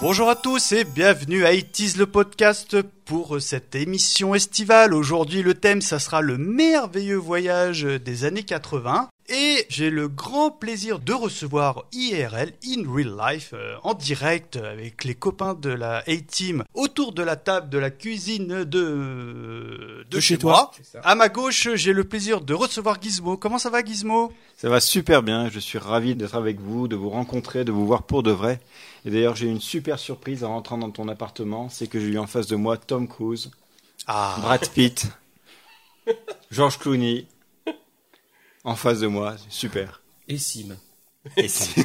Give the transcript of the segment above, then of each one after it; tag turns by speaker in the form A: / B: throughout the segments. A: Bonjour à tous et bienvenue à Itis le podcast pour cette émission estivale. Aujourd'hui, le thème, ça sera le merveilleux voyage des années 80. Et j'ai le grand plaisir de recevoir IRL, in real life, euh, en direct avec les copains de la A-Team autour de la table de la cuisine de, euh, de,
B: De chez toi.
C: C'est ça.
A: À ma gauche, j'ai le plaisir de recevoir Gizmo. Comment ça va, Gizmo
D: Ça va super bien, je suis ravi d'être avec vous, de vous rencontrer, de vous voir pour de vrai. Et d'ailleurs, j'ai eu une super surprise en rentrant dans ton appartement, c'est que j'ai eu en face de moi Tom Cruise,
A: Ah,
D: Brad Pitt, George Clooney, en face de moi, super.
C: Et Sim.
D: Et si-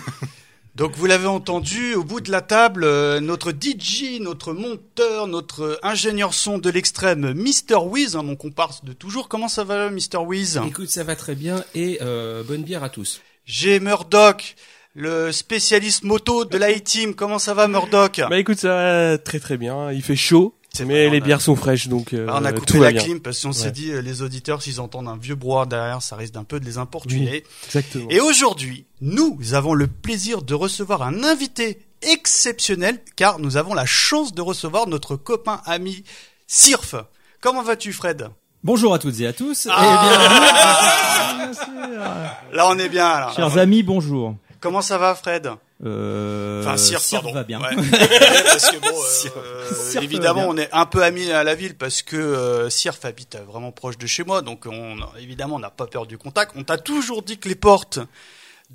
A: Donc vous l'avez entendu, au bout de la table, euh, notre DJ, notre monteur, notre euh, ingénieur son de l'extrême, Mr. Wiz, hein, mon comparse de toujours. Comment ça va, Mr. Wiz
C: Écoute, ça va très bien et euh, bonne bière à tous.
A: J'ai Murdoch, le spécialiste moto de l'I-Team. Comment ça va, Murdoch
B: Bah écoute, ça va très très bien. Il fait chaud,
A: C'est
B: mais
A: vrai,
B: les
A: on a-
B: bières sont fraîches, donc euh,
A: Ah, on a
B: tout
A: coupé
B: va
A: la
B: bien.
A: clim parce qu'on s'est
B: Ouais.
A: dit, euh, les auditeurs, s'ils entendent un vieux brouhaha derrière, ça risque d'un peu de les importuner.
B: Exactement.
A: Et aujourd'hui, nous avons le plaisir de recevoir un invité exceptionnel car nous avons la chance de recevoir notre copain ami Sirf. Comment vas-tu Fred
E: Bonjour à toutes et à tous.
A: Ah.
E: Eh
A: Là on est bien là.
E: Chers amis, bonjour.
A: Comment ça va Fred
E: Euh,
A: Enfin Sirf,
E: Sirf
A: pardon.
E: va bien.
A: Ouais. Ouais, parce que bon, euh,
E: Sirf va
A: évidemment
E: bien.
A: on est un peu amis à la ville parce que euh, Sirf habite vraiment proche de chez moi donc on évidemment on n'a pas peur du contact. On t'a toujours dit que les portes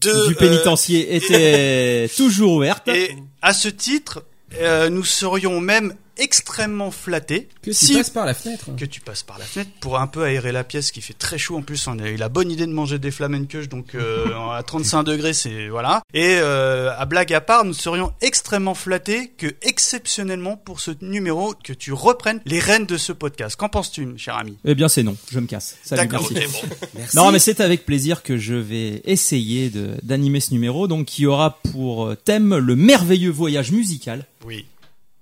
A: de
E: du
A: euh,
E: pénitencier était toujours ouverte.
A: Et à ce titre, euh, nous serions même extrêmement flattés
C: Que tu
A: si
C: passes par la fenêtre.
A: que tu passes par la fenêtre pour un peu aérer la pièce qui fait très chaud en plus. On a eu la bonne idée de manger des flamencuches, donc euh, à 35 degrés, c'est voilà. Et euh, à blague à part, nous serions extrêmement flattés que exceptionnellement pour ce numéro que tu reprennes les rênes de ce podcast. Qu'en penses-tu, cher ami
E: Eh bien, c'est non. Je me casse. Salut,
A: D'accord,
E: merci.
A: ok, bon.
C: Merci.
E: Non, mais c'est avec plaisir que je vais essayer de- d'animer ce numéro, donc qui aura pour euh, thème le merveilleux voyage musical.
A: Oui.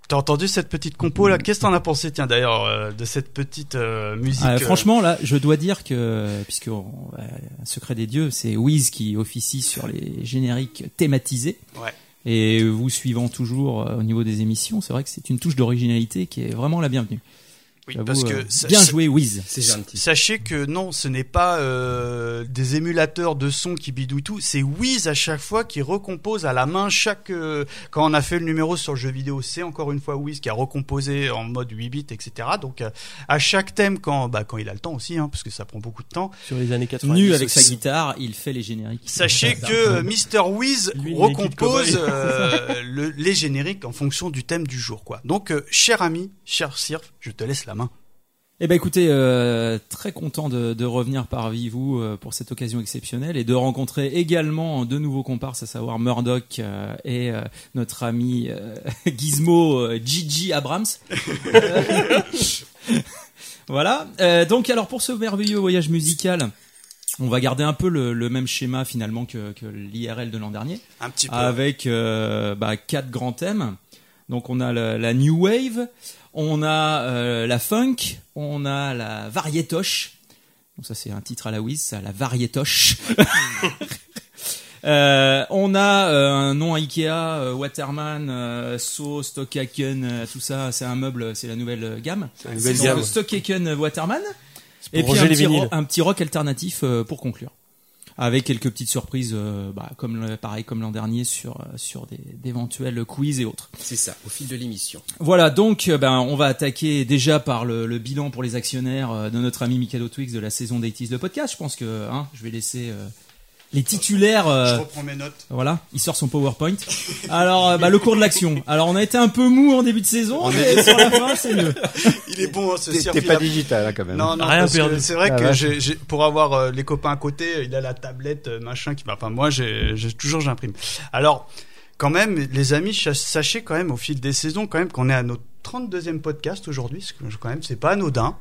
A: T'as entendu cette petite compo là Qu'est-ce que t'en as pensé, tiens d'ailleurs, euh, de cette petite euh, musique
E: Euh,
A: euh,
E: franchement, là, je dois dire que, puisque on- euh, secret des dieux, c'est Wiz qui officie sur les génériques thématisés.
A: Ouais.
E: Et vous suivant toujours euh, au niveau des émissions, c'est vrai que c'est une touche d'originalité qui est vraiment la bienvenue.
A: oui,
E: J'avoue,
A: parce que
E: euh,
A: ça-
E: bien
A: ça-
E: joué Wiz.
C: C'est gentil.
A: Sachez que non, ce n'est pas euh, des émulateurs de sons qui bidouillent tout, c'est Wiz à chaque fois qui recompose à la main chaque... euh, quand on a fait le numéro sur le jeu vidéo, c'est encore une fois Wiz qui a recomposé en mode 8 bits, etc. Donc euh, à chaque thème, quand, bah, quand il a le temps aussi, hein, parce que ça prend beaucoup de temps,
B: Sur les années 80.
E: Nu avec sa
B: aussi.
E: guitare, il fait les génériques.
A: sachez que euh, Mr. Wiz
B: Lui, il est
A: recompose
B: équipe cowboy.
A: euh, le- les génériques en fonction du thème du jour. quoi. Donc euh, cher ami, cher Sirf, je te laisse la main.
E: Eh ben écoutez, euh, très content de, de revenir parmi vous euh, pour cette occasion exceptionnelle et de rencontrer également deux nouveaux comparses, à savoir Murdoch euh, et euh, notre ami euh, Gizmo euh, Gigi Abrams. Euh, voilà. Euh, donc alors pour ce merveilleux voyage musical, on va garder un peu le, le même schéma finalement que, que l'IRL de l'an dernier
A: Un petit peu.
B: Ah,
E: avec euh, bah, quatre grands thèmes. Donc on a le- la new wave, on a euh, la funk, on a la variétoche. Donc ça c'est un titre à la Wiz, ça la variétoche. Euh, on a euh, un nom à Ikea, euh, Waterman, euh, So, Stockaken, euh, tout ça, c'est un meuble, c'est la nouvelle euh, gamme.
B: Une belle
E: Donc,
B: gamme.
E: Stockaken, euh, Waterman. Et
B: pour
E: puis un
B: ranger les
E: petit, ro-
B: vinyles.
E: un petit rock alternatif euh, pour conclure. Avec quelques petites surprises, euh, bah, comme le- pareil comme l'an dernier sur, euh, sur des- d'éventuels quiz et autres.
C: C'est ça, au fil de l'émission.
E: Voilà, donc euh, ben, on va attaquer déjà par le, le bilan pour les actionnaires euh, de notre ami Mikado Twix de la saison d'Aitis le podcast. Je pense que hein, je vais laisser euh, les titulaires. euh,
A: Je reprends mes notes.
E: voilà, il sort son PowerPoint. Alors, euh, bah, le cours de l'action. Alors, on a été un peu mou en début de saison, mais sur la fin, c'est mieux.
A: Il est bon hein, ce
D: T'es
A: Sirf.
D: t'es
A: il
D: pas
A: a-
D: digital là quand même.
A: Non, non,
B: Rien
A: parce que
B: perdu.
A: c'est vrai
D: Ah,
A: que
D: vache.
A: j'ai j'ai- pour avoir euh, les copains à côté, euh, il a la tablette, euh, machin, qui va. Enfin, moi, j'ai j'ai- toujours j'imprime. Alors, quand même, les amis, cha- sachez quand même au fil des saisons, quand même, qu'on est à notre 32e podcast aujourd'hui, ce que je- quand même c'est pas anodin.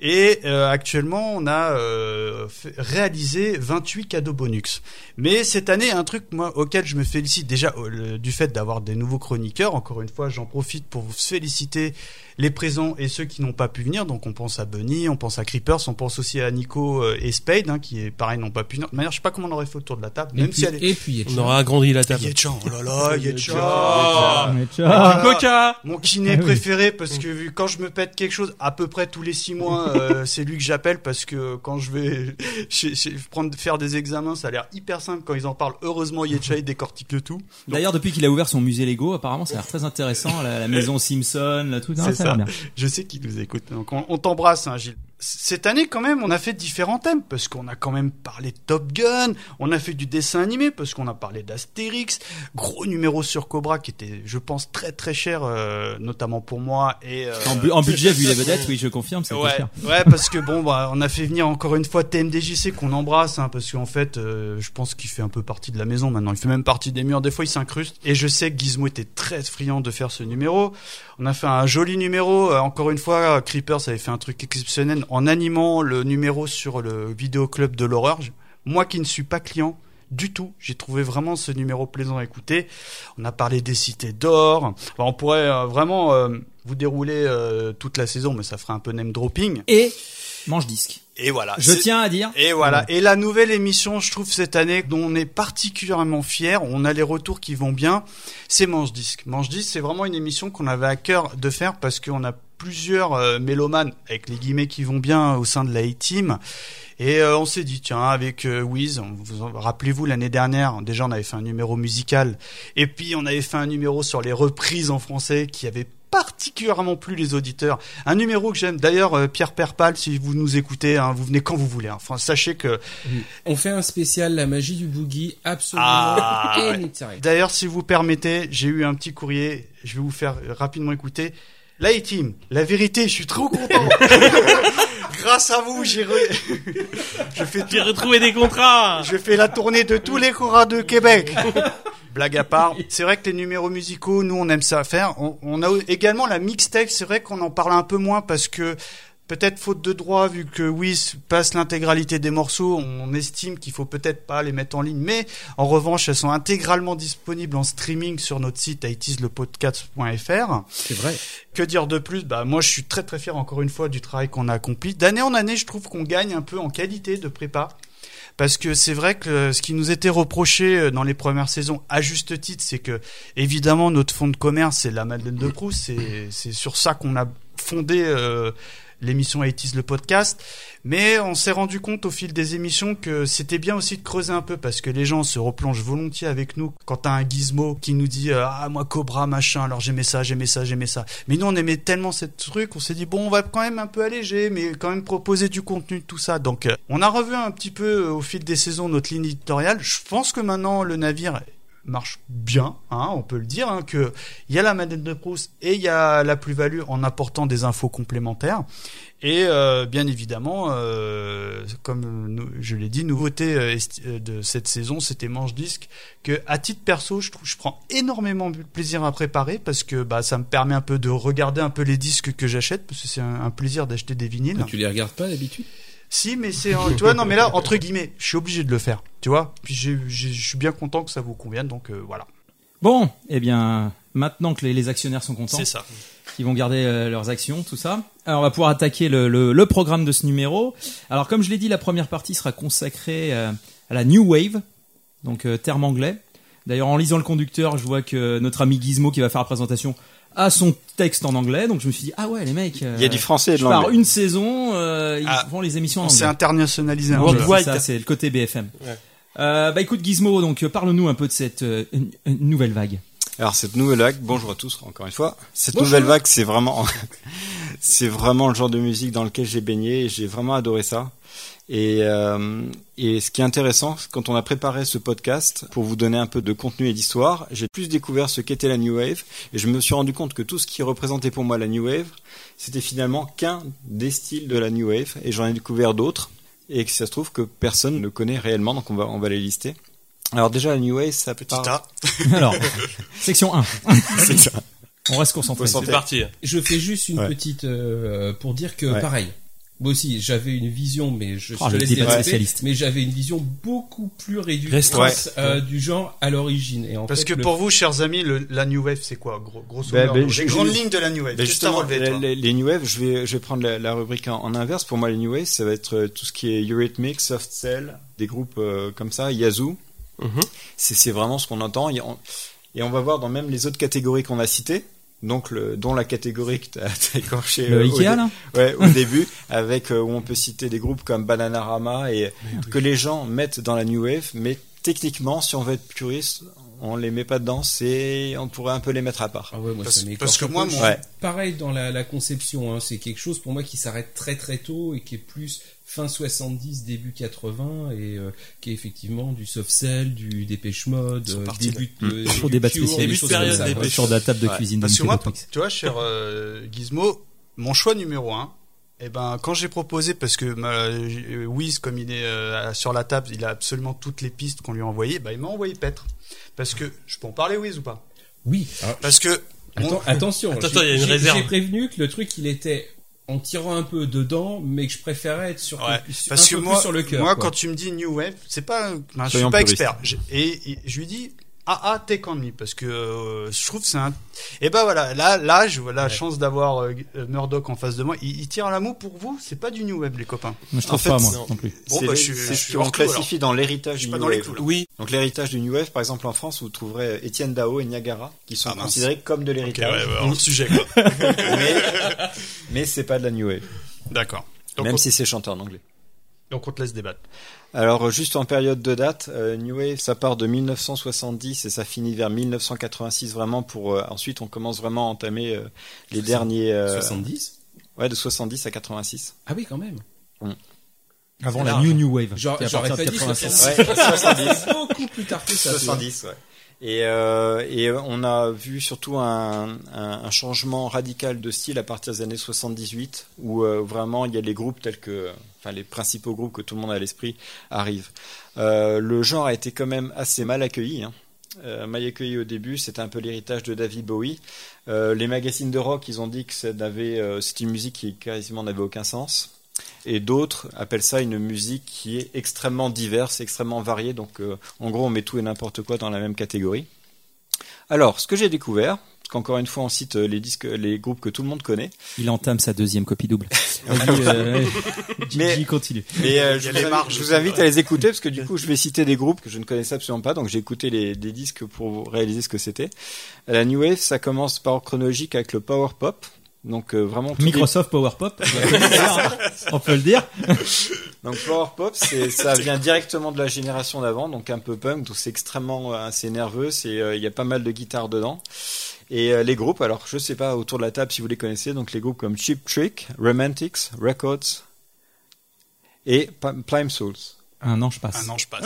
A: Et euh, actuellement, on a euh, fait- réalisé 28 cadeaux bonus. Mais cette année, un truc moi, auquel je me félicite déjà euh, le- du fait d'avoir des nouveaux chroniqueurs. Encore une fois, j'en profite pour vous féliciter les présents et ceux qui n'ont pas pu venir. Donc on pense à Bunny, on pense à Creepers, on pense aussi à Nico euh, et Spade, hein, qui est pareil n'ont pas pu venir. De manière, je sais pas comment on aurait fait autour de la table, même
C: et puis,
A: si elle est...
C: et puis, et
B: On aura agrandi la table.
A: Yetchan, oh là là, Yetchan. Oh.
E: Ah, Mais ciao.
B: Ah, Coca
A: Mon kiné
E: Ah oui.
A: préféré parce que vu quand je me pète quelque chose à peu près tous les six mois, euh, c'est lui que j'appelle parce que quand je vais chez- chez- prendre faire des examens, ça a l'air hyper simple quand ils en parlent. Heureusement, Yetchai décortique le tout.
E: D'ailleurs, depuis qu'il a ouvert son musée Lego, apparemment, ça a l'air très intéressant. La, la maison Simpson, là, tout. Non,
A: C'est
E: ça. a l'air
A: ça.
E: bien.
A: Je sais qu'il nous écoute. Donc on, on t'embrasse, hein, Gilles. Cette année, quand même, on a fait différents thèmes parce qu'on a quand même parlé de Top Gun, on a fait du dessin animé parce qu'on a parlé d'Astérix, gros numéro sur Cobra qui était, je pense, très très cher, euh, notamment pour moi et euh,
E: En, bu- en budget, vu les vedettes, oui, je confirme, c'est
A: Ouais,
E: cher.
A: ouais, parce que bon, bah, on a fait venir encore une fois TMDJC qu'on embrasse, hein, parce qu'en fait, euh, je pense qu'il fait un peu partie de la maison maintenant. Il fait même partie des murs. Des fois, il s'incruste. Et je sais que Gizmo était très friand de faire ce numéro. On a fait un joli numéro. Euh, encore une fois, Creepers avait fait un truc exceptionnel en animant le numéro sur le vidéoclub de l'horreur. Je- Moi qui ne suis pas client du tout, j'ai trouvé vraiment ce numéro plaisant à écouter. On a parlé des cités d'or. Enfin, on pourrait euh, vraiment euh, vous dérouler euh, toute la saison, mais ça ferait un peu name dropping.
E: Et mange disque.
A: Et voilà.
E: Je
A: C'est-
E: tiens à dire.
A: Et voilà. Et la nouvelle émission, je trouve cette année, dont on est particulièrement fier, on a les retours qui vont bien, c'est Manche Disque. Manche Disque, c'est vraiment une émission qu'on avait à cœur de faire parce qu'on a plusieurs euh, mélomanes, avec les guillemets qui vont bien, au sein de la A-Team. Et euh, on s'est dit, tiens, avec euh, Wiz, on vous en- rappelez-vous l'année dernière, déjà on avait fait un numéro musical, et puis on avait fait un numéro sur les reprises en français qui avait particulièrement plu les auditeurs. Un numéro que j'aime. D'ailleurs, euh, Pierre Perpal, si vous nous écoutez, hein, vous venez quand vous voulez. hein. Enfin, sachez que.
C: On fait un spécial La magie du boogie, absolument
A: Ah, ouais.
C: anytime.
A: D'ailleurs, si vous permettez, j'ai eu un petit courrier. Je vais vous faire euh, rapidement écouter. La team la vérité, je suis trop content. Grâce à vous, j'ai. re- je fais tout
B: J'ai retrouvé des contrats
A: Je fais la tournée de tous les chorats de Québec. Blague à part, c'est vrai que les numéros musicaux, nous, on aime ça faire. On, on a également la mixtape. C'est vrai qu'on en parle un peu moins parce que peut-être faute de droit, vu que Wiz passe l'intégralité des morceaux, on estime qu'il faut peut-être pas les mettre en ligne. Mais en revanche, elles sont intégralement disponibles en streaming sur notre site itislepodcast.fr.
C: C'est vrai.
A: Que dire de plus Bah moi je suis très très fier encore une fois du travail qu'on a accompli. D'année en année, je trouve qu'on gagne un peu en qualité de prépa. Parce que c'est vrai que euh, ce qui nous était reproché euh, dans les premières saisons, à juste titre, c'est que évidemment notre fonds de commerce, c'est la Madeleine de Proust, c'est c'est sur ça qu'on a fondé euh, l'émission 80 le podcast. Mais on s'est rendu compte au fil des émissions que c'était bien aussi de creuser un peu parce que les gens se replongent volontiers avec nous quand t'as un gizmo qui nous dit euh, ah moi Cobra machin alors j'aimais ça j'aimais ça j'aimais ça mais nous on aimait tellement cette truc on s'est dit bon on va quand même un peu alléger mais quand même proposer du contenu tout ça donc euh, on a revu un petit peu euh, au fil des saisons notre ligne éditoriale je pense que maintenant le navire marche bien, hein, on peut le dire, hein, que il y a la Madeleine de Proust et il y a la plus-value en apportant des infos complémentaires. Et euh, bien évidemment, euh, comme nous- je l'ai dit, nouveauté euh, esti- euh, de cette saison, c'était Manche Disque, que à titre perso, je, trouve, je prends énormément de plaisir à préparer parce que bah, ça me permet un peu de regarder un peu les disques que j'achète, parce que c'est un, un plaisir d'acheter des vinyles.
C: Tu les regardes pas d'habitude
A: Si, mais c'est, en- tu vois, non, mais là, entre guillemets, je suis obligé de le faire, tu vois. Puis j'ai- j'ai- je suis bien content que ça vous convienne, donc euh, voilà.
E: Bon, eh bien, maintenant que les, les actionnaires sont contents,
A: ça.
E: ils vont garder euh, leurs actions, tout ça. Alors, on va pouvoir attaquer le, le- le programme de ce numéro. Alors, comme je l'ai dit, la première partie sera consacrée euh, à la New Wave, donc euh, terme anglais. D'ailleurs, en lisant le conducteur, je vois que notre ami Gizmo, qui va faire la présentation, a son texte en anglais. Donc, je me suis dit, ah ouais, les mecs, euh,
D: Il y a du français et de
E: je pars
D: l'anglais.
E: une saison, euh, ils
A: Ah,
E: font les émissions en
A: On
E: anglais.
A: s'est internationalisé un peu.
E: Ouais, c'est
B: Worldwide.
E: ça, c'est le côté BFM.
B: Ouais.
E: Euh, bah écoute Gizmo, donc euh, parle-nous un peu de cette euh, n- n- nouvelle vague.
D: Alors cette nouvelle vague, bonjour à tous encore une fois. Cette
C: Bonjour.
D: nouvelle vague, c'est vraiment, c'est vraiment le genre de musique dans lequel j'ai baigné. et J'ai vraiment adoré ça. Et, euh, et ce qui est intéressant, c'est quand on a préparé ce podcast pour vous donner un peu de contenu et d'histoire, j'ai plus découvert ce qu'était la New Wave et je me suis rendu compte que tout ce qui représentait pour moi la New Wave, c'était finalement qu'un des styles de la New Wave et j'en ai découvert d'autres et que ça se trouve que personne ne connaît réellement, donc on va, on va les lister. Alors déjà la New Wave, ça peut
A: Petit A.
E: Alors, section 1.
D: c'est ça.
E: On reste concentré.
D: Faut s'en-
B: C'est parti.
C: Je fais juste une
D: Ouais.
C: petite euh, pour dire que
D: Ouais.
C: pareil. Moi aussi, j'avais une vision, mais je,
E: Oh,
C: je
E: le
C: laisse
E: débat
C: développer,
E: spécialiste.
C: Mais j'avais une vision beaucoup plus réduite
B: Restreinte.
C: euh, du genre à l'origine. Et en
A: Parce
C: fait,
A: que
C: le-
A: pour vous, chers amis, le- la New Wave, c'est quoi, gros, grosso
D: Ben,
A: modo
D: ben,
A: Les
D: je-
A: grandes
D: je-
A: lignes de la New Wave.
D: Ben
A: Qu'est-ce que t'as
D: justement,
A: relevé, toi
D: les, les New Wave, je vais, je vais prendre la, la rubrique en, en inverse. Pour moi, les New Wave, ça va être euh, tout ce qui est Eurythmics, Soft Cell, des groupes euh, comme ça, Yazoo.
B: Mhm.
D: C'est c'est vraiment ce qu'on entend. Et on, et on va voir dans même les autres catégories qu'on a citées, donc le, dont la catégorie que tu as écorchée
E: Le
D: euh, au, dé-
E: Ikea là
D: ouais, au début, avec euh, où on peut citer des groupes comme Bananarama et que les gens mettent dans la New Wave, mais techniquement, si on veut être puriste, on les met pas dedans, c'est on pourrait un peu les mettre à part.
C: Ah ouais, moi,
A: Parce-
C: ça m'écorche
A: parce que
C: un peu.
A: moi,
C: Je
A: mon-
C: suis
D: Ouais.
C: pareil dans la, la conception, hein, c'est quelque chose pour moi qui s'arrête très très tôt et qui est plus fin 70, début 80 et euh, qui est effectivement du soft cell, du dépêche mode,
A: sont
C: euh,
A: partis,
C: début de, euh,
E: Faut
C: du
E: débattre
C: Cure, des
E: spécialiste.
C: choses
B: période,
C: comme ça,
B: des
C: ouais.
B: pêches.
E: Sur la table de
A: Ouais.
E: cuisine.
A: Parce
E: de
A: que moi,
E: Nicolas Pix.
A: tu vois, cher euh, Gizmo, mon choix numéro un, eh ben, quand j'ai proposé, parce que ma- euh, Wiz, comme il est euh, sur la table, il a absolument toutes les pistes qu'on lui a envoyées, bah, il m'a envoyé Petre. Parce que, je peux en parler, Wiz, ou pas
C: Oui.
E: Ah
C: alors,
A: Parce que, mon-
C: Attends, attention,
B: Attends,
C: j'ai-
B: il y a une
C: j'ai-
B: réserve.
C: J'ai prévenu que le truc il était en tirant un peu dedans, mais que je préférais être sur,
A: Ouais,
C: sur-
A: parce
C: un
A: que
C: peu
A: moi,
C: plus sur le cœur.
A: moi
C: quoi.
A: quand tu me dis New Wave, c'est pas, ben, je suis
D: Soyons
A: pas
D: puristes.
A: expert. Je- et, et je lui dis, ah ah, take on me, parce que euh, je trouve que c'est un. Et ben voilà, là, là, je vois la
C: Ouais.
A: chance d'avoir euh, euh, Murdoch en face de moi. Il, il tire à l'amour pour vous, c'est pas du New Wave, les copains.
E: Moi, je
D: en
E: trouve
D: fait,
E: pas moi
B: non.
E: non plus.
A: Bon,
D: C'est
A: bah,
D: les-
A: je suis-
D: c'est
A: je
D: ce
A: suis
D: qu'on
A: hors clous,
D: classifie dans
A: Je
D: l'héritage
A: suis
D: du
A: pas
D: New
A: dans les
D: Wave.
A: clous, là.
B: Oui.
D: Donc l'héritage du New Wave, par exemple en France, vous trouverez Étienne Dao et Niagara, qui sont
A: Ah, mince.
D: considérés comme de
A: Ok,
D: l'héritage,
A: ouais, bah, hors sujet, quoi.
D: mais, mais c'est pas de la New Wave,
A: D'accord. Donc,
D: même
A: on-
D: si c'est chanté en anglais.
A: donc on te laisse débattre.
D: Alors euh, juste en période de date, euh, New Wave, ça part de 1970 et ça finit vers 1986 vraiment pour... euh, ensuite on commence vraiment à entamer euh, les
C: Soixante-
D: derniers... euh,
C: 70
D: ouais, de 70 à 86.
C: Ah oui, quand même.
E: Avant
D: C'est
E: la
D: large.
E: New New Wave.
C: Genre-
E: qui est à
C: j'aurais
E: partir
C: pas
E: de
C: dit
E: 96.
D: Ouais, 70.
C: Beaucoup plus tard que ça. tu vois.
D: 70, ouais. Et, euh, et on a vu surtout un, un, un changement radical de style à partir des années 78, où euh, vraiment il y a les groupes tels que, enfin les principaux groupes que tout le monde a à l'esprit arrivent. Euh, le genre a été quand même assez mal accueilli. Hein. Euh, mal accueilli au début, c'était un peu l'héritage de David Bowie. Euh, les magazines de rock, ils ont dit que ça n'avait, euh, c'était une musique qui quasiment n'avait aucun sens. Et d'autres appellent ça une musique qui est extrêmement diverse, extrêmement variée. Donc, euh, en gros, on met tout et n'importe quoi dans la même catégorie. Alors, ce que j'ai découvert, parce qu'encore une fois, on cite euh, les disques, les groupes que tout le monde connaît.
E: Il entame sa deuxième copie double. Vas-y, euh, Gigi,
D: Mais-
E: continue.
D: Mais euh,
A: Il y
D: je,
A: a
D: vous
A: les
D: invite,
A: marges
D: je vous
A: aussi,
D: invite
A: ouais.
D: à les écouter parce que du coup, je vais citer des groupes que je ne connaissais absolument pas. Donc, j'ai écouté les, des disques pour vous réaliser ce que c'était. La New Wave, ça commence par ordre chronologique avec le Power Pop. Donc, euh, vraiment. tous les-
E: Microsoft Power Pop. on peut le dire.
D: Donc power pop, c'est ça vient directement de la génération d'avant, donc un peu punk, donc c'est extrêmement euh, assez nerveux, c'est euh, il y a pas mal de guitares dedans. Et euh, les groupes, alors je sais pas autour de la table si vous les connaissez, donc les groupes comme Cheap Trick, Romantics, Records et P- Plime Souls.
E: Un an, Ah je passe.
A: non, je passe.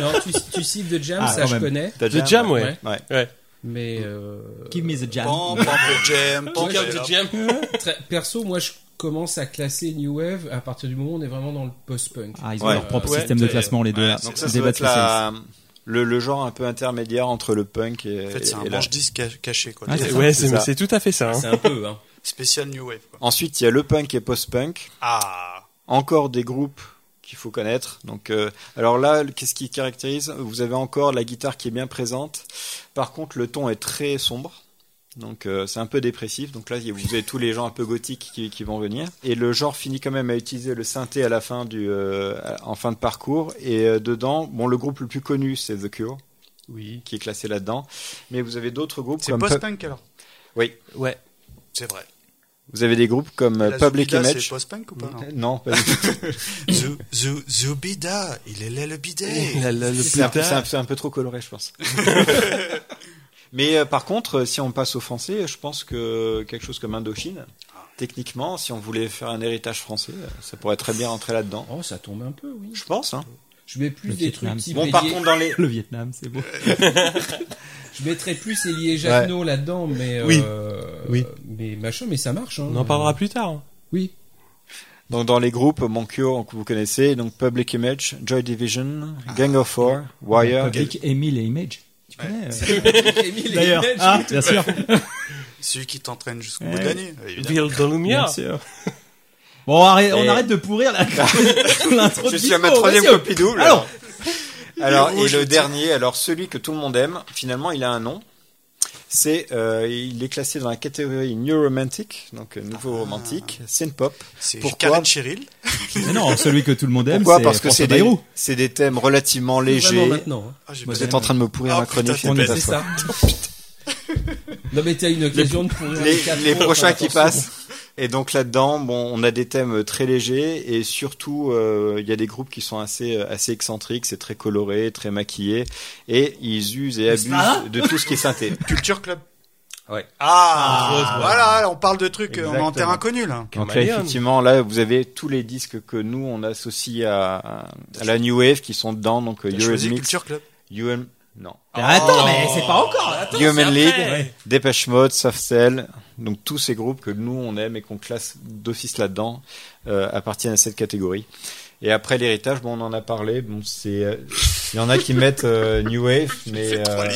C: Non, tu, tu cites The Jam,
E: Ah,
C: ça
E: quand
C: je
E: même.
C: connais.
D: T'as déjà-
B: The Jam, ouais.
C: Ouais.
D: Ouais.
C: Mais euh,
E: Give me the jam.
A: Pam, pam, pam, jam, pam,
C: Ouais,
A: jam.
C: très- perso, moi je commence à classer New Wave à partir du moment où on est vraiment dans le post-punk.
E: Ah, ils ont
D: Ouais.
E: leur propre
B: Ouais,
E: système de
B: c'est-
E: classement, les deux. là.
D: Donc
E: Ils
D: ça, ça doit
E: débattent
D: être la- le, le genre un peu intermédiaire entre le punk et,
A: En fait, c'est
D: et
A: un
D: la-
A: manche-disque ca- caché, quoi.
E: Ah, c'est
B: Ouais,
D: C'est
B: c'est
D: ça.
B: c'est tout à fait
E: Ah.
B: ça. hein.
C: C'est un peu, hein.
A: Spécial New Wave, quoi.
D: Ensuite, il y a le punk et post-punk.
A: Ah
D: encore des groupes qu'il faut connaître. Donc, euh, alors là, le- qu'est-ce qui caractérise Vous avez encore la guitare qui est bien présente. Par contre, le ton est très sombre. Donc, euh, c'est un peu dépressif. Donc là, il y a- vous avez tous les gens un peu gothiques qui, qui vont venir. Et le genre finit quand même à utiliser le synthé à la fin du, euh, en fin de parcours. Et euh, dedans, bon, le groupe le plus connu, c'est The Cure. Oui. Qui est classé là-dedans. Mais vous avez d'autres groupes
A: C'est
D: comme. Pu-
A: post-punk, alors
D: Oui.
B: Ouais.
A: C'est vrai.
D: Vous avez des groupes comme euh,
A: La
D: Public
A: Zubida, C'est
D: Image.
A: post-punk ou pas non
D: Non, pas du tout.
A: Zu- Zu- Zubida, il est là le bidet.
B: La- la- le
D: C'est un,
B: plus
D: c'est un-
B: tard.
D: c'est un peu trop coloré, je pense. Mais euh, par contre, euh, si on passe au français, je pense que quelque chose comme Indochine, techniquement, si on voulait faire un héritage français, euh, ça pourrait très bien rentrer là-dedans.
C: Oh, ça tombe un peu, oui.
D: Je pense. Hein.
C: Je mets plus
E: Le
C: des
E: Vietnam.
C: trucs qui
D: Bon, par
C: liés-
D: contre, dans les.
E: Le Vietnam, c'est beau.
C: Je mettrais plus Elie et Jacquenot là-dedans, mais euh,
B: Oui. Oui.
C: mais machin, mais ça marche. Hein.
B: On en parlera plus tard. hein.
C: Oui.
D: Donc dans les groupes, mon Cure, que vous connaissez, donc Public Image, Joy Division, Gang of Four, Wire.
E: Public, Emile et Image. Tu connais euh,
C: D'ailleurs,
E: D'ailleurs, ah, bien sûr.
A: Celui qui t'entraîne jusqu'au
E: Eh
A: bout de
E: oui.
A: l'année. évidemment.
B: Ville de
E: Bien
B: Lumière.
E: sûr. Bon, arrête- on
D: Et-
E: arrête de pourrir la- l'intro de
D: Je suis à ma
E: Bispo,
D: troisième
E: vas-y,
D: copie double.
E: Alors.
D: Alors,
A: Il est
D: et
A: rouge,
D: le
A: le
D: dernier, alors celui que tout le monde aime, finalement, il a un nom. C'est, euh, il est classé dans la catégorie New Romantic, donc euh, nouveau
A: Ah.
D: romantique, synth-pop.
A: C'est
D: Pourquoi
A: Karen Cheryl.
E: Mais non, celui que tout le monde aime,
D: Pourquoi
E: c'est
D: Parce que
E: François
D: c'est des,
E: Bayrou.
D: c'est des thèmes relativement
C: Vraiment
D: légers.
C: maintenant. hein.
A: Ah, j'ai
E: Moi,
A: pas
D: Vous
A: aimé.
D: êtes en train de me pourrir
A: Ah,
D: ma chronique.
A: putain,
D: je ne
E: t'es
D: sais pas
C: C'est
D: quoi.
C: ça. Non mais t'as une occasion de pourrir
D: les,
C: quatre
D: les
C: autres,
D: prochains
C: hein,
D: qui
C: attention.
D: passent. Et donc là-dedans, bon, on a des thèmes euh, très légers et surtout, euh, il y a des groupes qui sont assez euh, assez excentriques, c'est très coloré, très maquillé, et ils usent et abusent
E: ça
D: de tout ce qui est synthé.
A: Culture Club.
D: Ouais.
A: Ah,
B: Ah,
A: voilà, on parle de trucs, euh, on est en
D: Exactement.
A: terrain inconnu là.
D: Donc là,
B: Chameleon.
D: effectivement, là, vous avez tous les disques que nous on associe à, à, à la new wave qui sont dedans, donc euh,
A: T'as choisi
D: Eurythmics,
A: Culture Club.
D: UN, non,
E: Mais Attends, mais
D: Oh.
E: c'est pas encore.
D: Human
B: c'est
D: League,
B: après.
D: Depeche Mode, Soft Cell, donc tous ces groupes que nous on aime et qu'on classe d'office là-dedans euh, appartiennent à cette catégorie. Et après l'héritage, bon, on en a parlé. Bon, c'est euh, il y en a qui mettent euh, New Wave, mais euh,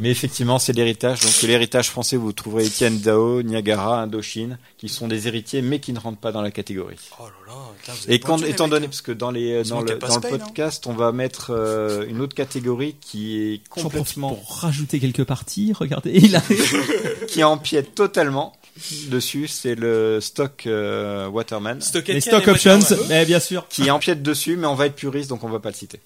D: mais effectivement c'est l'héritage. Donc l'héritage français, vous trouverez Étienne Dao, Niagara, Indochine, qui sont des héritiers, mais qui ne rentrent pas dans la catégorie.
A: Oh là là, putain, vous êtes
D: Et quand,
A: pointus, les
D: étant
A: mecs,
D: donné,
A: hein.
D: parce que dans les
A: Sinon,
D: dans
A: t'es
D: le,
A: pas
D: dans le
A: Spain, hein.
D: podcast, on va mettre euh, une autre catégorie qui est
E: J'en profite
D: complètement
E: pour rajouter quelques parties. Regardez, il a.
D: qui empiète totalement dessus, c'est le stock euh, Waterman
B: Stockade
E: Les
B: Can
E: stock
B: et
E: options,
B: Waterman.
E: eh bien sûr.
D: qui empiète dessus, mais on va être puriste, donc on va pas le citer.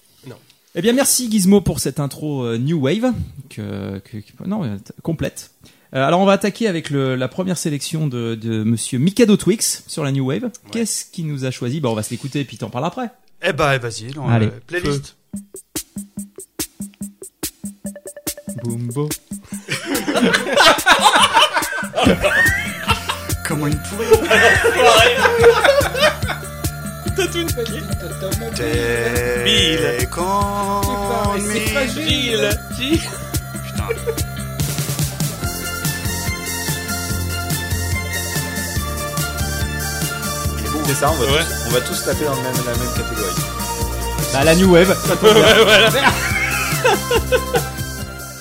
E: Eh bien, merci Gizmo pour cette intro euh, New Wave, que, que- que- non, euh, t- complète. Euh, alors, on va attaquer avec le, la première sélection de, de Monsieur Mikado Twix sur la New Wave. Qu'est-ce qu'il nous a choisi Bah, on va se l'écouter et puis t'en parles après.
A: Eh bah, vas-y, dans
E: Allez.
A: la playlist.
E: Boombo.
A: Comment une pourrie
B: Bill.
A: T'es quand
C: parles, c'est
A: mille-
C: fragile.
B: Gilles. Gilles.
A: Putain.
D: C'est ça, on va,
B: Ouais.
D: tous, on va tous taper dans le même- la même catégorie.
E: Bah, la New Wave, ça tombe bien.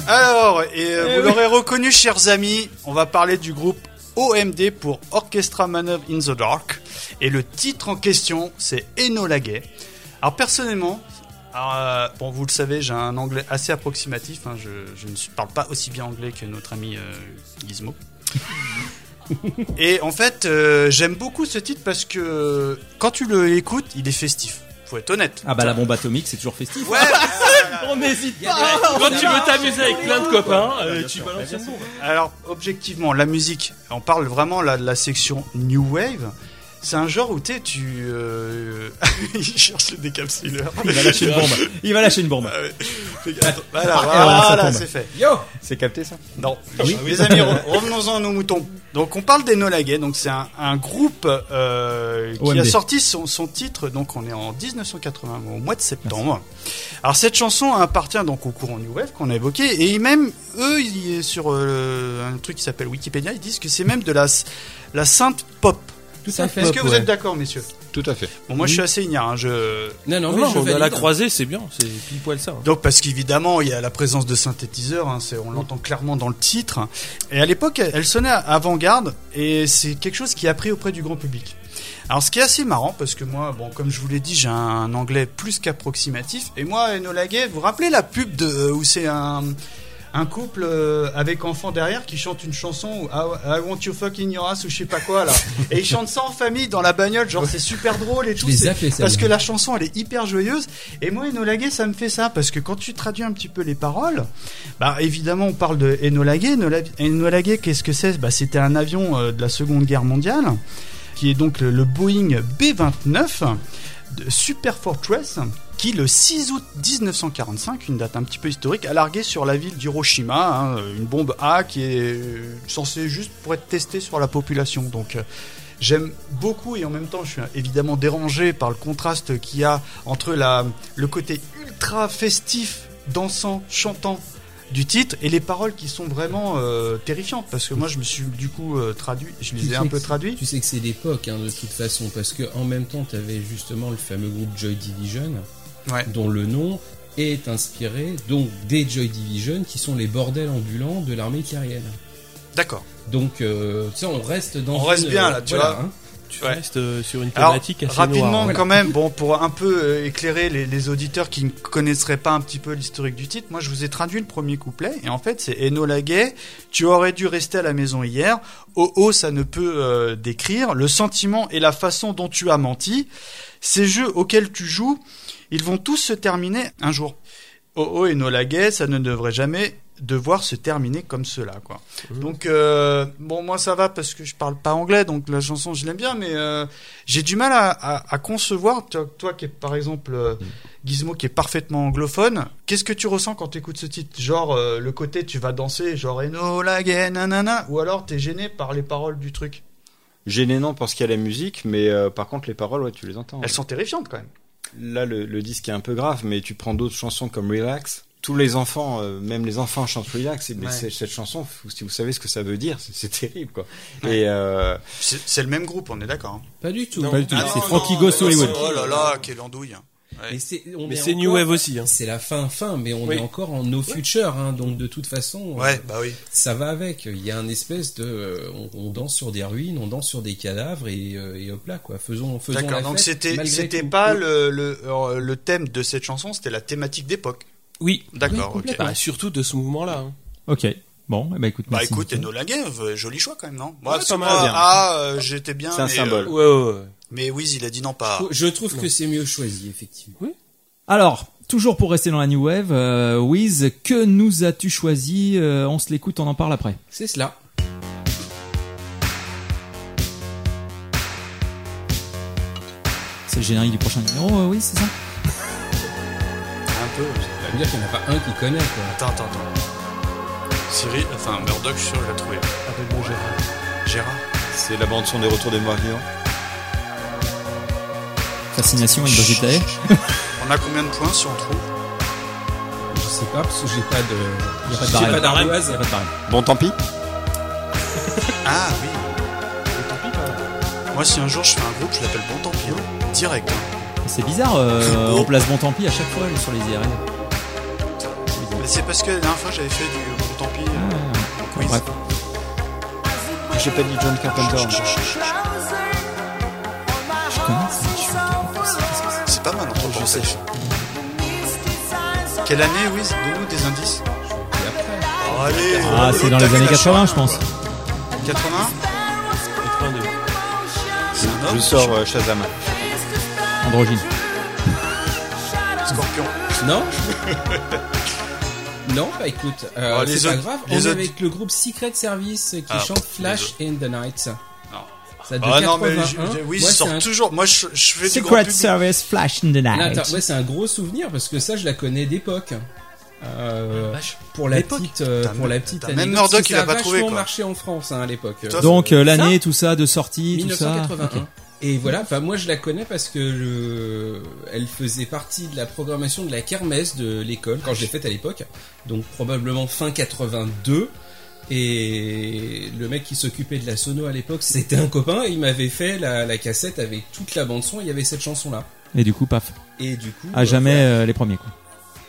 A: Alors, et euh,
E: Eh
A: vous
E: oui.
A: l'aurez reconnu, chers amis, on va parler du groupe OMD pour Orchestra Manœuvre in the Dark. Et le titre en question, c'est Enola Gay. Alors, personnellement, alors, euh, bon, vous le savez, j'ai un anglais assez approximatif. hein, je, je ne suis- parle pas aussi bien anglais que notre ami euh, Gizmo. et en fait, euh, j'aime beaucoup ce titre parce que euh, quand tu le écoutes, il est festif. Faut être honnête.
E: Ah, bah, la bombe atomique, c'est toujours festif.
A: Ouais,
E: On n'hésite
C: y a des-
B: Quand tu veux t'amuser avec plein de copains, euh,
D: bien
B: tu
D: sûr,
B: balances
D: bien
B: une bombe.
A: Alors, objectivement, la musique, on parle vraiment là de la section New Wave. C'est un genre où t'es, tu. Euh... Il cherche le décapsuleur.
E: Il va lâcher une bombe. Il va lâcher une bombe.
A: Voilà,
E: voilà, ça
A: voilà,
E: tombe.
A: c'est fait.
C: Yo
D: C'est capté ça
A: Non. Les amis, re- revenons-en à nos moutons. Donc, on parle des Nolagay. Donc, c'est un, un groupe euh, qui
E: OMD.
A: a sorti son, son titre. Donc, on est en 1980, au mois de septembre. Alors, cette chanson appartient donc au courant New Wave qu'on a évoqué. Et même, eux, ils- sur euh, un truc qui s'appelle Wikipédia, ils disent que c'est même de la, s- la sainte pop.
E: Tout
C: à fait.
A: Est-ce que vous
E: ouais.
A: êtes d'accord, messieurs
D: Tout à fait.
A: Bon, moi,
E: Oui.
A: je suis assez ignare. hein, je...
C: Non, non,
B: Non,
C: mais
B: non,
C: je
B: on a
C: valide.
B: la croisée, c'est bien, c'est pile poil ça. hein.
A: Donc, parce qu'évidemment, il y a la présence de synthétiseurs. hein, c'est- on l'entend clairement dans le titre. Et à l'époque, elle elle sonnait avant-garde, et c'est quelque chose qui a pris auprès du grand public. Alors, ce qui est assez marrant, parce que moi, bon, comme je vous l'ai dit, j'ai un anglais plus qu'approximatif. Et moi, Enola Gay, vous vous rappelez la pub de euh, où c'est un un couple euh, avec enfant derrière qui chante une chanson ou I, I want you fucking your ass ou je sais pas quoi là et ils chantent ça en famille dans la bagnole genre c'est super drôle et tout
C: l'ai
A: c'est-
C: zappé, celle-là.
A: parce que la chanson elle est hyper joyeuse et moi Enola Gay ça me fait ça parce que quand tu traduis un petit peu les paroles bah évidemment on parle de Enola Gay Enola, Enola Gay qu'est-ce que c'est bah c'était un avion euh, de la Seconde Guerre mondiale qui est donc le, le Boeing B29 de Super Fortress qui le 6 août 1945, une date un petit peu historique, a largué sur la ville d'Hiroshima hein, une bombe A qui est euh, censée juste pour être testée sur la population. Donc euh, j'aime beaucoup et en même temps je suis euh, évidemment dérangé par le contraste qu'il y a entre la, le côté ultra festif, dansant, chantant du titre et les paroles qui sont vraiment euh, terrifiantes parce que moi je me suis du coup euh, traduit, je les ai un peu traduit.
C: Tu sais que c'est l'époque, hein, de toute façon, parce que en même temps, t'avais justement le fameux groupe Joy Division,
A: Ouais.
C: dont le nom est inspiré donc des Joy Division qui sont les bordels ambulants de l'armée italienne.
A: D'accord.
C: Donc euh, tu sais, on reste dans
A: On reste
C: une,
A: bien, là, tu vois.
C: hein.
B: Tu
A: Ouais.
B: restes euh, sur une
A: Alors,
B: thématique assez
A: rapidement
B: noire. hein.
A: quand même, bon, pour un peu euh, éclairer les, les auditeurs qui ne connaisseraient pas un petit peu l'historique du titre, moi je vous ai traduit le premier couplet, et en fait c'est Enola Gay, tu aurais dû rester à la maison hier, oh oh ça ne peut euh, décrire, le sentiment et la façon dont tu as menti, ces jeux auxquels tu joues, ils vont tous se terminer un jour. Oh oh Enola Gay, ça ne devrait jamais devoir se terminer comme cela quoi. Donc euh, bon moi ça va parce que je parle pas anglais donc la chanson je l'aime bien mais euh, j'ai du mal à, à- à concevoir, toi, toi qui es par exemple euh, Gizmo qui est parfaitement anglophone, qu'est-ce que tu ressens quand tu écoutes ce titre Genre euh, le côté tu vas danser, genre Eno la gay, nanana, ou alors t'es gêné par les paroles du truc.
D: Gêné non parce qu'il y a la musique, mais euh, par contre les paroles, ouais, tu les entends.
A: Elles sont terrifiantes quand même.
D: Là, le, le disque est un peu grave, mais tu prends d'autres chansons comme Relax. Tous les enfants, euh, même les enfants chantent Relax. Mais
A: Ouais.
D: c'est- cette chanson, faut- si vous savez ce que ça veut dire, c'est- c'est terrible quoi. Et euh,
A: C'est c'est le même groupe, on est d'accord. hein. Oh
C: Pas du tout.
B: Non.
E: Pas du tout,
B: Ah
E: c'est
B: non,
E: Frankie
B: non,
E: Goes
B: non,
E: Hollywood.
B: non,
A: quelle andouille.
C: Mais c'est on
B: Mais
C: est
B: c'est
C: encore-
B: New Wave aussi. Hein.
C: C'est la fin fin, mais on
B: Oui.
C: est encore en no future, hein, donc de toute façon, euh,
A: bah oui.
C: ça va avec. Il y a un espèce de, euh, on, on danse sur des ruines, on danse sur des cadavres et, euh, et hop là quoi. Faisons, faisons la
A: D'accord, donc
C: fête,
A: c'était
C: malgré
A: c'était
C: tout.
A: pas
C: Oui.
A: le, le, euh, le thème de cette chanson, c'était la thématique d'époque.
B: Oui.
A: D'accord, ok.
B: Bah, surtout de ce mouvement-là. hein.
E: Ok. Bon, eh ben, écoute,
A: Bah
E: merci
A: écoute,
E: beaucoup.
A: Eno Laguev, joli choix quand même, non Moi,
B: Ouais,
A: c'est
B: pas mal,
A: pas-
B: bien.
A: Ah, euh, j'étais bien.
D: C'est un
A: mais,
D: symbole.
A: euh,
B: Ouais, ouais, ouais.
A: mais Wiz, il a dit non pas.
C: Je trouve que c'est mieux choisi effectivement.
E: Alors, toujours pour rester dans la New Wave, euh, Wiz, que nous as-tu choisi Euh, On se l'écoute, on en parle après.
C: C'est cela.
E: C'est le générique du prochain numéro, euh, Wiz, c'est ça
A: Un peu.
C: Ça veut dire qu'il n'y en a pas un qui connaît quoi.
A: Attends, attends, attends. Cyril, enfin Murdoch, je suis sûr que je l'ai trouvé. Gérard.
D: c'est la bande son des retours des morts vivants.
E: Fascination et Vegetae.
A: On a combien de points si on trouve
C: Je sais pas parce que j'ai pas de,
E: Y a pas de
C: j'ai
E: barème.
C: pas d'ardoise.
E: Y a pas de barème.
D: Bon, tant pis.
A: Ah oui. Bon, tant pis, pas. Moi, si un jour je fais un groupe, je l'appelle Bon Tant pis. hein. Direct. hein.
E: C'est bizarre, euh, on place bon tant pis à chaque fois sur les IRL.
A: Mais c'est parce que la dernière fois j'avais fait du Bon Tant pis.
E: Ah,
A: euh, quiz.
E: bref.
D: J'ai pas dit John Carpenter.
A: Chut, chut, chut, chut.
E: je connais ça, je suis pas pensé à ça.
A: C'est pas mal en je sais. Quelle année, Wiz Donne-nous des indices. Allez, euh,
E: Ah, c'est dans les années 80, je pense.
A: 80
B: 82.
A: C'est un homme
D: Je sors euh, Shazam.
E: Androgyne.
A: Scorpion.
C: Non Non, bah écoute, euh,
A: Oh, les
C: c'est pas
A: autres-
C: grave.
A: les
C: On est
A: autres-
C: avec le groupe Secret Service qui
A: Ah,
C: chante Flash in the Night.
A: Non.
C: Ça
A: Ah non, mais
C: oui,
A: je- je- oui, je sors toujours. Moi, je, je fais du grand
E: Secret
A: public.
E: Service Flash in the Night.
C: ouais, c'est un gros souvenir parce que ça, je la connais d'époque. Euh,
E: Bah,
B: Vache.
C: pour la
B: L'époque.
C: petite, euh,
A: T'as
C: pour
A: même-
C: la petite
A: t'as même
C: anecdote, parce
A: Murdoch,
C: que
A: il
C: ça
A: a pas trouvé,
C: vachement
A: quoi.
C: marché en France hein, à l'époque.
A: Tout à fait.
E: Donc euh,
C: Ça,
E: l'année, tout ça, de sortie, tout ça.
C: 1981. Et voilà, enfin moi je la connais parce que je- elle faisait partie de la programmation de la kermesse de l'école quand je l'ai faite à l'époque, donc probablement fin 82. Et le mec qui s'occupait de la sono à l'époque, c'était un copain. et Il m'avait fait la, la cassette avec toute la bande son. Il y avait cette chanson là.
E: Et du coup, paf.
C: Et du coup,
E: À
C: euh,
E: jamais
C: voilà.
E: euh, les premiers, quoi.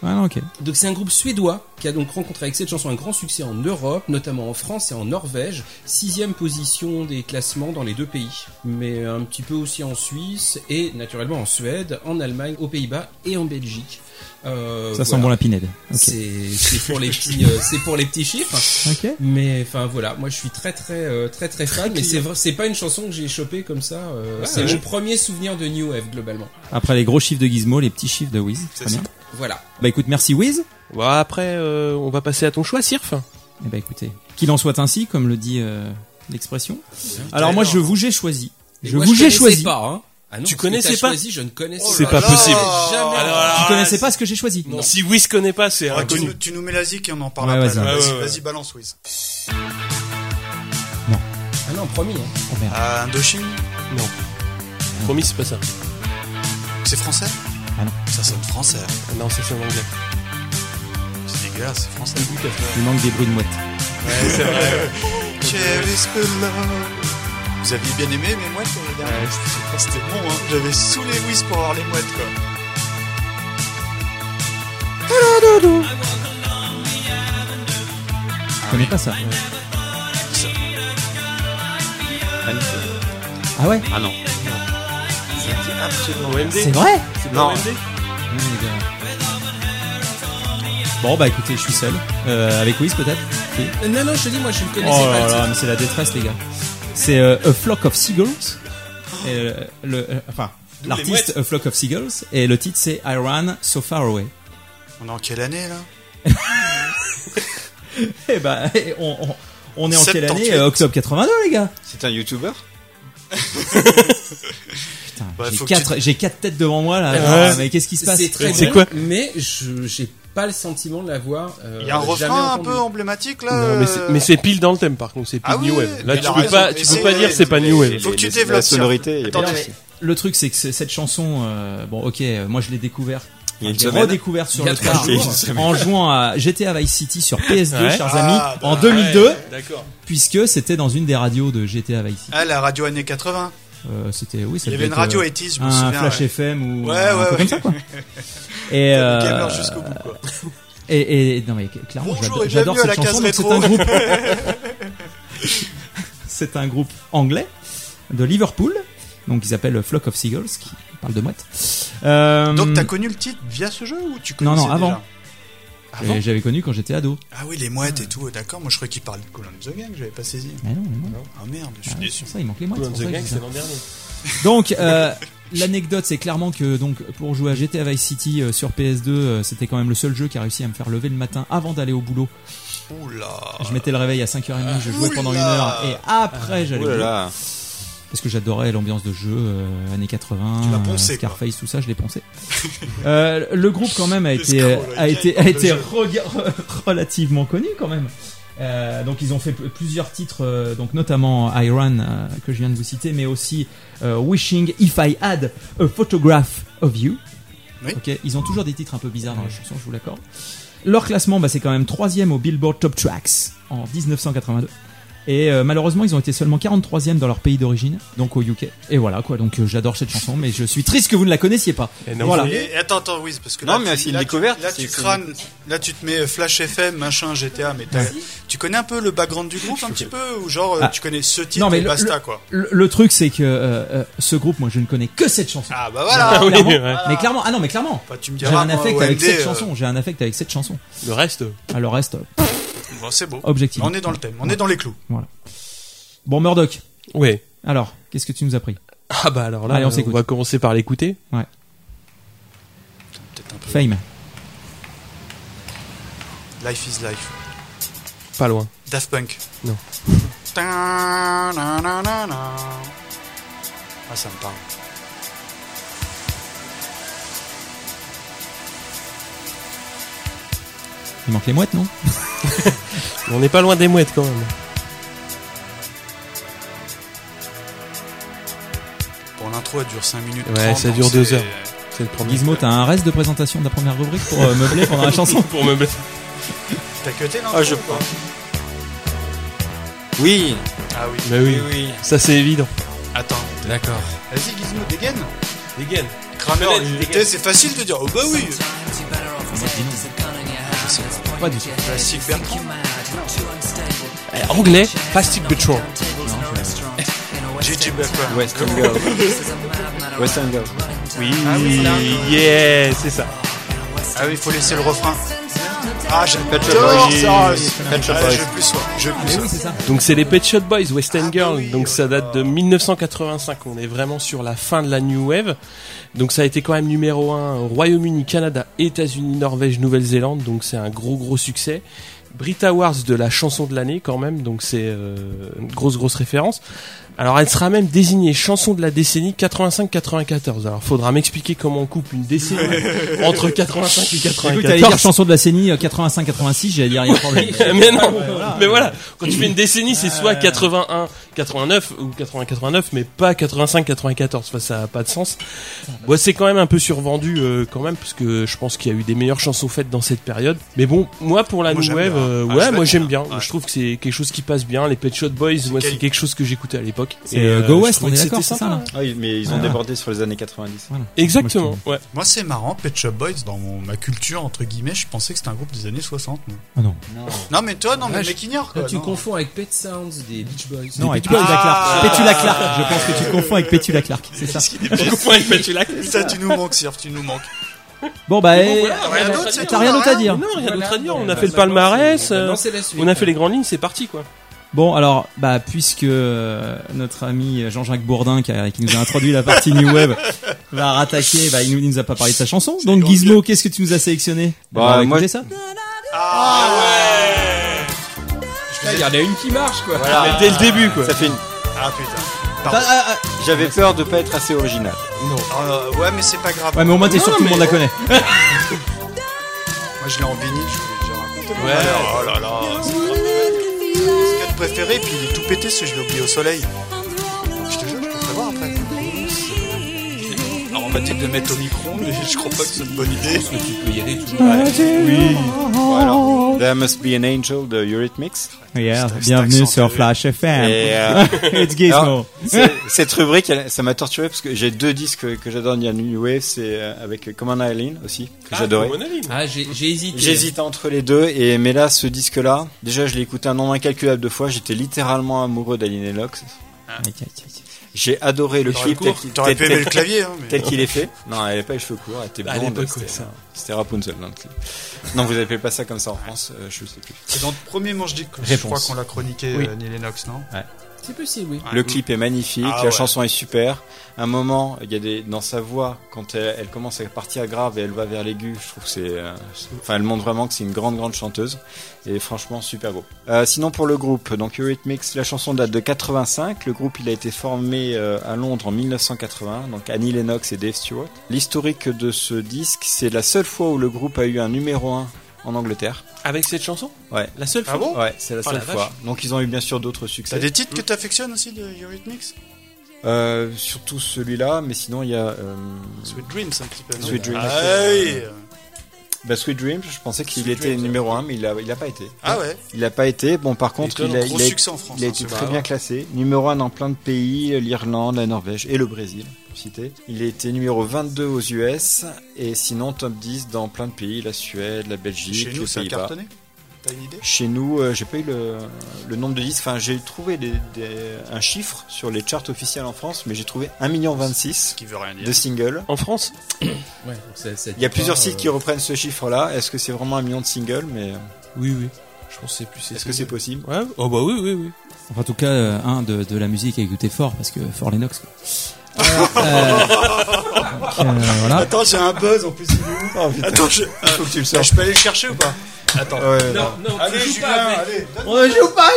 E: Ouais, non, ok.
C: Donc c'est un groupe suédois qui a donc rencontré avec cette chanson un grand succès en Europe, notamment en France et en Norvège, sixième position des classements dans les deux pays, mais un petit peu aussi en Suisse et naturellement en Suède, en Allemagne, aux Pays-Bas et en Belgique. Euh,
E: Ça sent
C: voilà.
E: bon la pinède. Ok.
C: C'est c'est pour les petits, euh, c'est pour les petits chiffres.
E: Ok.
C: Mais enfin voilà, moi je suis très très euh, très très fan. mais c'est vrai, c'est pas une chanson que j'ai chopée comme ça. euh, c'est
B: ouais.
C: mon premier souvenir de New Wave globalement.
E: Après les gros chiffres de Gizmo, les petits chiffres de Wiz.
A: C'est
E: Très bien.
C: Voilà.
E: Bah écoute, merci Wiz.
B: Bah, après, euh, on va passer à ton choix, Sirf.
E: Eh ben écoutez, qu'il en soit ainsi, comme le dit euh, l'expression. Alors moi, je vous ai choisi.
C: Et
E: Je
C: moi,
E: vous ai
C: connaissais
E: choisi.
C: Pas, hein. Ah non,
B: Tu
C: ce que
B: connaissais
C: t'as
B: pas
C: choisi, Je ne connaissais
A: Oh
B: C'est
A: là
B: pas
A: là
B: possible.
C: Jamais.
B: Alors là,
E: Tu connaissais pas ce que j'ai choisi
C: Non.
B: Si Wiz connaît pas, c'est
A: Ah, tu,
B: inconnu.
A: nous- tu nous mets la zik et on en parle
E: Ouais,
A: après.
E: vas-y.
A: là.
B: Ouais,
A: Vas-y,
B: ouais,
A: vas-y, balance, Wiz.
C: Ah non, promis. hein.
E: Oh, merde.
A: Ah, Indochine,
B: Promis, c'est pas ça.
A: c'est français
E: Ah non.
A: Ça sonne français.
B: Ah Non, ça c'est en anglais.
A: C'est dégueulasse, c'est français.
E: Il manque des bruits de mouette.
A: Cherish below. Vous aviez bien aimé mes mouettes euh, les derniers C'était- C'était bon, hein. J'avais sous les Wiz pour avoir les mouettes, quoi.
E: Je connais pas ça. Ah ouais
F: Ah non.
B: absolument OMD.
E: C'est vrai
B: C'est
F: Non.
B: pas OMD
E: Bon bah écoutez, je suis seul. Euh, avec Wiz peut-être Oui.
C: Non, non, je te dis, moi je ne connaissais
E: Oh
C: pas. le
E: là là,
C: titre.
E: mais c'est la détresse les gars. C'est euh, A Flock of Seagulls. Et, euh, le, euh, enfin,
B: D'où les
E: l'artiste A Flock of Seagulls. Et le titre c'est I Ran So Far Away.
A: On est en quelle année là
E: Eh bah, et on, on, on est en quelle
A: 78.
E: année Euh, Octobre 82, les gars
D: C'est un youtubeur
E: Putain,
A: Bah,
E: j'ai
A: faut que
E: quatre, j'ai quatre têtes devant moi là.
B: Ouais.
E: Ah, mais qu'est-ce qui se passe
C: C'est très
B: C'est
C: bon,
B: quoi
C: mais je j'ai pas le sentiment de l'avoir. euh,
A: Il y a un
C: jamais
A: refrain un
C: entendu.
A: peu emblématique là
B: Non, mais c'est-
A: euh,
B: mais c'est pile dans le thème par contre, c'est pile
A: Ah oui,
B: New Wave.
A: mais
B: Là tu
A: t'as
B: peux
A: raison,
B: pas,
A: mais
B: tu
A: c'est-
B: peux pas dire c'est pas New Wave.
A: Faut que tu
D: Les- les-
A: développes,
D: La sonorité, il y a pas de
A: Attendez.
D: souci.
E: Le truc, c'est que c'est- cette chanson, euh, bon, ok, euh, moi je l'ai découverte.
D: Il y a une
E: je l'ai
D: semaine.
E: redécouverte
C: Il
E: sur
C: y a
E: le
C: trois
E: tard
D: jours.
E: en jouant à GTA Vice City sur PS2,
B: Ouais.
E: chers
A: Ah,
E: amis,
A: bah,
E: en 2002,
B: D'accord.
E: puisque c'était dans une des radios de GTA Vice City.
A: Ah, la radio années 80.
E: Euh, c'était, oui, ça
A: Il y
E: devait
A: avait une
E: être,
A: radio
E: euh,
A: 80s, je me
E: un
A: souviens.
E: Flash
A: ouais.
E: FM ou
A: Ouais,
E: un
A: ouais,
E: peu
A: ouais.
E: comme ça, quoi. Et, euh,
A: Gamer jusqu'au bout quoi.
E: Et, et- non mais clairement,
A: Bonjour
E: j'ado-
A: et
E: j'adore cette
A: bienvenue à
E: chanson.
A: la
E: donc
A: case
E: C'est un groupe. c'est un groupe anglais de Liverpool, donc ils appellent Flock of Seagulls, qui parle de mouettes. Euh,
A: Donc t'as connu le titre via ce jeu ou tu
E: Non,
A: connaissais
E: non, avant.
A: déjà
E: et
A: Avant
E: J'avais connu quand j'étais ado.
A: Ah oui, les mouettes et tout, d'accord. Moi je croyais qu'il parlait de Colin the Gang, j'avais pas saisi.
E: Mais non, mais non.
A: Ah merde, je suis
E: Ah,
A: déçu.
E: c'est pour ça, il manque les mouettes. c'est pour ça
B: The
E: que je
B: Gang,
E: dis
B: c'est
E: ça.
B: l'an dernier.
E: Donc euh, l'anecdote, c'est clairement que donc pour jouer à GTA Vice City euh, sur PS2, euh, c'était quand même le seul jeu qui a réussi à me faire lever le matin avant d'aller au boulot.
A: Oula.
E: Je mettais le réveil à 5h30, je jouais pendant une
A: Oh. Oula.
E: heure et après j'allais
D: Oh
E: au
D: là
E: boulot.
D: là.
E: parce que j'adorais l'ambiance de jeu euh, années 80
A: Tu l'as
E: euh,
A: poncé, quoi.
E: Scarface tout ça je l'ai poncé Euh, le groupe quand même a été
A: scroll,
E: euh, a
A: le
E: été
A: gars,
E: a
A: le
E: été
A: jeu.
E: rega- relativement connu quand même Euh, donc ils ont fait p- plusieurs titres euh, donc notamment Iran euh, que je viens de vous citer mais aussi euh, Wishing If I Had a Photograph of You
A: Oui.
E: ok ils ont toujours des titres un peu bizarres dans les chansons je vous l'accorde leur classement bah, c'est quand même troisième au Billboard Top Tracks en 1982 et euh, malheureusement, ils ont été seulement 43e dans leur pays d'origine, donc au UK. Et voilà quoi, donc euh, j'adore cette chanson, mais je suis triste que vous ne la connaissiez pas.
B: Et non,
E: Voilà.
A: Et, et attends, attends, Wiz, parce que là,
D: Non, mais
A: tu-
D: c'est une
A: là, tu-
D: découverte,
A: Là,
D: c'est-
A: tu
D: c'est-
A: crânes, là, tu te mets euh, Flash FM, machin, GTA, mais t'as- tu connais un peu le background du groupe, un petit peu, ou genre, euh,
E: Ah.
A: tu connais ce titre
E: Non, mais
A: et
E: le-
A: basta, quoi.
E: Le, le truc, c'est que euh, euh, ce groupe, moi, je ne connais que cette chanson.
A: Ah, bah voilà.
B: Ah oui,
E: Clairement.
B: ouais.
E: Mais clairement, ah non, mais clairement,
A: Enfin, tu me
E: j'ai
A: diras,
E: un
A: moi,
E: affect
A: OMD,
E: avec cette
A: euh,
E: chanson. J'ai un affect avec cette chanson.
B: le reste.
E: Ah, le reste, euh,
A: Bon, c'est beau.
E: objectif.
A: On est dans le thème, on est dans les clous.
E: Bon, Murdoch.
B: Ouais.
E: Alors, qu'est-ce que tu nous as pris
B: Ah bah alors là,
E: Allez, on
B: on,
E: s'écoute.
B: va commencer par l'écouter.
A: Peut-être un peu.
E: Fame.
A: Life is life.
B: Pas loin.
A: Daft Punk.
B: Non.
A: Ta- na- na- na- na. Ah, ça me parle.
E: Il manque les mouettes, non
B: On n'est pas loin des mouettes quand même.
A: Pour l'intro, elle dure 5 minutes.
B: Ouais,
A: 30,
B: ça
A: donc
B: dure deux
A: c'est-
B: heures. C'est le premier.
E: Gizmo, t'as un reste de présentation de la première rubrique pour euh, meubler pendant la chanson
B: pour meubler.
A: T'as cuté l'intro
D: Ah, je
A: ou pas
D: Oui,
A: Ah oui.
B: Mais oui,
D: oui.
B: ça c'est évident.
A: Attends.
B: D'accord.
A: Vas-y, Gizmo, dégaine.
B: Dégaine.
A: Kramer,
B: Peut-être,
A: il
B: dégaine.
A: était- c'est facile de dire. Oh bah oui.
E: Pas du tout.
A: Classique Bertrand.
G: Eh,
B: anglais, Plastic Bertrand.
A: Gigi Bertrand.
D: Western Girl. Western Girl.
B: Oui, yeah, c'est ça.
A: Ah oui, il faut laisser le refrain. Ah, j'adore
D: Pet Shop Boys.
A: ça.
D: Pet Shop
A: Ah,
D: Boys.
A: je veux plus ça. Je veux plus
E: Mais
A: ça.
E: oui, c'est ça.
B: Donc c'est les Pet Shop Boys, West End
A: Ah,
B: Girl.
A: bah oui,
B: Donc ça
A: oh là
B: date
A: là.
B: de 1985. On est vraiment sur la fin de la New Wave. Donc ça a été quand même numéro 1 au Royaume-Uni, Canada, États-Unis, Norvège, Nouvelle-Zélande. Donc c'est un gros gros succès. Brit Awards de la chanson de l'année quand même. Donc c'est euh, une grosse grosse référence. Alors elle sera même désignée chanson de la décennie 85-94. Alors faudra m'expliquer comment on coupe une décennie entre 85 et
E: J'ai cru que t'allais dire
B: 94.
E: chanson de la euh, CENI
B: euh,
E: 85-86, j'allais dire il y a un problème.
B: mais non, mais voilà, quand tu fais une décennie, c'est soit 81, 89 ou 80 89 mais pas 85 94 enfin, ça a pas de sens bon, c'est quand même un peu survendu euh, quand même parce que je pense qu'il y a eu des meilleures chansons faites dans cette période mais bon moi pour la
A: Moi,
B: new
A: j'aime
B: wave
A: bien.
B: euh,
A: Ah, je
B: ouais
A: vais
B: moi
A: être
B: j'aime
A: bien.
B: bien
A: Ouais.
B: je trouve que c'est quelque chose qui passe bien les Pet Shop Boys moi
A: quel-
B: c'est quelque chose que j'écoutais à l'époque
E: C'est, euh, Go
B: je
E: West,
B: trouvais
E: on
B: que
E: est
B: c'était
E: d'accord, c'est ça,
B: sympa.
E: là
D: Ah oui, mais ils ont
E: Ah.
D: débordé sur les années 90.
E: Voilà.
B: exactement ouais
A: Moi, c'est marrant, Pet Shop Boys, dans mon- ma culture, entre guillemets, je pensais que c'était un groupe des années 60. moi.
E: Ah non.
A: Non, mais toi, non,
C: Ah,
A: mais
C: je-
A: mec ignore,
C: Là,
A: quoi.
C: tu
A: euh, non.
C: confonds avec Pet Sounds des Beach Boys.
E: Non,
C: Des
E: avec
A: Petula
E: Petula Clark.
A: Clark.
E: Petula Clark. Je pense que tu confonds avec Petula Clark. C'est ça.
A: Qu'est-ce qu'il est bête. Ça, tu nous manques, Sirf, tu nous manques.
E: Bon, bah, eh,
A: rien d'autre, c'est tout,
E: t'as rien
A: hein.
E: d'autre à dire.
B: non rien
C: Voilà.
B: d'autre à dire on a
C: Bah,
B: fait le
C: maintenant,
B: palmarès
C: c'est-
B: euh,
C: maintenant, c'est la suite.
B: on a fait les grandes lignes c'est parti quoi
E: Bon, alors, bah, puisque euh, notre ami Jean-Jacques Bourdin, qui, a- qui nous a introduit la partie New Web, va rattaquer, bah, il nous, il nous a pas parlé de sa chanson. Donc,
A: grand
E: Gizmo, qu'est-ce que tu nous as sélectionné
D: Bah,
E: On va
D: moi-
E: écouter ça
A: Ah ouais
C: Là, Ah, il y en a une qui marche, quoi.
D: Voilà.
B: Mais dès le début quoi
D: Ça fait une...
A: Ah putain.
E: Bah, ah,
D: J'avais peur de pas être assez original.
A: Euh, ouais, mais c'est pas grave.
E: ah. Ouais, mais au moins, t'es
B: Non,
E: sûr que tout le
B: mais-
E: monde la connaît.
A: Moi, je l'ai en vinyle, je vous l'ai déjà raconté.
B: Ouais.
A: Alors, Oh là là, c'est trop mon skate préféré, puis il est tout pété, ce je l'ai oublié au soleil. Je te jure, je peux te l'avoir après. Alors, on va peut-être le mettre au micro, mais je crois pas que c'est une bonne idée.
C: Parce que tu peux y aller tout le temps.
D: Oui. There must be an angel de Eurythmics.
E: Regarde,
A: C'est- c'est
E: bienvenue
A: accentué.
E: sur Flash FM.
D: Et, euh,
E: It's Gizmo.
D: Alors, c'est- cette rubrique, elle- ça m'a torturé parce que j'ai deux disques que j'adore. Il y a New Wave, c'est euh, avec Common Island aussi que j'adorais.
C: Ah, j'ai j'ai hésité.
D: J'hésite entre les deux et mais là ce disque là déjà je l'ai écouté un nombre incalculable de fois j'étais littéralement amoureux d'Aline Elox
E: Aïe, aïe, aïe.
D: j'ai adoré le clip tel qu'il-
A: Ah. T'aurais pu
D: tel-
A: aimer le
D: tel-
A: clavier, hein, mais...
D: tel qu'il est fait non elle avait pas les cheveux courts elle était
B: À
D: blonde
B: l'époque,
D: c'était- euh,
B: ouais, ça.
D: c'était Rapunzel dans le clip non vous appelez pas ça comme ça en France euh, je sais plus
A: C'est dans le premier manche du coup, je
E: Réponse.
A: crois qu'on l'a chroniqué,
E: Oui.
A: euh, Neil Lennox, non
C: C'est possible, oui.
D: Le clip est magnifique,
A: Ah
D: la
A: ouais.
D: chanson est super. Un moment, il y a des dans sa voix quand elle, elle commence à partir grave et elle va vers l'aigu. Je trouve que c'est, euh, c'est- enfin, elle montre vraiment que c'est une grande grande chanteuse et franchement super beau. Euh, sinon pour le groupe, donc Eurythmics, la chanson date de 85. Le groupe il a été formé euh, à Londres en 1980, donc Annie Lennox et Dave Stewart. L'historique de ce disque, c'est la seule fois où le groupe a eu un numéro 1 en Angleterre.
B: avec cette chanson
D: Ouais.
B: la seule
A: Ah
B: fois
A: bon
D: Ouais, c'est la
B: Oh,
D: seule
B: la vache.
D: fois. Donc ils ont eu bien sûr d'autres succès.
A: T'as des titres que t'affectionnes aussi de Eurythmics
D: Euh, surtout celui-là, mais sinon il y a euh,
A: Sweet Dreams, un petit peu, non
D: Sweet Dreams.
A: Ah oui.
D: bah, Sweet Dreams. Je pensais qu'il
A: Sweet
D: était
A: Dreams,
D: numéro 1, mais il a, il a pas été.
A: Ah ouais
D: Il a pas été. Bon, par contre, il
A: Étonnant.
D: a,
A: gros
D: il a-
A: succès en France.
D: il a
A: hein,
D: été
A: c'est
D: très
A: vrai.
D: bien classé. Numéro 1 dans plein de pays, l'Irlande, la Norvège et le Brésil, pour citer. Il a été numéro 22 aux US et sinon top 10 dans plein de pays, la Suède, la Belgique,
A: Chez nous,
D: les
A: ça a
D: Pays-Bas.
A: cartonné T'as une idée
D: Chez nous, euh, j'ai pas eu le, le nombre de disques. Enfin, j'ai trouvé des- des- un chiffre sur les charts officielles en France, mais j'ai trouvé 1,26 million
A: Ce qui veut rien dire.
D: de singles.
B: en France
C: Ouais, donc ça- ça
D: Il y a
C: dit
D: plusieurs
C: pas,
D: sites
C: euh,
D: qui reprennent ce chiffre-là. Est-ce que c'est vraiment un million de singles Mais euh,
B: oui oui je pense que c'est plus
D: est-ce que c'est possible
B: Ouais. Oh bah oui, oui, oui.
E: Enfin, en tout cas, euh, un de, de la musique à écouter fort parce que fort Lennox. Quoi. Euh, euh, donc, euh, voilà.
A: Attends, j'ai un buzz en plus. il est où
D: Oh, putain, Ah,
A: Attends, je...
D: il faut que tu le
A: Ah,
D: sortes.
A: je peux aller le chercher ou pas Attends.
D: Ouais, non.
C: euh, Non, non,
A: Allez,
C: tu joues
A: Julien,
C: pas avec.
A: allez. donne-
E: On ne joue pas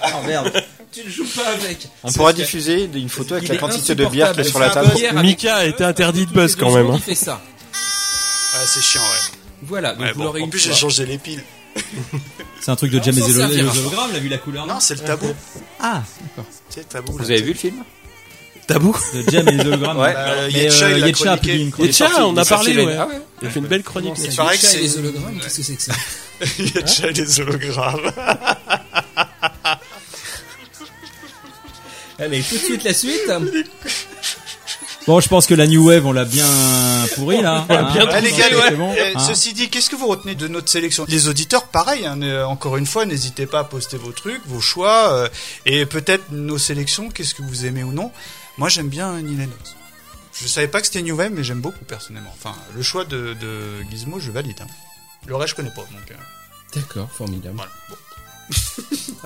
E: Oh merde.
C: Tu ne joues pas avec.
D: On pourra diffuser une photo avec
C: Il
D: la
C: est
D: quantité de bière qui est
C: insupportable.
D: sur la
C: C'est un
D: table.
C: buzz. Avec-
B: Mika a été interdit de
C: Toutes les
B: buzz
C: deux
B: quand même.
C: secondes,
B: hein.
C: Il fait ça.
A: Ah, c'est chiant, ouais.
C: Voilà, donc
A: Ouais,
C: vous
A: bon,
C: l'aurez
A: En
C: une
A: plus, j'ai
C: fois.
A: changé les piles.
E: C'est un truc de James
C: Ah, On s'en
E: et le- et
C: servira.
E: les hologrammes, l'a vu la couleur
A: Non, c'est le tabou.
E: Ah,
A: C'est le tabou.
D: Vous
A: là.
D: avez vu le film
B: Tabou.
E: de James et les hologrammes.
D: Ouais.
A: Euh,
E: Mais,
A: Yetcha,
E: euh,
A: il a
E: Yetcha a
A: chroniqué.
E: publié une chronique.
B: Tiens, on a parlé, ouais.
D: Ah ouais.
B: Il a fait une belle chronique.
A: Il
C: C'est
A: paraît que
C: Yetcha et
A: c'est-
C: les hologrammes, qu'est-ce que c'est que ça
A: Yetcha, les hologrammes.
C: Allez, tout de suite la suite.
E: Bon, je pense que la New Wave, on l'a bien pourri là. Hein,
B: bien
A: Ah, les gars,
E: c'est
A: ouais.
E: bon,
A: Eh,
E: hein.
A: Ceci dit, qu'est-ce que vous retenez de notre sélection Les auditeurs, pareil, hein, euh, encore une fois, n'hésitez pas à poster vos trucs, vos choix, euh, et peut-être nos sélections, qu'est-ce que vous aimez ou non. Moi, j'aime bien euh, Neil and Ox. Je savais pas que c'était New Wave, mais j'aime beaucoup personnellement. Enfin, le choix de, de Gizmo, je valide. hein. Le reste, je connais pas. Donc, euh,
C: D'accord, formidable.
A: voilà. Bon.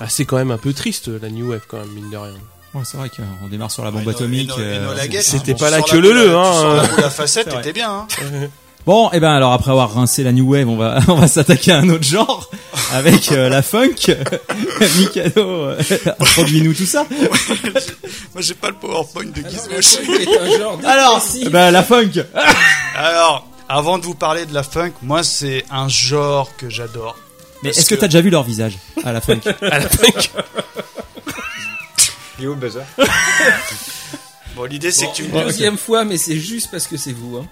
B: Ah, c'est quand même un peu triste, la New Wave, quand même, mine de rien.
E: Ah. Ouais, c'est vrai qu'on démarre sur la bombe
A: Et nos- et
E: atomique.
A: nos- et
E: euh,
A: nos laguettes,
B: Ah, c'était
A: hein,
B: pas
A: on
B: la
A: sort
B: queue leu-leu,
A: boule à-
B: hein.
A: tu sors la boule à facette,
E: C'est vrai.
A: t'étais bien. Hein.
E: Bon, et ben alors après avoir rincé la new wave, on va on va s'attaquer à un autre genre avec euh, la funk. Mikado, euh, introduis-nous tout ça.
A: Moi, j'ai pas le PowerPoint de
C: Alors,
A: Gizmo.
C: la funk est un genre
E: Alors,
C: dépressif.
E: eh ben la funk.
A: Alors, avant de vous parler de la funk, moi, c'est un genre que j'adore.
E: Mais
A: Parce
E: est-ce que,
A: que-
E: t'as déjà vu leur visage à la funk
B: À la punk.
D: Il est où le buzzer
A: Bon, l'idée c'est
C: Bon,
A: que tu
C: une
A: me dises.
C: deuxième fois, mais c'est juste parce que c'est vous. Hein.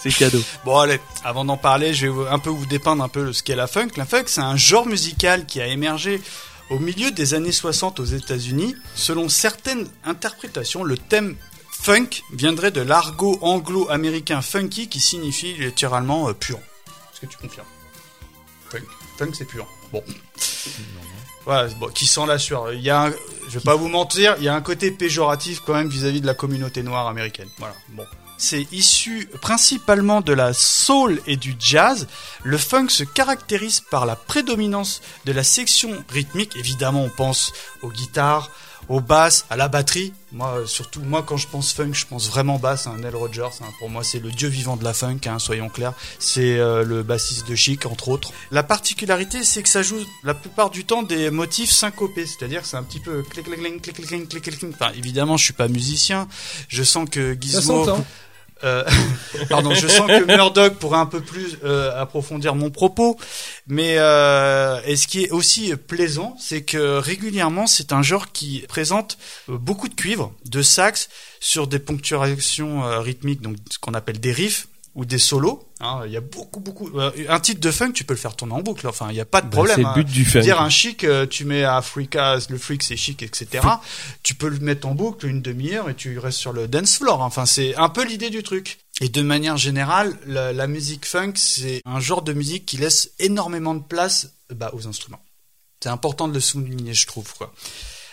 B: C'est cadeau.
A: Bon, allez, avant d'en parler, je vais vous- un peu vous dépeindre un peu ce qu'est la funk. La funk, c'est un genre musical qui a émergé au milieu des années 60 aux États-Unis. Selon certaines interprétations, le thème funk viendrait de l'argot anglo-américain funky qui signifie littéralement euh, puant. Est-ce que tu confirmes Funk, funk c'est puant. Bon. Voilà, bon, qui sent la sueur. Il y a un- je vais pas vous mentir, il y a un côté péjoratif quand même vis-à-vis de la communauté noire américaine. Voilà, bon. C'est issu principalement de la soul et du jazz. Le funk se caractérise par la prédominance de la section rythmique. Évidemment, on pense aux guitares, aux basses, à la batterie. Moi, euh, surtout, moi, quand je pense funk, je pense vraiment basse. Hein, Nell Rodgers, hein. pour moi, c'est le dieu vivant de la funk, hein, soyons clairs. C'est euh, le bassiste de Chic, entre autres. La particularité, c'est que ça joue la plupart du temps des motifs syncopés. C'est-à-dire que c'est un petit peu clic, clic, clic, clic, clic, clic, clic, clic, clic. Enfin, évidemment, je suis pas musicien. Je sens que
C: Ça
A: Gizmo...
C: s'entend.
A: Euh, pardon, je sens que Murdoch pourrait un peu plus euh, approfondir mon propos, mais euh, et ce qui est aussi plaisant, c'est que régulièrement, c'est un genre qui présente euh, beaucoup de cuivre, de sax sur des ponctuations euh, rythmiques, donc ce qu'on appelle des riffs ou des solos. hein. il y a beaucoup, beaucoup. euh, un titre de funk, tu peux le faire tourner en boucle. Enfin, il n'y a pas de problème.
B: Bah, C'est le
A: hein.
B: but du fun.
A: Dire un chic, euh, tu mets Africa, le freak c'est chic, etc. Tu peux le mettre en boucle une demi-heure et tu restes sur le dance floor. Enfin, c'est un peu l'idée du truc. Et de manière générale, la, la musique funk, c'est un genre de musique qui laisse énormément de place bah, aux instruments. C'est important de le souligner, je trouve. Quoi.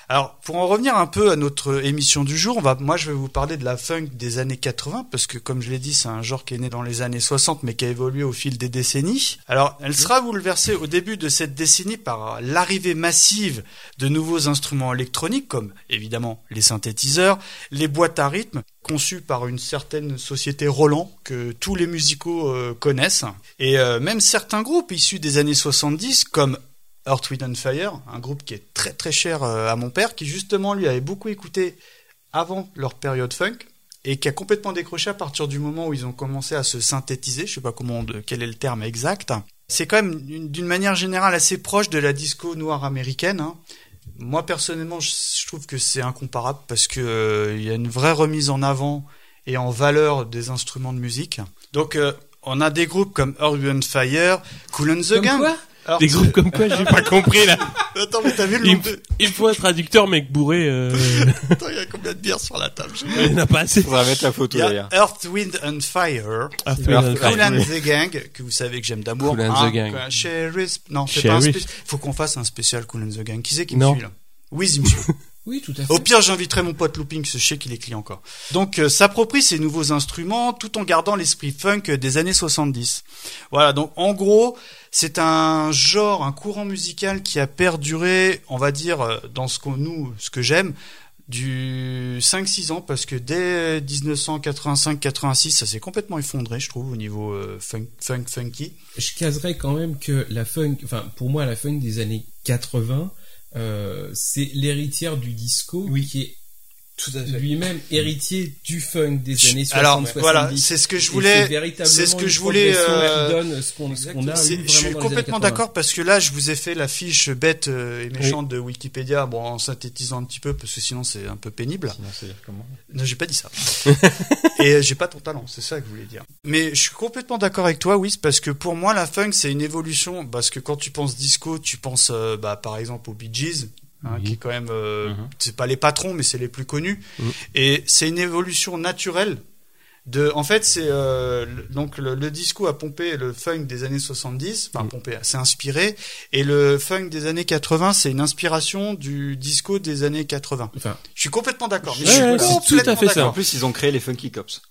A: Alors, pour en revenir un peu à notre émission du jour, on va, moi je vais vous parler de la funk des années 80, parce que comme je l'ai dit, c'est un genre qui est né dans les années 60, mais qui a évolué au fil des décennies. Alors, elle sera bouleversée au début de cette décennie par euh, l'arrivée massive de nouveaux instruments électroniques, comme évidemment les synthétiseurs, les boîtes à rythme, conçues par une certaine société Roland, que tous les musicaux euh, connaissent, et euh, même certains groupes issus des années 70, comme Earth, Wind and Fire, un groupe qui est très très cher euh, à mon père, qui justement lui avait beaucoup écouté avant leur période funk et qui a complètement décroché à partir du moment où ils ont commencé à se synthétiser. Je sais pas comment, on- quel est le terme exact. C'est quand même une- d'une manière générale assez proche de la disco noire américaine. hein. Moi personnellement, je, je trouve que c'est incomparable parce que euh, il y a une vraie remise en avant et en valeur des instruments de musique. Donc euh, on a des groupes comme Earth, Wind and Fire, Cool and the
C: Comme
A: Gang.
C: quoi
A: Earth-
B: Des groupes comme quoi, j'ai pas compris là.
A: Attends, mais t'as vu le
B: Il,
A: nombre de...
B: il faut un traducteur, mec bourré. euh,
A: Attends, il y a combien de bières sur la table je-
B: il n'y en a pas assez.
D: On va mettre la photo
A: Il y a
D: d'ailleurs.
A: Earth, Wind and Fire,
B: Ah,
D: Cool
A: Cool and
B: ouais.
A: the Gang, que vous savez que j'aime d'amour.
B: Kool and
A: hein,
B: the Gang.
A: quoi, Sheriff, non, c'est pas un
B: Sheriff.
A: spécial. Faut qu'on fasse un spécial Cool and the Gang. Qui c'est qui me
B: Non.
A: suit là Oui, il me suit.
C: Oui, tout à fait.
A: Au pire, j'inviterai mon pote Looping, parce que je sais qu'il est client encore. Donc, euh, s'approprie ces nouveaux instruments tout en gardant l'esprit funk euh, des années 70. Voilà, donc en gros, c'est un genre, un courant musical qui a perduré, on va dire, euh, dans ce qu'on nous, ce que j'aime, du 5-6 ans, parce que dès 1985-86, ça s'est complètement effondré, je trouve, au niveau euh, funk, funk, funky.
C: je caserais quand même que la funk, enfin pour moi la funk des années 80, euh, c'est l'héritière du disco qui est
A: Tout à
C: lui-même héritier du funk des années 60.
A: Alors, voilà,
C: 70.
A: c'est ce que je
C: Et
A: voulais.
C: c'est véritablement
A: c'est ce que
C: une
A: je voulais,
C: progression
A: euh,
C: qui donne ce qu'on ce qu'on a.
A: C'est-
C: eu
A: je suis
C: vraiment dans les années
A: complètement
C: 80.
A: d'accord parce que là, je vous ai fait la fiche bête euh, et méchante de Wikipédia, bon, en synthétisant un petit peu parce que sinon c'est un peu pénible.
D: Sinon, c'est comment
A: Non, j'ai pas dit ça. et euh, j'ai pas ton talent, c'est ça que je voulais dire. Mais je suis complètement d'accord avec toi, Wiss, parce que pour moi, la funk, c'est une évolution. Parce que quand tu penses disco, tu penses, euh, bah, par exemple, aux Bee Gees. hein,
B: Oui.
A: qui est quand même euh,
D: Mhm.
A: c'est pas les patrons mais c'est les plus connus
B: Mhm.
A: et c'est une évolution naturelle de en fait c'est euh, le- donc le, le disco a pompé le funk des années 70 enfin
B: Mhm.
A: pompé s'est inspiré et le funk des années 80 c'est une inspiration du disco des années 80
C: Enfin,
A: je suis complètement d'accord mais
B: Ouais,
A: je suis
B: ouais, c'est tout à
A: complètement
B: fait ça.
A: d'accord.
D: En plus, ils ont créé les Funky Cops.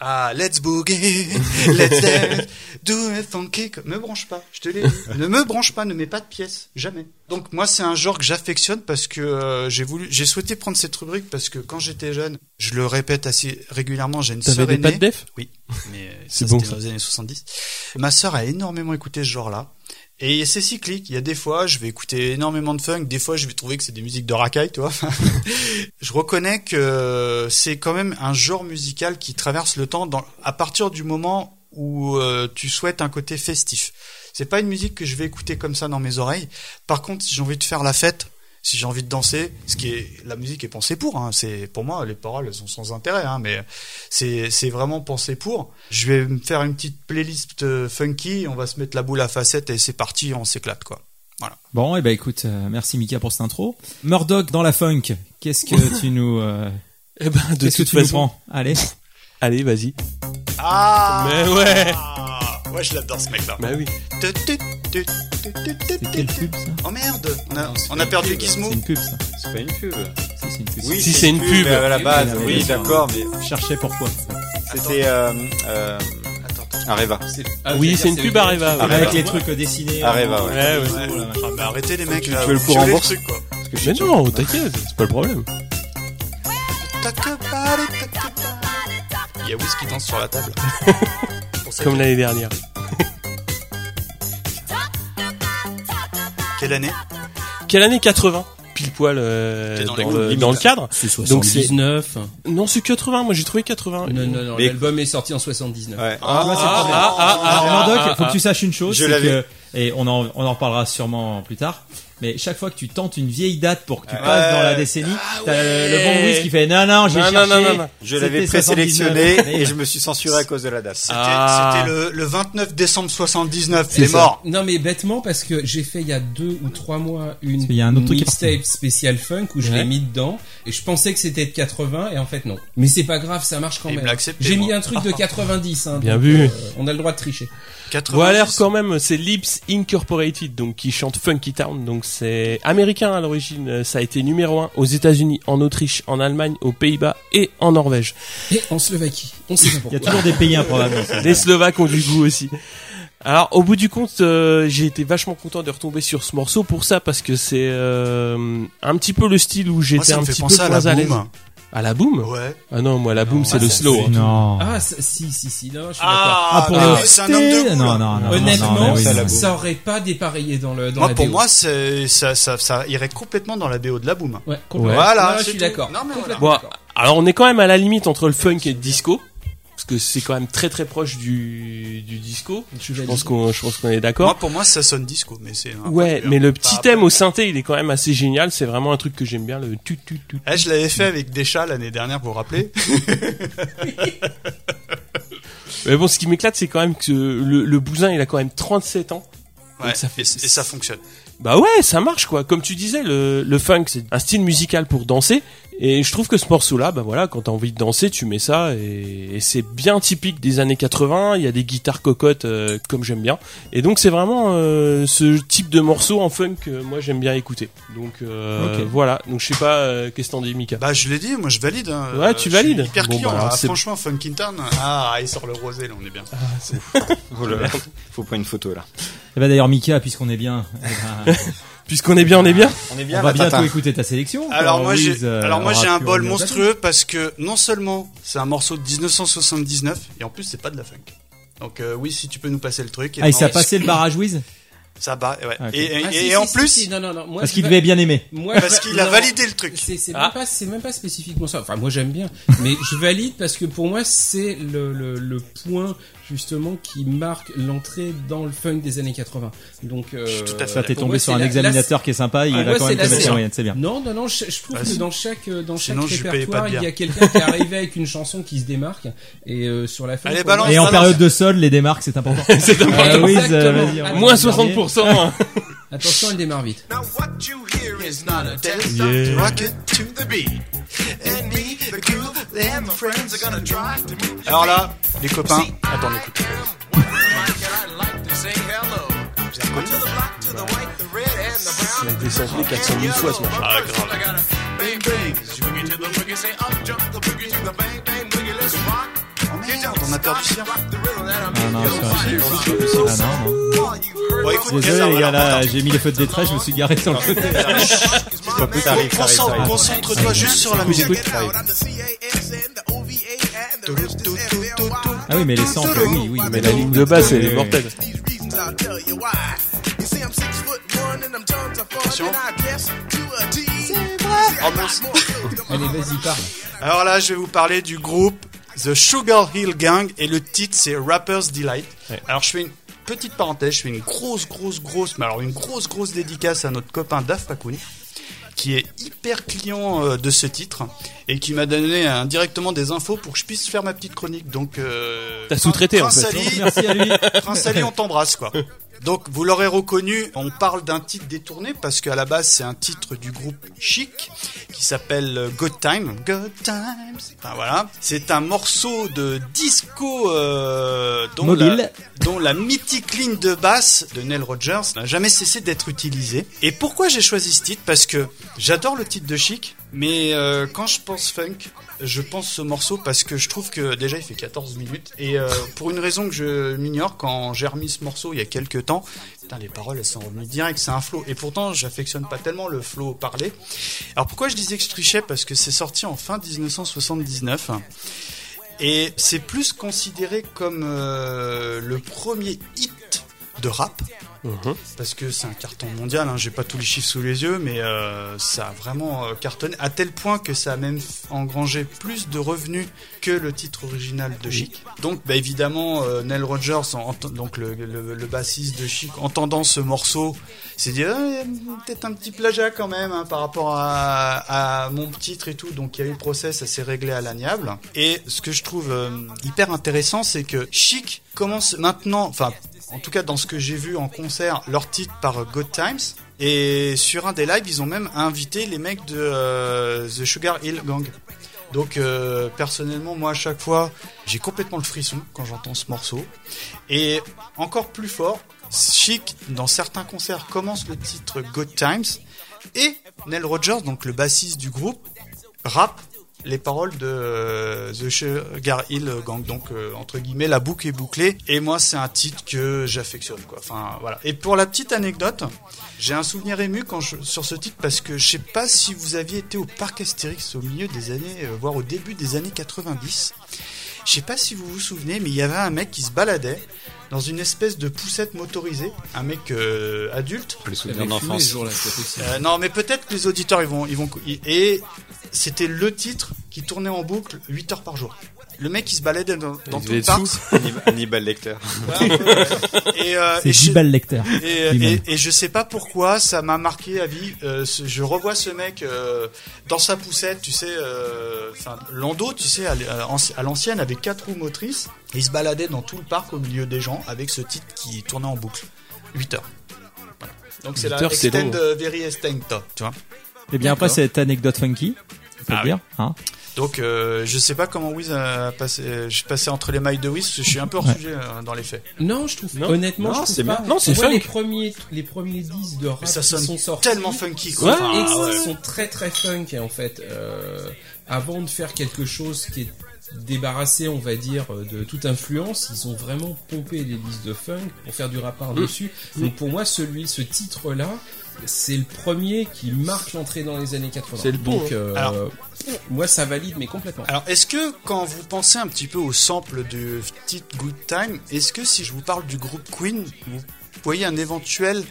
A: Ah, let's boogie, let's dance, do it funky. Me branche pas, je te l'ai dit. Ne me branche pas, ne mets pas de pièces, jamais. Donc moi, c'est un genre que j'affectionne parce que euh, j'ai voulu, j'ai souhaité prendre cette rubrique parce que quand j'étais jeune, je le répète assez régulièrement, j'ai une
B: T'avais
A: sœur
B: des pattes
A: aînée.
B: def
A: Mais euh,
B: C'est
A: ça,
B: bon,
A: c'était
B: ça.
A: dans les années 70. Ma sœur a énormément écouté ce genre-là. Et c'est cyclique. Il y a des fois, je vais écouter énormément de funk. Des fois, je vais trouver que c'est des musiques de racaille, tu vois. je reconnais que c'est quand même un genre musical qui traverse le temps dans, à partir du moment où euh, tu souhaites un côté festif. C'est pas une musique que je vais écouter comme ça dans mes oreilles. Par contre, si j'ai envie de faire la fête, si j'ai envie de danser, ce qui est la musique est pensée pour. Hein, c'est pour moi les paroles elles sont sans intérêt, hein, mais c'est c'est vraiment pensé pour. Je vais me faire une petite playlist euh, funky, on va se mettre la boule à facettes et c'est parti, on s'éclate quoi. Voilà.
E: Bon, et ben écoute, euh, merci Mika pour cette intro. Murdoch dans la funk, qu'est-ce que tu nous. euh,
B: Eh ben, de
E: qu'est-ce que
B: toute
E: tu nous
B: façon.
E: prends Allez.
B: Allez, vas-y.
A: Ah
B: Mais ouais.
A: Ouais, je l'adore ce mec là.
B: Bah oui.
E: C'est quelle pub ça
A: Oh merde,
B: Ah
A: on a,
D: Non, c'est
A: on
D: pas
A: a
D: une
A: perdu
D: pub,
A: Gizmo.
E: C'est une pub ça.
D: C'est pas une pub.
E: Si, c'est une pub.
D: Oui,
B: Si, c'est une pub.
D: euh, à la base.
E: Oui,
D: Oui,
E: bien sûr.
D: d'accord, mais
E: Cherchez pourquoi.
D: c'était euh, euh,
A: Attends, attends.
D: Areva.
C: C'est- ah, j'allais
B: Oui, c'est
C: dire,
B: une pub Areva,
D: Areva.
E: Avec les trucs hein. dessinés.
D: Areva,
E: en-
D: ouais.
B: Ouais, ouais.
E: en- en- en-
A: Ah, mais arrêtez les mecs
D: tu
A: là.
D: veux le
A: vous
D: coup
A: violez
D: rembourse
A: truc, quoi.
D: Parce que
B: Mais
D: j'ai-
B: non, t'inquiète, c'est pas le problème.
A: Talk about it, talk about it. Il y a Wiz qui danse sur la table. Pour cette-
B: Comme l'année dernière.
A: Quelle année
B: Quelle année 80 Pile poil euh,
A: T'es dans
B: dans,
A: les
B: le,
A: limites,
B: dans le
A: là.
B: cadre.
C: C'est
B: Donc c'est-
C: 79.
B: Non, c'est 80, moi j'ai trouvé 80.
C: Non, non, non,
D: Mais-
C: l'album est sorti en 79.
D: Ouais.
E: Ah, c'est
B: Ah,
E: pas
B: ah, ah, ah,
E: Alors,
B: ah,
E: Murdoch,
B: ah,
E: faut
B: ah.
E: que tu saches une chose,
D: Je
E: c'est
D: l'avais.
E: que, et on en, on en reparlera sûrement plus tard, mais chaque fois que tu tentes une vieille date pour que tu
D: Ouais.
E: passes dans la décennie, t'as le- le bon Wiz qui fait non, non, j'ai
B: Non,
E: cherché.
B: Ah non, non, non, non.
D: Je
E: c'était
D: l'avais
E: 79.
D: présélectionné
E: Mais-
D: et je me suis censuré à cause de la date.
A: C'était
B: Ah.
A: c'était le, le 29 décembre 79,
C: C'est
A: il est
C: ça.
A: mort.
C: Non mais bêtement parce que j'ai fait il y a deux ou trois mois une
E: Parce qu'il y a un autre truc qui est
C: mixtape spéciale funk où je
B: Ouais.
C: l'ai mis dedans et je pensais que c'était de 80 et en fait non. Mais c'est pas grave, ça marche quand
A: Il me
C: même.
A: l'a accepté,
C: J'ai
A: moi.
C: mis un truc de 90. Hein,
B: Bien
C: donc,
B: vu.
C: euh, on a le droit de tricher.
A: 90.
B: Bon, alors quand même, c'est Lips Incorporated, donc qui chante Funky Town, donc c'est américain à l'origine. euh, Ça a été numéro 1 aux États-Unis, en Autriche, en Allemagne, aux Pays-Bas et en Norvège.
C: Et en Slovaquie, on sait pas
E: Il y
C: pourquoi.
E: a toujours des pays improbables.
B: Les Slovaques ont du goût aussi. Alors, au bout du compte, euh, j'ai été vachement content de retomber sur ce morceau pour ça parce que c'est euh, un petit peu le style où
A: Moi,
B: j'étais
A: ça
B: un
A: me fait
B: petit peu
A: penser à la
B: moins à l'aise.
A: boom.
B: À la boom
A: Ouais. bah,
B: Ah non, moi la boom c'est
C: ah,
B: le
C: ça,
B: slow.
C: c'est-
B: hein.
E: Non.
C: Ah ça- si si si, non, je suis
E: Ah, pour
A: bah
E: le
A: oui, c'est un homme de
E: rester-
A: goût,
E: Non,
A: là.
E: Ah, non, non.
C: d'accord.
E: non,
C: Honnêtement,
E: non, mais oui,
C: ça,
E: non.
C: ça aurait pas dépareillé dans le dans
A: Moi,
C: la
A: pour
C: BO.
A: moi, c'est- ça, ça, ça irait complètement dans la BO de la boom.
C: ouais, complètement.
A: Voilà,
C: Non, je
A: c'est
C: suis
A: tout.
C: d'accord.
A: Non, mais voilà.
C: Complètement
B: Bon,
C: d'accord.
B: alors on est quand même à la limite entre le funk et le disco, parce que c'est quand même très très proche du, du disco. Je pense qu'on, je pense qu'on est
A: Moi,
B: d'accord.
A: pour moi, ça sonne disco, mais c'est. un-
B: Ouais,
A: un-
B: mais le
A: pas
B: petit
A: après.
B: thème au synthé, il est quand même assez génial. C'est vraiment un truc que j'aime bien, le tu tu tu.
A: Eh, je l'avais fait avec des chats l'année dernière, vous vous rappelez
B: Mais bon, ce qui m'éclate, c'est quand même que le, le bousin, il a quand même 37 ans. Donc
A: Ouais,
B: ça fait-
A: et, et ça fonctionne.
B: Bah ouais, ça marche quoi. Comme tu disais, le, le funk, c'est un style musical pour danser. Et je trouve que ce morceau-là, bah voilà, quand t'as envie de danser, tu mets ça et, et c'est bien typique des années 80. Il y a des guitares cocottes euh, comme j'aime bien. Et donc c'est vraiment euh, ce type de morceau en funk que moi j'aime bien écouter. Donc euh,
E: Ok.
B: voilà. Donc je sais pas euh, qu'est-ce que t'en dis, Mika.
A: Bah, je l'ai dit, moi, je valide. hein.
B: Ouais,
A: Euh,
B: tu
A: je suis
B: valides.
A: Hyper
B: Bon,
A: client,
B: bah, alors,
A: là.
B: c'est- Ah,
A: franchement, Funkin' Town. Ah, il sort le rosé, là, on est bien.
D: Oh là là. Faut pas une photo là.
E: Eh ben, d'ailleurs, Mika, puisqu'on est bien, eh ben,
B: Puisqu'on est bien, on est bien.
D: On est bien
E: on va bientôt écouter ta sélection.
A: Alors
E: quand
A: moi
E: Wiz,
A: j'ai
E: euh,
A: alors moi
E: aura
A: j'ai un
E: pu
A: bol
E: revenir.
A: monstrueux parce que non seulement c'est un morceau de 1979 et en plus c'est pas de la funk. Donc euh, oui si tu peux nous passer le truc. Et
E: Ah, et
A: non,
E: ça a passé le barrage Wiz
A: Ça bat. Ouais.
E: Ok.
A: Et, et-
C: Ah,
A: et
C: si, si,
A: en
C: si,
A: plus
C: si, non non non, moi,
E: Parce
C: je
E: qu'il
C: vais-
E: devait bien aimer.
C: Moi,
A: parce
C: je-
A: qu'il a
C: non.
A: validé le truc.
C: C'est c'est
B: Ah.
C: même pas, c'est même pas spécifiquement ça. Enfin, moi j'aime bien, mais je valide parce que pour moi c'est le, le, le point justement qui marque l'entrée dans le funk des années 80. Donc euh,
A: Je suis tout à fait
E: Ça t'es
C: pour
E: tombé
C: moi,
E: sur
C: c'est
E: un
C: la-
E: examinateur qui est sympa, il
C: Ah,
E: va
C: moi,
E: quand
C: c'est
E: même te mettre
A: la-
E: sur rien, c'est bien.
C: la- Non, non, non, je, je trouve
A: Ah,
C: que
A: si.
C: dans chaque, euh, dans chaque
A: Sinon, je payais pas
C: répertoire,
A: de
C: il y
A: bière.
C: a quelqu'un qui est arrivé avec une chanson qui se démarque. Et euh, sur la funk,
A: Allez,
C: pour moi,
A: balance.
E: Et en
A: non,
E: période de sol, les démarques, c'est important.
B: C'est dommage.
C: Exactement.
E: Euh, Wiz, euh, vas-y, on va
B: Moins
E: le garder.
B: 60%. hein.
C: Attention, elle démarre vite.
F: Now what you hear is not a test
B: Yeah.
F: rock it to the beat. And me, the groove, and my friends are gonna try to move
A: Alors là les copains
F: See, I
A: attendez écoutez.
F: am one mic and I like to say hello. To the black, to the white, the red, and the brown, and the
B: descendu
F: purple,
B: 400 000
F: and
B: fois, ce
F: yellow.
B: machin.
F: But first, I gotta bang, bang, swing it to the boogie, say up, jump the boogie, do the bang, bang, boogie, let's rock. Get down,
A: Oh, merde, on a perdu
F: stop, rock the rhythm that I'm
E: Ah non,
F: making.
E: c'est Ah non, non.
F: All you heard
A: Bon
F: was
A: écoute
E: Désolé
A: Kazar,
E: les gars,
A: alors,
E: là,
A: attends.
E: j'ai mis les feux de détresse, je me suis garé sur le côté.
F: is my man.
D: plus tard. Arrive, arrive,
A: Concentre-
D: arrive.
A: Concentre-toi juste sur la musique.
F: Check it out, I'm the CASN, the OVA, and the rest is FLY.
E: Ah oui, mais les samples, oui, oui.
B: Mais la ligne de basse, elle est mortelle.
F: These reasons I'll tell you why. You see, I'm six foot one and I'm tons of fun, and I guess to a T. See, I got more clothes than my
C: Allez,
F: mama.
C: vas-y, parle.
A: Alors là je vais vous parler du groupe The Sugar Hill Gang et le titre c'est Rapper's Delight. Alors je fais une petite parenthèse, je fais une grosse, grosse, grosse, mais alors une grosse, grosse dédicace à notre copain Daf Pakoun qui est hyper client euh, de ce titre et qui m'a donné euh, directement des infos pour que je puisse faire ma petite chronique. Donc, euh,
B: T'as sous-traité,
A: Prince
B: en fait. hein.
A: Ali,
E: Merci à lui.
A: Prince Ali, on t'embrasse quoi. Donc vous l'aurez reconnu, on parle d'un titre détourné parce qu'à la base c'est un titre du groupe Chic qui s'appelle euh, Good Time. Good Times. Enfin, voilà, c'est un morceau de disco euh, dont,
E: Mobile.
A: La, dont la mythique ligne de basse de Nell Rogers n'a jamais cessé d'être utilisée. Et pourquoi j'ai choisi ce titre Parce que j'adore le titre de Chic, mais euh, quand je pense funk, je pense ce morceau parce que je trouve que déjà il fait 14 minutes et euh, pour une raison que je m'ignore quand j'ai remis ce morceau il y a quelques temps, putain les paroles elles sont revenues direct, c'est un flow et pourtant j'affectionne pas tellement le flow parlé. Alors pourquoi je disais que je trichais parce que c'est sorti en fin 1979 et c'est plus considéré comme euh, le premier hit de rap parce que c'est un carton mondial. Hein, J'ai pas tous les chiffres sous les yeux, mais euh, ça a vraiment euh, cartonné à tel point que ça a même f- engrangé plus de revenus que le titre original de Chic. Donc, bah, évidemment, euh, Nell Rogers, en- en- donc le, le- le bassiste de Chic, entendant ce morceau, s'est dit Ah, il y a peut-être un petit plagiat quand même hein, par rapport à, à mon titre et tout. Donc, il y a eu le procès, ça s'est réglé à l'amiable. Et ce que je trouve euh, hyper intéressant, c'est que Chic commence maintenant, enfin en tout cas dans ce que j'ai vu en concert, leur titre par euh, Good Times. Et sur un des lives, ils ont même invité les mecs de euh, The Sugar Hill Gang. Donc euh, personnellement, moi à chaque fois, j'ai complètement le frisson quand j'entends ce morceau. Et encore plus fort, Chic, dans certains concerts, commence le titre Good Times. Et Nell Rogers, donc le bassiste du groupe, rappe les paroles de euh, The Sugar Hill Gang. Donc, euh, entre guillemets, la boucle est bouclée. Et moi, c'est un titre que j'affectionne, quoi. Enfin, voilà. Et pour la petite anecdote, j'ai un souvenir ému quand je- sur ce titre parce que je sais pas si vous aviez été au parc Astérix au milieu des années, euh, voire au début des années 90. Je sais pas si vous vous souvenez, mais il y avait un mec qui se baladait dans une espèce de poussette motorisée, un mec euh, adulte,
D: Les souvenirs
C: Avec fumée, ce
D: d'enfance.
C: jour-là, c'est possible.
A: euh, non, mais peut-être que les auditeurs ils vont, ils vont. Et c'était le titre qui tournait en boucle 8 heures par jour. Le mec il se baladait dans, dans
B: Il
A: tout
B: devait
A: le
B: être
A: parc.
D: Hannibal- Hannibal Lecter.
A: Et, euh,
E: C'est
A: et je-
E: Gibal Lecter.
A: et, euh,
E: lui-même.
A: et- et je sais pas pourquoi ça m'a marqué à vie. Euh, ce- je revois ce mec euh, dans sa poussette, tu sais, euh, enfin, Lando, tu sais, à l'- à l'anci- à l'ancienne avec quatre roues motrices. Et il se baladait dans tout le parc au milieu des gens avec ce titre qui tournait en boucle. 8 heures. Voilà. Donc c'est
B: 8
A: la
B: heures, c'est
A: extend
B: long.
A: euh, very extend top, tu vois.
E: Et bien après
A: D'accord.
E: cette anecdote funky, on peut
A: Ah
E: le dire. hein.
A: Donc euh, je sais pas comment Wiz a passé. euh, Je suis passé entre les mailles de Wiz, parce que je suis un peu hors
E: Ouais.
A: sujet euh, dans les faits.
C: Non, je trouve
B: Non.
C: Honnêtement,
D: Non,
C: je trouve
D: c'est
C: pas.
D: bien.
B: Non, c'est
C: Moi,
B: funk.
C: Les premiers, les premiers 10 de rap
A: Mais ça
C: qui
A: sonne
C: sont sortis.
A: tellement funky quoi.
B: Ouais,
A: Enfin,
C: et
A: ouais.
C: qui sont très très funk et en fait euh, avant de faire quelque chose qui est débarrassé on va dire euh, de toute influence ils ont vraiment pompé des listes de funk pour faire du
B: Mm.
C: rap par dessus donc pour moi celui ce titre là c'est le premier qui marque l'entrée dans les années 80
B: C'est le bon,
C: donc euh,
A: Alors-
C: moi ça valide mais complètement
A: Alors est-ce que quand vous pensez un petit peu au sample de titre Good Time, est-ce que si je vous parle du groupe Queen, vous voyez un éventuel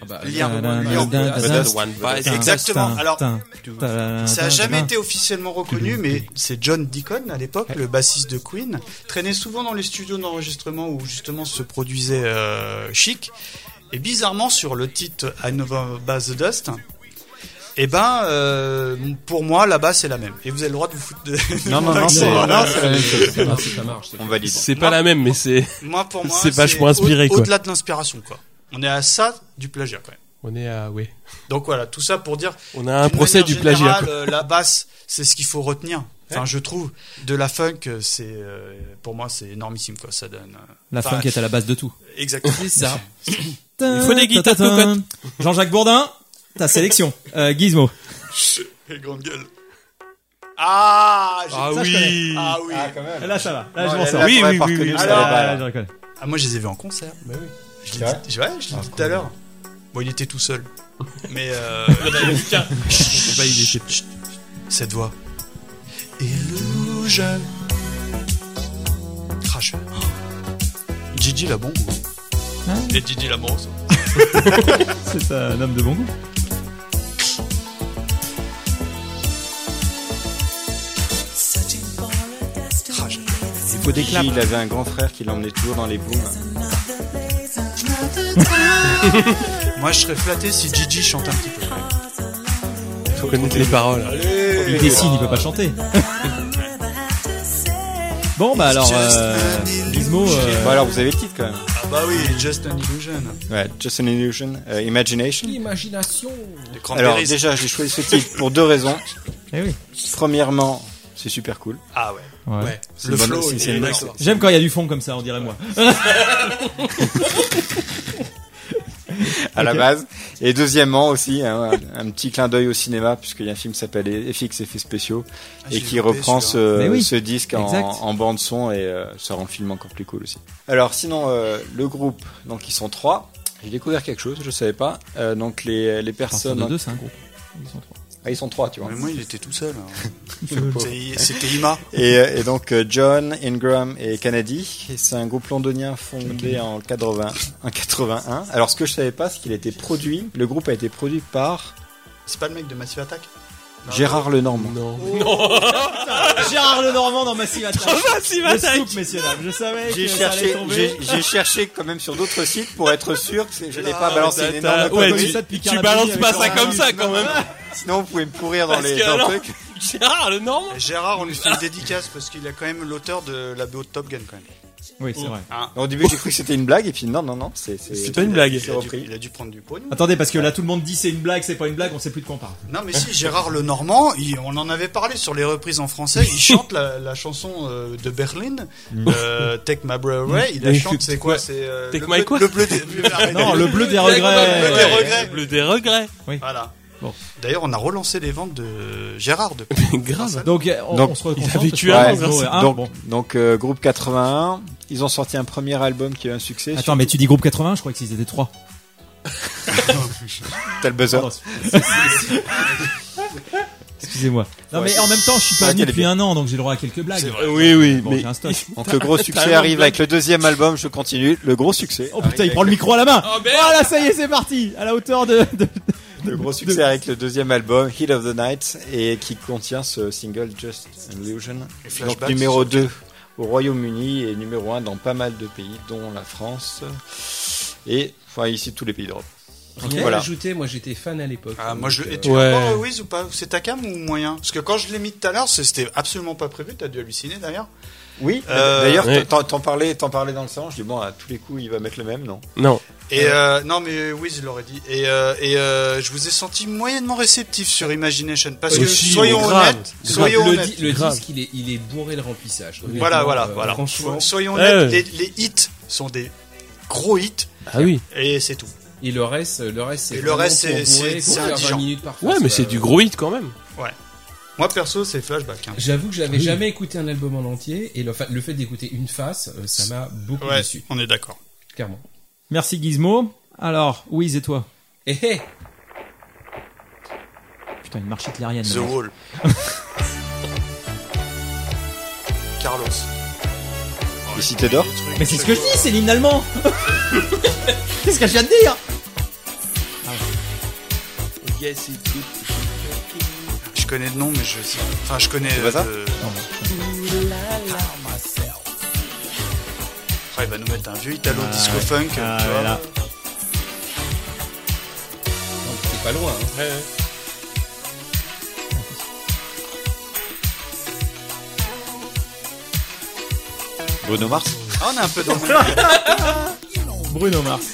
C: Ah bah,
A: lien
C: euh,
A: Dun,
C: lien-
E: dun,
C: Ah,
E: dun,
C: ça,
E: dun.
B: Bad One Bite.
E: Tin,
A: exactement.
E: tin,
A: Alors,
E: tin, tin,
A: Ça
E: tin,
A: n'a jamais
E: tin.
A: été officiellement reconnu, mais c'est John Deacon à l'époque, le bassiste de Queen, traînait souvent dans les studios d'enregistrement où justement se produisait euh, Chic. Et bizarrement, sur le titre I Never Bass the Dust, eh ben, euh, pour moi, la basse est la même. Et vous avez le droit de vous foutre de. Euh,
D: Non, non, non,
A: Donc,
D: Ah, c'est
A: voilà,
D: non, c'est la même chose.
C: ça marche, ça marche, c'est
D: On
C: clair.
D: valide.
B: C'est pas la même, mais c'est.
A: moi, pour moi,
B: C'est vachement inspiré,
A: au-
B: quoi.
A: Au-delà de l'inspiration, quoi. On est à ça du plagiat, quand même.
B: On est à. Oui.
A: Donc voilà, tout ça pour dire
B: On a un
A: D'une
B: procès
A: manière
B: du plagiat.
A: générale, euh, la basse, c'est ce qu'il faut retenir. Enfin, je trouve de la funk, euh, c'est euh, pour moi c'est énormissime quoi. Ça donne euh,
E: La
A: Enfin,
E: funk est à la base de tout.
A: exactement.
C: C'est ça.
E: Il
B: faut des guitares cocottes.
E: Jean-Jacques Bourdin, ta sélection. Euh, Gizmo.
A: Les grandes gueules. Ah, j'ai-
B: Ah
E: Ça, je
B: oui.
A: ah oui. Ah,
E: Là, ça va.
D: Non,
E: Là, je m'en
D: elle
E: sors.
D: l'a
B: Oui,
D: pas
B: oui,
D: reconnu,
B: oui, oui.
D: ça
A: Alors,
D: va, là.
A: Ah, moi je les ai vus en concert. Je l'ai
D: C'est vrai Ah,
A: dit, je- ouais, je l'ai dit tout à l'heure. Bon, il était tout seul. Mais euh,
B: Bah, il est-
A: cette voix. Illusion. Crash. Gigi la bombe.
E: Hein
A: Et Gigi la bombe.
E: C'est un homme de bon goût.
A: Crash.
D: Il faut déclarer. Il avait un grand frère qui l'emmenait toujours dans les booms.
A: Moi, je serais flatté si Gigi chante un petit peu.
E: Ah,
B: Faut connaître les paroles.
E: Il dessine, il peut pas chanter. Bon, bah alors, euh, Gizmo, euh,
D: Bon, alors vous avez le titre quand même.
A: Ah bah oui, Just an Illusion.
D: Ouais, Just an Illusion, euh, Imagination.
C: Imagination.
A: Les
D: Alors
A: Cranberries.
D: déjà, j'ai choisi ce titre pour deux raisons.
E: eh oui.
D: Premièrement, c'est super cool.
A: Ah ouais.
E: Ouais.
A: ouais.
D: C'est
A: Le
D: une bonne-
A: flow,
D: c'est-
A: il
D: c'est
A: est
D: une bonne-
A: d'accord.
E: J'aime quand il y a du fond comme ça, on dirait moi.
D: à la
E: Ok.
D: base. Et deuxièmement aussi, un, un petit clin d'œil au cinéma, puisqu'il y a un film qui s'appelle FX Effets Spéciaux,
A: Ah,
D: et
A: j'ai
D: qui
A: loupé
D: reprend
A: celui-là.
D: ce,
E: Mais oui,
D: ce disque en,
E: exact.
D: en bande son, et euh, ça rend le film encore plus cool aussi. Alors sinon, euh, le groupe, donc ils sont trois. J'ai découvert quelque chose, je savais pas. Euh, donc les, les
E: Personne
D: personnes...
E: de deux, c'est un groupe. Ils sont trois.
D: Ah, ils sont trois, tu vois.
A: Mais moi, il était tout seul. hein. C'est- C'était Ima.
D: Et, euh, et donc euh, John, Ingram et Kennedy, et c'est un groupe londonien fondé en, 80, en 81. Alors ce que je savais pas, c'est qu'il a été produit, le groupe a été produit par
A: C'est pas le mec de Massive Attack
D: Gérard Lenormand.
B: Non.
E: Gérard Lenormand dans Massive Attack.
C: Ah,
B: si
C: bah,
E: Le scoop, messieurs dames. Je savais
D: J'ai
E: que ça allait
D: cherché,
E: tomber.
D: j'ai j'ai cherché quand même sur d'autres sites pour être sûr que je n'ai pas
A: Ah,
D: balancé une énorme
B: ouais,
D: connerie.
E: tu- ça depuis
B: tu,
E: Carla
B: balances
E: Bruni avec
B: pas ça
E: Laurent
B: comme ça
E: Ruquier.
B: quand même.
D: Sinon, vous pouvez me pourrir dans
B: Parce
D: les
B: que
D: dans le
B: alors-
D: truc.
B: Gérard le Normand.
A: Gérard, on lui fait une dédicace parce qu'il a quand même l'auteur de la BO de Top Gun quand même.
E: Oui,
D: Oh.
E: c'est vrai.
D: Au début, j'ai cru que c'était une blague, et puis non, non, non, c'est
B: C'est pas une blague.
D: c'est
A: Il a dû,
D: repris.
A: il a dû prendre du pognon.
E: Attendez, parce que là tout le monde dit c'est une blague, c'est pas une blague, on sait plus de quoi on parle.
A: Non mais si, Gérard Lenormand, il- on en avait parlé sur les reprises en français, il chante la, la chanson euh, de Berlin, euh, Take My Breath Away, il la
B: Mais
A: chante,
B: que-
A: c'est quoi C'est euh,
B: Take
A: le
B: my
A: bleu-
B: quoi
A: Le bleu des...
E: Non, le bleu des
A: Le bleu
E: regrets.
A: des
E: Ouais.
A: regrets.
B: Bleu des regrets.
A: Voilà.
E: Bon.
A: D'ailleurs, on a relancé les ventes de Gérard de
B: Grave.
E: Donc, euh, on,
D: Donc,
E: on se reconcentre.
B: il avait
E: parce
B: tué
E: que-
B: un
E: Ouais,
B: an grâce
E: ouais, hein,
D: donc,
E: bon.
D: donc, euh, groupe 81, ils ont sorti un premier album qui a eu un succès.
E: Attends, mais tu dis groupe 80, je crois qu'ils étaient trois.
D: Sur- t'as le buzzer.
E: Pardon. Excusez-moi. Non, mais en même temps, je suis pas
D: Ouais,
E: venu
D: qu'elle est
E: depuis
D: bien.
E: un an, donc j'ai le droit à quelques blagues.
B: Oui, oui,
E: Bon,
B: mais
E: j'ai un stock.
D: Donc le gros
B: T'as
D: succès
B: un
D: arrive
B: blague.
D: avec le deuxième album, je continue, le gros succès.
E: Oh putain, il
D: arrive
E: prend le
D: avec-
E: micro à la main.
B: Oh, merde.
E: Voilà, ça y est, c'est parti. À la hauteur de. de-
D: Le gros succès avec le deuxième album, Heat of the Night, et qui contient ce single Just an Illusion,
A: Et
D: Donc
A: Flashback,
D: numéro 2 au Royaume-Uni et numéro 1 dans pas mal de pays, dont la France et enfin ici tous les pays d'Europe.
C: Rien
D: Voilà.
C: à ajouter, moi j'étais fan à l'époque.
A: Ah, moi
C: Donc,
A: je.
C: euh,
A: Et tu
B: Ouais.
A: l'as encore, euh, Wiz, ou pas C'est ta cam ou moyen Parce que quand je l'ai mis tout à l'heure, c'est- c'était absolument pas prévu, t'as dû halluciner d'ailleurs.
D: Oui,
A: Euh,
D: d'ailleurs
B: oui.
D: t'en t'en parlais, t'en parlais dans le salon, je dis bon à tous les coups il va mettre le même, non
B: non.
A: Et euh, non, mais Wiz l'aurait dit. Et, euh, et euh, je vous ai senti moyennement réceptif sur Imagination. Parce que
B: Aussi,
A: soyons
B: mais grave.
A: honnêtes, soyons
C: le,
A: honnêtes.
C: di- le
B: Grave.
C: disque, il est, il est bourré de remplissage.
A: Voilà,
C: Honnêtement,
A: voilà,
C: euh,
A: voilà.
C: Franchement,
A: Soyons
B: Ouais,
A: honnêtes,
B: ouais.
A: les, les hits sont des gros hits
B: Ah oui.
A: et c'est tout.
C: et le reste, le reste, c'est
A: Et le
C: vraiment
A: reste,
C: pour
A: c'est-
C: bourrer,
A: c'est-
C: pour
A: c'est
C: faire 20
A: indigent.
C: minutes parfois,
B: Ouais, mais
C: ça-
B: c'est du gros hit quand même.
A: Moi perso, c'est Flashback. hein.
C: J'avoue que j'avais
B: Oui.
C: jamais écouté un album en entier et le, fa- le fait d'écouter une face, euh, ça m'a beaucoup
A: Ouais,
C: déçu,
A: on est d'accord.
C: clairement.
E: Merci Gizmo. Alors, Wiz et toi
C: Eh eh
E: Putain, une marche hitlérienne.
A: The
E: là.
A: Wall. Carlos.
D: Les cités d'or
E: Mais c'est ce que je dis, c'est l'hymne allemand. c'est ce que je viens de dire.
B: Yes,
A: Je connais le nom, mais je sais. Enfin, je connais.
D: C'est pas ça
A: euh, Ah, il va nous mettre un vieux Italo Disco Funk.
E: Ah,
A: tu vois.
E: voilà.
C: Donc, c'est pas loin. hein.
D: Bruno Mars
A: Ah, on est un peu dans le même,
E: Bruno Mars.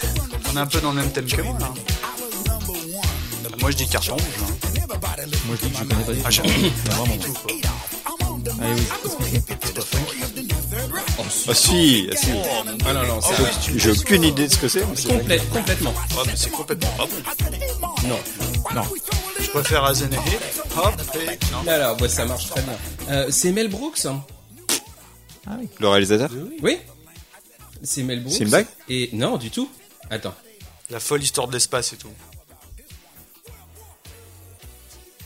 A: on est un peu dans le même thème que moi. là. Moi, je dis carton rouge. hein.
E: Moi je dis que je connais pas du
A: Ah,
E: tout.
A: j'aime pas vraiment du tout. quoi.
E: Allez, Wiz, explique.
D: Ah si, ah, si.
C: Ah non, non, c'est
D: j'ai aucune idée de ce que c'est. mais c'est vrai.
C: complète, complètement.
A: Ah, mais c'est complètement pas bon.
C: Non.
A: Je préfère Azenehe. Hop, et. Non.
C: Alors, ouais, ça marche très bien. Euh, c'est Mel Brooks. hein.
D: Le réalisateur
C: Oui. C'est Mel Brooks.
D: C'est une blague
C: Et non, du tout. Attends.
A: La folle histoire de l'espace et tout.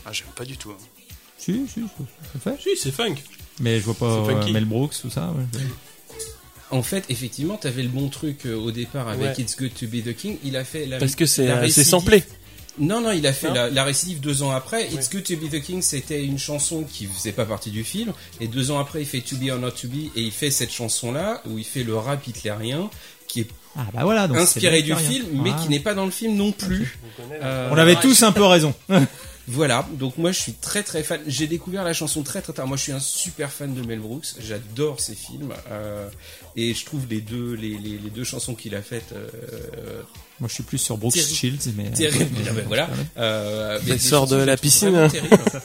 A: Ah, j'aime pas du tout. hein.
E: Si, si, si, ça fait.
B: Si, c'est funk.
E: Mais je vois pas
B: C'est funky.
E: euh, Mel Brooks ou ça. ouais.
C: En fait, effectivement, t'avais le bon truc euh, au départ avec
B: Ouais.
C: It's Good to Be the King. Il a fait la.
B: Parce que c'est
C: la
B: euh, c'est
C: récidive.
B: samplé.
C: Non, non, il a fait
B: Non
C: la, la récidive deux ans après. It's Good to Be the King, c'était une chanson qui faisait pas partie du film. Et deux ans après, il fait To Be or Not to Be, et il fait cette chanson-là, où il fait le rap hitlérien, qui est
E: Ah bah voilà, donc
C: inspiré
E: c'est
C: du
E: Victorien.
C: film, mais
B: Ah.
E: Voilà.
C: qui n'est pas dans le film non plus. Euh,
E: On avait tous un peu raison.
C: Voilà, donc moi je suis très très fan. J'ai découvert la chanson très très tard. Moi je suis un super fan de Mel Brooks. J'adore ses films euh, et je trouve les deux les, les- les deux chansons qu'il a faites euh,
E: Moi, je suis plus sur Brooks
C: Terrible.
E: Shields, mais
C: terribles. Ah ben voilà. Euh, mais
B: Elle
C: des
B: sort de
C: chansons, je
B: la
C: les trouve
B: piscine.
C: vraiment
B: hein.
C: terribles.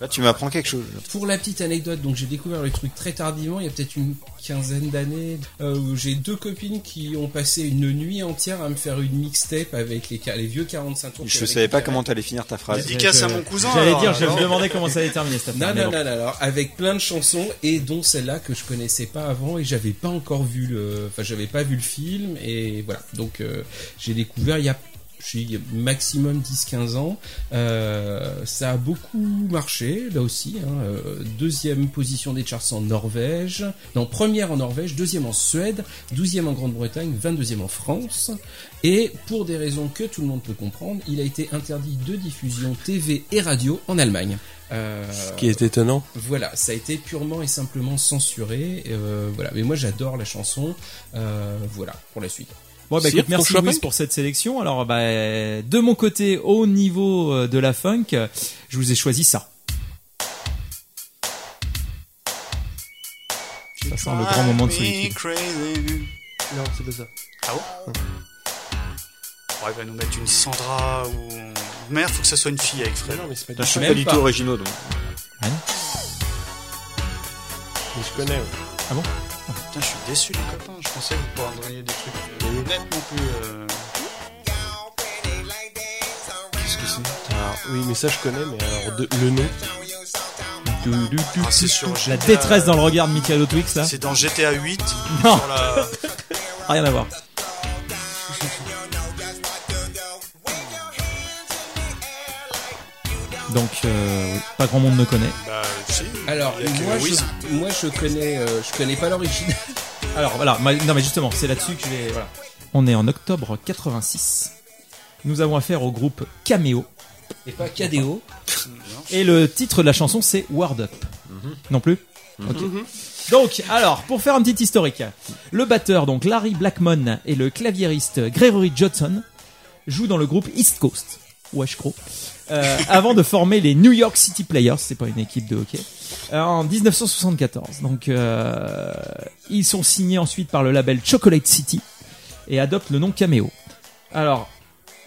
D: Là, tu m'apprends quelque chose.
C: Pour la petite anecdote, donc j'ai découvert le truc très tardivement, il y a peut-être une quinzaine d'années, euh, où j'ai deux copines qui ont passé une nuit entière à me faire une mixtape avec les, ca- les vieux 45 tours.
D: Je
C: qu'avec
D: savais pas
C: Carrel.
D: comment t'allais finir ta phrase.
A: Dédicace à mon cousin.
E: Euh, J'allais
A: alors,
E: dire, je
A: alors.
E: me demandais comment ça allait terminer cette
C: Non,
E: affaire. mais
C: non, non,
E: bon.
C: non, alors, avec plein de chansons et dont celle-là que je connaissais pas avant et j'avais pas encore vu le, enfin j'avais pas vu le film et voilà. Donc euh, j'ai découvert il y a je suis maximum 10-15 ans. Euh, ça a beaucoup marché, là aussi. hein. Euh, deuxième position des charts en Norvège. Non, première en Norvège, deuxième en Suède, douzième en Grande-Bretagne, 22e en France. Et pour des raisons que tout le monde peut comprendre, il a été interdit de diffusion TV et radio en Allemagne. Euh,
B: Ce qui est étonnant.
C: voilà, ça a été purement et simplement censuré. euh, voilà, mais moi j'adore la chanson. euh, voilà, pour la suite.
E: Bon, bah,
B: Si,
E: écoute,
B: pour
E: merci
B: Chopin.
E: Louis pour cette sélection. Alors, bah, de mon côté, au niveau euh, de la funk, euh, je vous ai choisi ça. Ça sent le grand moment de solitude.
B: Non, c'est pas ça.
A: Ouais, il va nous mettre une Sandra ou. Merde, faut que ça soit une fille avec Fred.
B: Bah non, mais c'est pas
D: Putain, Je suis
C: Même
D: pas du
C: pas.
D: tout originaux, donc.
B: Mais je connais. ouais.
A: Putain, je suis déçu, les copains. Je pensais que vous pourriez me donner des trucs euh, nettement plus. euh,
F: Qu'est-ce que c'est
B: Alors, oui, mais ça je connais, mais alors de- le nom.
E: Du- du- du-
A: Ah, c'est sur GTA,
E: La détresse dans le regard de Michael Otwig, ça
A: C'est dans GTA 8.
E: Non.
A: Sur la...
E: Rien à voir. Donc, euh, oui, pas grand monde ne connaît.
A: Bah, si.
C: Alors
A: Il y a que
C: moi,
A: Wiz.
C: je, moi je connais, euh, je connais pas l'origine.
E: Alors voilà, ma- non mais justement, c'est là-dessus que je vais. Voilà. On est en octobre 86. Nous avons affaire au groupe Cameo
C: Et pas KDO.
E: et le titre de la chanson c'est Ward Up. Non plus. Ok. Donc alors pour faire un petit historique, le batteur donc Larry Blackmon et le claviériste Gregory Johnson jouent dans le groupe East Coast. Wesh Crow. Euh, avant de former les New York City Players, c'est pas une équipe de hockey, euh, en 1974. Donc euh, ils sont signés ensuite par le label Chocolate City et adoptent le nom Cameo. Alors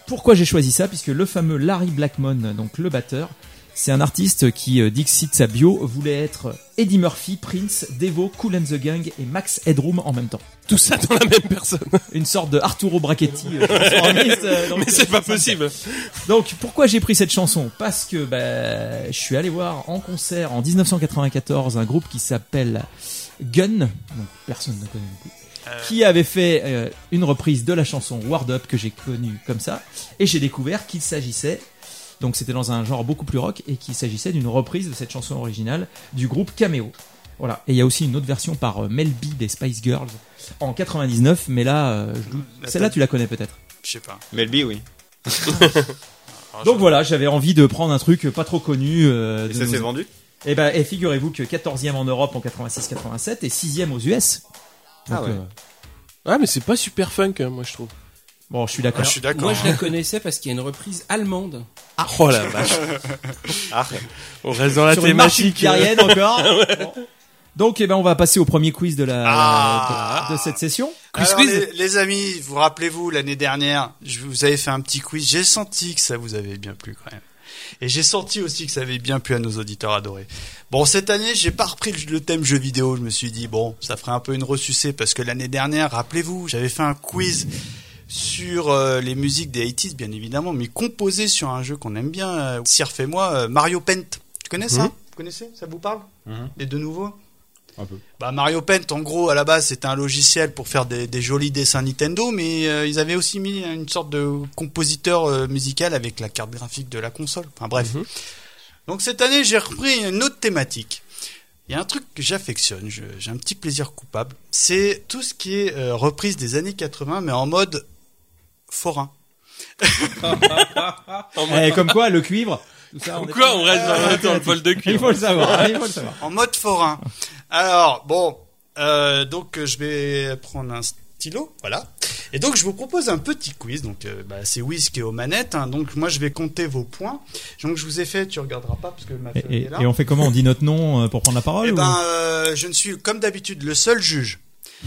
E: pourquoi j'ai choisi ça Puisque le fameux Larry Blackmon, donc le batteur, c'est un artiste qui, euh, dixit sa bio, voulait être Eddie Murphy, Prince, Devo, Cool and the Gang et Max Headroom en même temps.
B: Tout ça dans la même personne.
E: Une sorte de Arturo Brachetti. euh, transformiste, euh, donc,
B: mais
E: euh,
B: c'est pas
E: ça me
B: possible.
E: donc pourquoi j'ai pris cette chanson Parce que bah, je suis allé voir en concert en 1994 un groupe qui s'appelle Gun, donc personne ne connaît non plus, qui avait fait euh, une reprise de la chanson Ward Up que j'ai connue comme ça, et j'ai découvert qu'il s'agissait, donc c'était dans un genre beaucoup plus rock, et qu'il s'agissait d'une reprise de cette chanson originale du groupe Cameo. Voilà, et il y a aussi une autre version par euh, Mel B des Spice Girls en 99, mais là, euh, je doute.
A: La
E: celle-là
A: tête.
E: tu la connais peut-être.
A: Je sais pas.
D: Melby, oui.
A: Alors,
E: Donc
A: je-
E: voilà, j'avais envie de prendre un truc pas trop connu. euh,
D: Et
E: de
D: ça
E: nos-
D: s'est vendu
E: Eh ben, et figurez-vous que 14e en Europe en 86-87 et 6e aux US.
D: Ah ouais.
E: euh,
B: Ouais, Ah, mais c'est pas super funk, hein, moi je trouve.
E: bon, je suis
A: Ah,
E: d'accord.
A: je suis d'accord.
C: Moi je la connaissais parce qu'il y a une reprise allemande.
B: Oh la vache.
D: Ah,
B: On reste dans la
E: Sur une marche
B: thématique. euh.
E: hitlérienne encore. Bon. Donc, eh ben, on va passer au premier quiz de la,
A: Ah.
E: de, de cette session.
A: Alors,
E: quiz.
A: les, les amis, vous rappelez-vous l'année dernière, je vous avais fait un petit quiz. J'ai senti que ça vous avait bien plu quand même. Et j'ai senti aussi que ça avait bien plu à nos auditeurs adorés. Bon, cette année, j'ai pas repris le- le thème jeu vidéo. Je me suis dit bon, ça ferait un peu une ressucée parce que l'année dernière, rappelez-vous, j'avais fait un quiz sur euh, les musiques des 80 bien évidemment, mais composé sur un jeu qu'on aime bien, euh, Sirf et moi, euh, Mario Paint. Tu connais ça
B: Mhm.
A: Vous connaissez Ça vous parle
D: Mhm.
A: Les deux nouveaux
D: un peu.
A: bah Mario Paint, en gros, à la base, c'était un logiciel pour faire des, des jolis dessins Nintendo, mais euh, ils avaient aussi mis une sorte de compositeur euh, musical avec la carte graphique de la console. Enfin bref.
B: Mhm.
A: Donc cette année, j'ai repris une autre thématique. Il y a un truc que j'affectionne, je- j'ai un petit plaisir coupable. C'est tout ce qui est euh, reprise des années 80, mais en mode forain.
E: Eh, comme quoi, le cuivre. tout ça, on est
B: Pourquoi
E: pas-
B: on reste dans,
E: Ah,
B: dans le pôle de
E: Il
B: cuivre
E: faut le savoir. Il faut le savoir.
A: En mode forain. Alors, bon, euh, donc euh, je vais prendre un stylo, voilà. Et donc je vous propose un petit quiz. Donc euh, bah, c'est whiz qui est aux manettes. hein. donc moi je vais compter vos points. Donc je vous ai fait, tu regarderas pas parce que ma feuille
E: Et, et-
A: est là.
E: et on fait comment On dit notre nom euh, pour prendre la parole
A: Eh
E: ou-
A: ben, euh, je ne suis comme d'habitude le seul juge.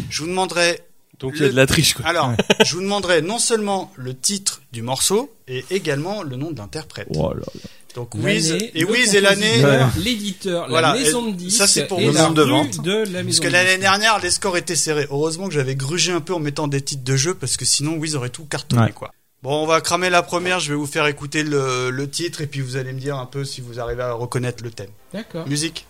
A: Je vous demanderai
B: Donc il y a de la triche quoi.
A: alors, je vous demanderai non seulement le titre du morceau et également le nom de l'interprète.
E: Oh là là.
A: Donc Wiz
C: L'année,
A: et
C: le
A: Wiz et l'année.
C: compositeur, L'éditeur,
A: Voilà,
C: la maison
A: et
C: de disques.
A: ça, c'est pour
C: et
A: le
C: la
D: nombre de
C: rue
D: ventes.
C: de la maison
A: Parce que
C: de
A: l'année
C: disques.
A: dernière, les scores étaient serrés. Heureusement que j'avais grugé un peu en mettant des titres de jeu parce que sinon, Wiz aurait tout cartonné,
E: Ouais.
A: quoi. Bon, on va cramer la première. Je vais vous faire écouter le, le titre et puis vous allez me dire un peu si vous arrivez à reconnaître le thème.
C: D'accord.
A: Musique.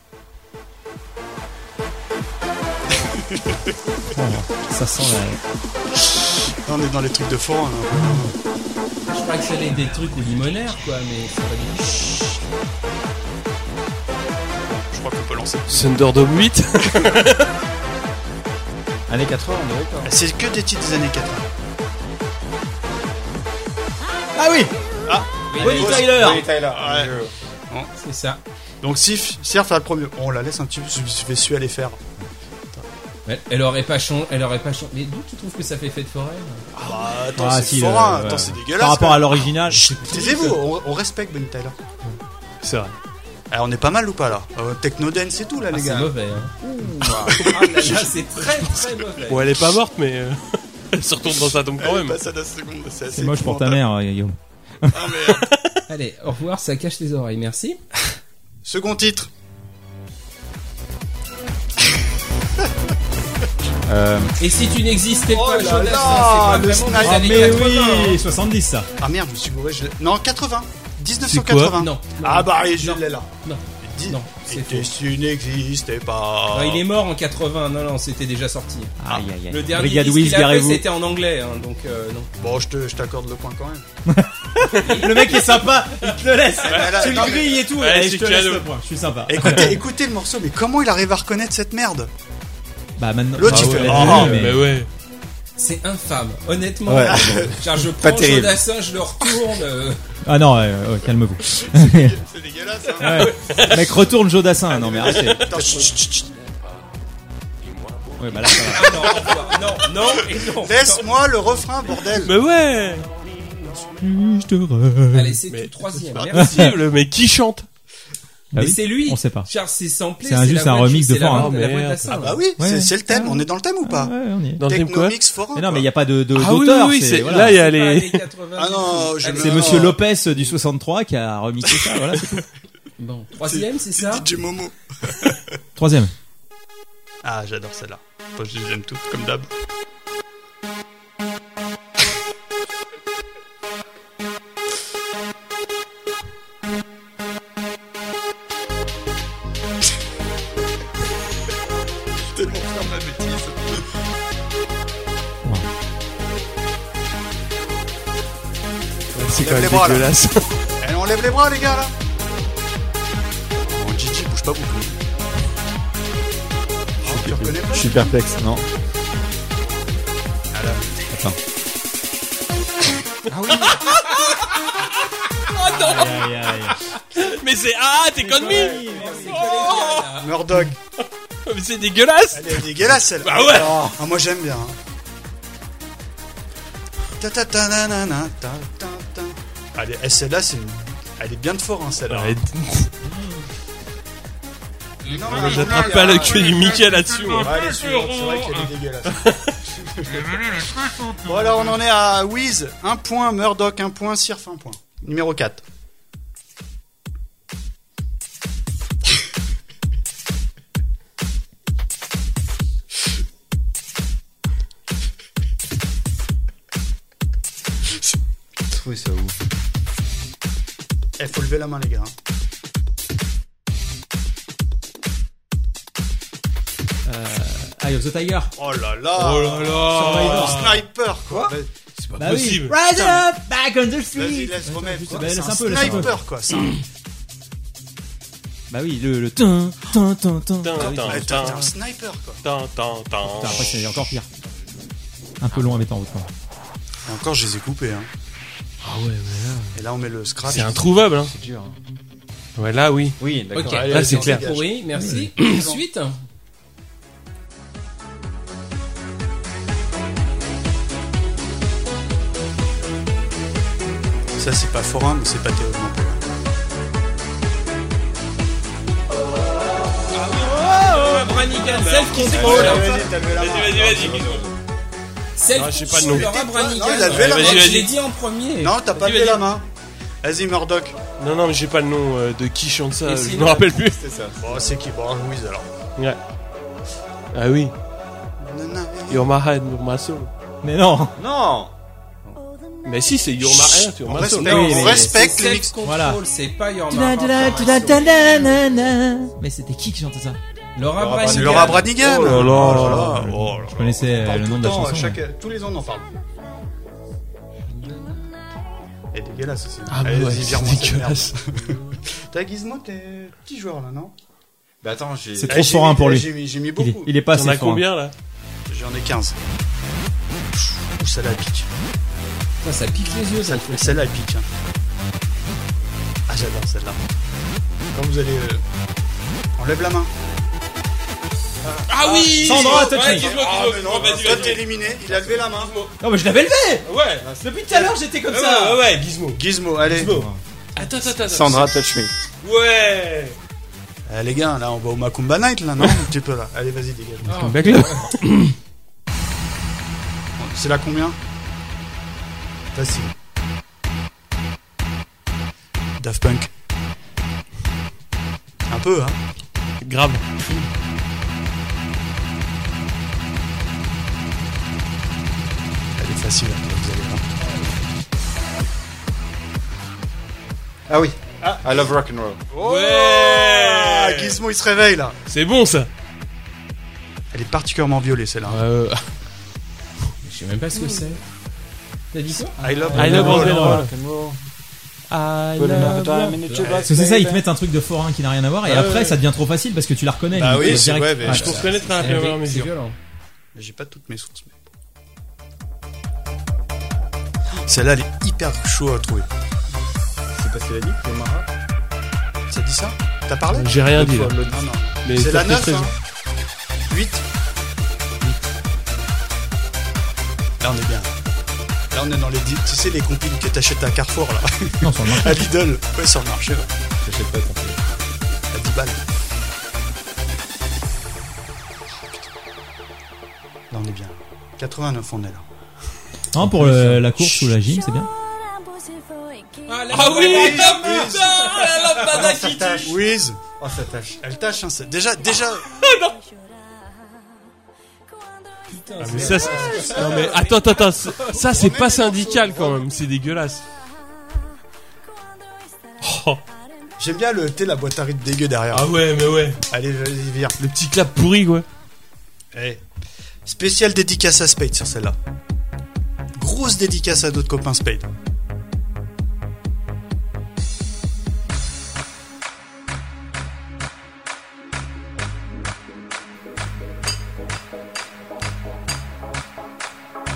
E: Ça sent la...
A: Là, on est dans les trucs de forain. hein.
C: Je crois que ça allait être des trucs ou limonaires, quoi, mais c'est pas bien.
A: Je crois qu'on peut lancer.
B: Thunderdome 8
D: Années 80, on dirait pas.
A: Ah, C'est que des titres des années 80.
E: Ah oui
A: Bonnie
E: Tyler.
D: Bonnie Tyler.
A: Ouais.
C: C'est ça.
A: Donc, Sif, Sirf a le premier. On la laisse un petit peu. Je vais su aller faire.
C: Elle, elle aurait pas changé. Elle aurait pas changé. Mais d'où tu trouves que ça fait fête foraine
A: Ah, attends,
E: Ah,
A: c'est
E: si, le-
A: forain.
E: ouais.
A: Attends, c'est dégueulasse.
E: Par rapport
A: quoi.
E: à euh. l'original.
A: Chut, Taisez-vous, on, on respecte Bonnie Tyler. C'est vrai. Alors, on est pas mal ou pas là Euh, Technodance, c'est tout là,
C: Ah,
A: les
C: C'est
A: gars.
C: mauvais. Hein. Ah, là, là, c'est très très mauvais.
B: Bon elle est pas morte mais euh, elle se retourne dans sa tombe quand même.
A: à la seconde, c'est assez
E: C'est moche pour ta mère, euh, Guillaume.
C: Allez, au revoir. Ça cache les oreilles. Merci.
A: Second titre.
D: Euh,
C: Et si tu n'existais
A: Oh
C: pas,
A: là
C: Jonas,
A: là,
C: ça,
A: le
C: c'est
A: sniper.
C: pas vraiment
E: Ah
C: des
E: mais
C: années 80,
E: oui,
C: hein.
E: 70 ça.
A: Ah merde, je me suis gouré. Je... Non, 80.
E: C'est
A: 1980.
C: Non, non.
A: Ah bah, et je
C: Non.
A: l'ai là.
C: Non.
A: Dis-
C: Non,
A: Et
C: c'est faux.
A: que tu n'existais pas.
C: Ah, il est mort en 80, non, non, c'était déjà sorti.
E: Aïe, aïe, aïe.
C: Le dernier
E: Brigade
C: disque
E: Wiz,
C: qu'il a fait,
E: garez-vous.
C: c'était en anglais, hein, donc euh, non.
A: Bon, je te- je t'accorde le point quand même.
E: Le mec est sympa, il te laisse.
A: là,
E: tu
A: non,
E: le grilles et tout.
B: Ouais,
E: Allez,
B: c'est
E: je te laisse
B: cadeau.
E: le point. Je suis sympa.
A: Écoutez, écoutez le morceau, mais comment il arrive à reconnaître cette merde
E: Bah maintenant.
A: L'autre, il
E: bah,
A: fait,
E: ouais,
A: oh,
E: oui, mais-
B: Bah ouais.
C: C'est infâme, honnêtement.
D: Ouais.
C: Genre, je
D: Pas
C: prends
D: terrible.
C: Jodassin, je le retourne. euh,
E: Ah non, ouais, ouais, ouais, calme-vous.
A: C'est dégueulasse.
E: Ouais. Mec, retourne Jodassin. Non mais arrêtez. Ouais, bah là, ça va.
C: Ah non, au revoir. non, non, et non.
A: Laisse-moi le refrain, bordel.
B: Bah ouais
E: Plus de re-
C: Allez, c'est
B: Mais-
C: le troisième.
B: C'est
C: Merci.
B: impossible, mais qui chante
E: Ah
C: Mais
E: oui,
C: c'est lui.
E: On sait pas.
C: Charles, c'est samplé.
E: C'est un- juste
C: la
E: un
C: voix
E: remix
C: qui-
E: de
C: c'est la
E: Forain.
C: voix de la voix de la
B: Merde.
C: Saint,
A: Ah
C: hein.
A: bah oui,
E: Ouais,
A: c'est
E: ouais.
A: c'est le thème. On est dans le thème ou pas
E: Ouais, on y est.
B: Dans le thème quoi
A: Technomix forain.
E: Mais non,
A: quoi.
E: mais il n'y a pas de, de
B: Ah oui,
E: d'auteur,
B: oui, oui,
E: c'est-
B: c'est-
E: voilà.
B: là il y a
C: C'est pas
B: les...
C: années 80.
A: Ah non, je
C: Allez,
A: me-
E: C'est
A: Non,
E: Monsieur
A: non.
E: Lopez euh, du 63 qui a remixé ça. Voilà. c'est tout.
C: Bon, troisième, c'est ça
A: DJ Ah, Momo.
E: Troisième.
A: Ah, j'adore celle-là. Enfin, je les aime toutes, comme d'hab. Tellement faire ma bêtise.
B: C'est
A: quand même Les bras, là.
B: dégueulasse.
A: Allez, on lève les bras, les gars, là. Bon, Gigi, bouge pas beaucoup. Oh, tu reconnais pas
D: je suis perplexe, non
E: Aïe, aïe, aïe.
B: Mais c'est... Ah, t'es con de mille
A: Murdoch.
B: Mais c'est dégueulasse
A: Elle est dégueulasse celle-là.
B: Bah ouais.
A: Ah, ah, moi j'aime bien. hein. Ta ta ta na na na ta ta ta. Allez, eh, celle-là c'est une... elle est bien de fort hein, celle-là.
B: Ouais,
A: Non,
B: moi,
A: non,
B: J'attrape
A: non,
B: pas
A: non,
B: le cul du Mickey là-dessus. moi.
A: non. Ouais, elle est suivante, c'est vrai qu'elle est dégueulasse. bon alors on en est à Wiz, un point, Murdoch, un point, Sirf, un point. Numéro 4.
D: J'ai trouvé ça ouf.
A: Eh, faut lever la main les gars. hein.
E: Eye of the Tiger.
A: Oh là
B: Oh
A: là
B: là là
A: Oh, Sniper quoi,
B: C'est pas
E: Bah
B: possible.
E: oui. Rise up, back on the
A: Vas-y
E: street.
A: laisse remettre. quoi.
E: Bah, laisse
A: C'est un
E: un peu, laisse un peu.
A: sniper quoi. C'est un-
E: Bah oui, le, le tin, tin, tin, tin.
B: Tin,
E: Ah oui,
B: tin.
E: c'est-
A: Ouais, t'es un sniper quoi.
B: Tin, tin, tin.
E: putain, Après, c'est encore pire. Un peu long à mettre en route. quoi.
A: Et encore je les ai coupés hein.
B: Ah ouais, mais là.
A: Et là, on met le scratch.
B: C'est introuvable, hein.
D: C'est dur. hein.
B: Ouais, là, oui.
D: Oui, d'accord.
C: Ok,
D: Allez,
B: là,
D: vas-y,
B: c'est
D: on
B: clair.
D: dégage.
C: Oui, merci.
A: Mm.
C: Ensuite,
A: Ça, c'est pas forum, c'est pas terrible non plus.
C: celle qui
A: Oh,
C: s'écroule.
A: là, vas-y, t'as levé la main.
C: Celle
B: Non, je sais
C: qui
B: pas le nom.
C: s'écroule. Laura
A: Non, il a
C: Branigan.
A: levé la
B: Vas-y,
A: main.
B: vas-y.
C: Je l'ai dit en premier.
A: Non, t'as pas
C: Vas-y,
A: levé la
C: vas-y.
A: main. Vas-y, Murdoch.
B: Non, non, mais j'ai pas le nom euh, de qui chante ça,
C: Et
B: je
C: sinon-
B: me rappelle plus.
D: C'est ça.
A: Bon, c'est qui Bon, Louise alors.
B: Ah oui,
A: Non, non, non.
B: Your My Head, Your My Soul.
E: Mais non
D: Non
B: Mais si, c'est Your My Head, Your
A: On
B: My Soul.
A: respecte,
B: Ah
E: mais
A: on
E: c'est
A: respecte les
C: les
A: mix.
E: Voilà.
C: Control, c'est pas Your Mama
G: Ah.
C: Information.
E: Mais c'était qui qui chantait ça
C: Laura
D: Laura-
A: C'est
C: Branigan.
A: Laura Branigan.
B: Oh là là.
A: oh là là.
E: Je connaissais
A: On
E: euh,
A: parle
E: le
A: tout
E: nom de la
A: temps,
E: chanson.
A: chaque- Tous les ans, on en parle. Elle est dégueulasse aussi.
B: Ah mais
A: Allez,
B: ouais,
A: vas-y,
B: c'est
A: vire-moi cette
B: dégueulasse.
A: merde. T'as Gizmo, t'es petit joueur là, non
D: Bah attends, j'ai.
E: C'est
A: Eh,
E: trop
A: j'ai
E: forain
A: mis-
E: pour
A: eh,
E: lui.
A: J'ai mis, j'ai mis
E: Il est,
A: beaucoup.
E: il est pas
B: On
E: assez
B: a
E: fort.
B: combien là
A: J'en ai 15. Ouh, celle-là elle pique.
C: Putain, Ça pique les yeux, ça.
A: Celle- Celle-là elle pique. hein. Ah, j'adore celle-là. Quand vous allez. euh, On lève la main.
B: Ah oui
E: Sandra, t'as tué.
A: Ah, mais non, toi t'es éliminé, il a levé la main.
E: hein. Non mais je l'avais levé
B: Ouais
E: Depuis tout à l'heure j'étais comme
B: Ouais, ouais, Gizmo.
A: Oh, Gizmo, allez.
B: Gizmo. Attends, attends, attends.
D: Sandra Touch Me.
B: Ouais
A: Eh, les gars, là on va au Macumba Night là, non Un petit peu là. Allez, vas-y, dégage.
E: Ah.
A: C'est là combien Facile. Daft Punk. Un peu, hein
B: Grave.
A: Elle est facile, hein, vous allez voir.
D: Ah oui. I love rock and roll.
A: Ah,
B: Ouais
A: Gizmo, il se réveille, là
B: C'est bon ça
A: Elle est particulièrement violée, celle-là.
B: Euh,
C: Je sais même pas ce que c'est. T'as dit quoi
A: I love,
B: I love rock and roll.
C: Ah,
E: I love you. Parce que c'est ça, ils te mettent un truc de forain qui n'a rien à voir et
B: Ah
E: après
B: ouais.
E: ça devient trop facile parce que tu la reconnais.
A: Bah
E: donc,
A: oui,
E: euh,
A: c'est-
E: direct.
A: ouais, mais je
B: Pour connaître un peu hein, la
C: C'est
B: mesure.
C: violent.
A: J'ai pas toutes mes sources, mais... bon. Celle-là, elle est hyper chaud à trouver.
D: C'est pas ce qu'il a dit, Yomara
A: Ça dit ça T'as parlé
B: J'ai rien dit là.
A: Non, non.
B: Mais
A: C'est
B: t'as
A: la hein
B: fait
A: 9,
B: très
A: hein
B: bien.
A: 8. Là, on est bien. Là, on est dans les... dix- Tu sais, les compiles que t'achètes à Carrefour, là.
E: Non, sur le marché.
A: À Lidl. Ouais, sur le marché, ouais.
D: Je sais pas, t'en fais.
A: à 10 balles. Là, on est bien. 89, on est là.
E: Hein, pour le- la course ou la gym, c'est bien.
C: Ah oui Ah,
A: Wiz
D: Oh, ça tâche.
A: Elle tâche, hein, c'est- déjà, déjà.
B: Ah, mais ça, c'est- non mais attends, attends, attends, ça ça, c'est pas syndical quand même, c'est dégueulasse. Oh,
A: J'aime bien le thé, la boîte à rythme dégueu derrière.
B: ah ouais, mais ouais,
A: Allez, vas-y, viens.
B: le petit clap pourri quoi.
A: Eh. Spécial dédicace à Spade sur celle-là. Grosse dédicace à d'autres copains Spade. Vous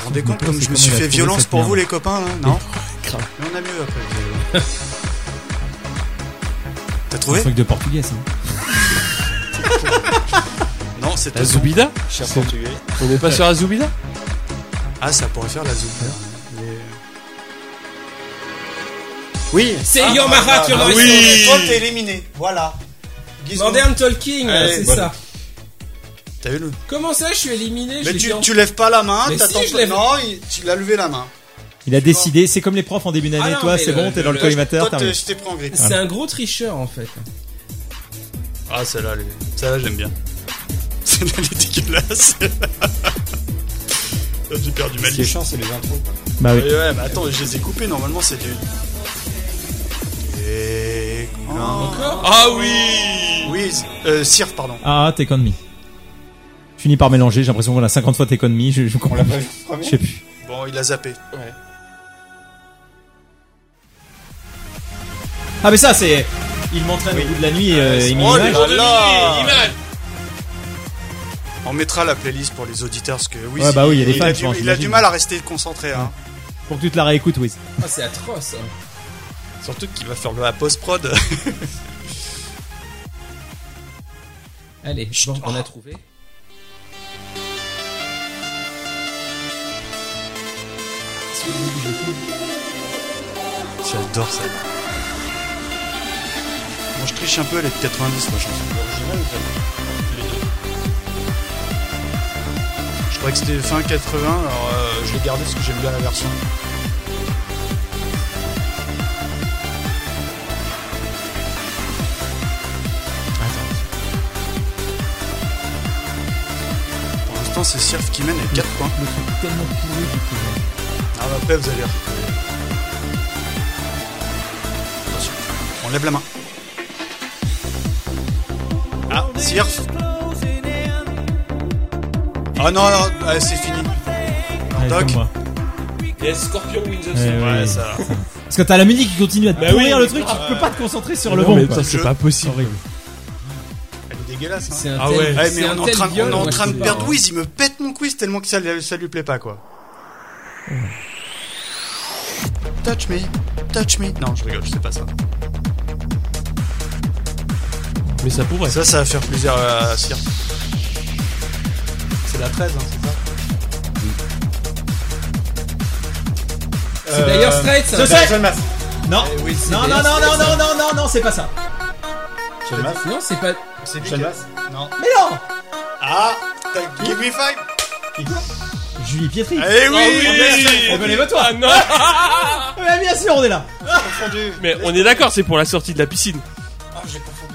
A: vous rendez compte comme je me suis fait violence pour vous les copains là Non Mais on a mieux après. vous allez voir. T'as
E: Un
A: trouvé
E: truc de portugais ça.
A: Non, c'est
B: La
A: ta soupe.
B: Zoubida
D: Cher portugais.
B: On est pas sur la Zoubida
A: Ah, ça pourrait faire la soupe. là. Mais- euh,
D: Oui
C: C'est Yomara qui aurait sauvé.
A: Ah Toi, t'es éliminé. Voilà. Gizmo.
C: Modern Talking,
A: Allez,
C: c'est
A: voilà.
C: ça.
A: T'as vu le.
C: Comment ça, je suis éliminé je
A: Mais
C: l'ai
A: tu,
C: dit en-
A: tu lèves pas la main,
C: Mais
A: t'attends
C: si, je
A: pas-
C: lève.
A: Non, il- tu l'as levé la main.
E: Il a décidé, c'est comme les profs en début d'année,
C: Ah non,
E: toi
C: mais
E: c'est
C: le-
E: bon, t'es dans le
C: le-
E: collimateur,
A: Toi, t'es-
E: terminé.
A: je t'ai pris en grippe.
C: C'est un gros tricheur en fait.
A: Ah, celle-là, elle est- celle-là, j'aime bien. Celle-là, elle est dégueulasse. Là, J'ai perdu ma
D: Ce qui est
A: liste.
D: chiant, c'est les intros. quoi.
E: Bah oui.
A: Ouais, ouais, mais attends, je les ai coupés, normalement, c'est du. Et.
C: Encore
B: Ah oui
A: Oui, euh, Sirf, pardon.
E: Ah, t'es con de me. Je finis par mélanger, j'ai l'impression qu'on a 50 fois t'es con de me, je, je
D: On
E: comprends
D: l'a
E: pas.
D: pas vu le premier
E: Je sais plus.
A: Bon, il a zappé.
E: Ah mais ça c'est... Il m'entraîne au bout de la
H: Ah,
E: nuit, euh, il
A: Oh
E: m'image.
A: là là
B: Image.
A: On mettra la playlist pour les auditeurs parce que oui,
E: Ouais, bah oui, il y a des fans,
A: a
E: je
A: du,
E: pense,
A: il a du
E: j'imagine.
A: mal à rester concentré. Hein.
H: Pour que tu te la réécoutes, Wiz.
C: Ah, c'est atroce. hein.
A: Surtout qu'il va faire de la post-prod.
C: Allez, bon, on a trouvé.
A: J'adore ça. Bon, je triche un peu, elle est de 90, moi, je pense. Je crois que c'était fin 80, alors euh, je l'ai gardé parce que j'aime bien la version. Attends. Pour l'instant, c'est Sirf qui mène avec 4 points.
E: Le truc tellement pourri du coup.
A: Ah bah après vous allez retrouver. Attention, on lève la main. Ah, Sirf Ah non, non, ouais, c'est fini.
C: Ah,
H: Allez,
A: Toc.
H: comme moi.
B: Yes, Scorpion Wins
H: Eh
B: of
H: oui.
A: Ouais, ça. va.
H: Parce que t'as la musique qui continue à te
B: Bah oui,
H: pourrir le
B: mais
H: truc, tu
A: grave.
H: peux pas te concentrer sur
B: Non,
H: le bon.
B: mais
H: quoi.
B: ça, c'est pas possible.
H: Horrible.
A: Elle est dégueulasse.
C: C'est
A: Hein.
C: un
B: Ah
C: tel-
B: ouais.
A: Ouais,
C: c'est
A: mais
C: un
A: on est en
C: tel
A: train,
C: viol,
A: on est en
C: moi,
A: train
C: je
A: de
C: sais
A: perdre
C: pas.
A: Wiz, il me pète mon quiz tellement que ça, ça lui plaît pas quoi. Touch me, touch me. Non, je rigole, c'est pas ça.
B: Mais ça pourrait.
A: Ça, ça va faire plaisir à Sirf. C'est la 13, hein, c'est ça
C: C'est d'ailleurs straight, ça.
H: Je sais Non
A: Eh oui, c'est
H: Non, non,
A: bien.
H: non, non, non, non, non, non, c'est pas ça.
A: Chalmas
C: Non, c'est pas.
A: C'est lui
H: Chalmas
A: qui- Non.
H: Mais non
A: Ah t'as- Give me five
H: Julie Pietri. Oh,
A: Eh oui
H: Eh ben, les votes-toi.
B: Ah non
H: Mais Eh ben, bien sûr, on est là.
A: Confondu.
B: Mais on est d'accord, c'est pour la sortie de la piscine.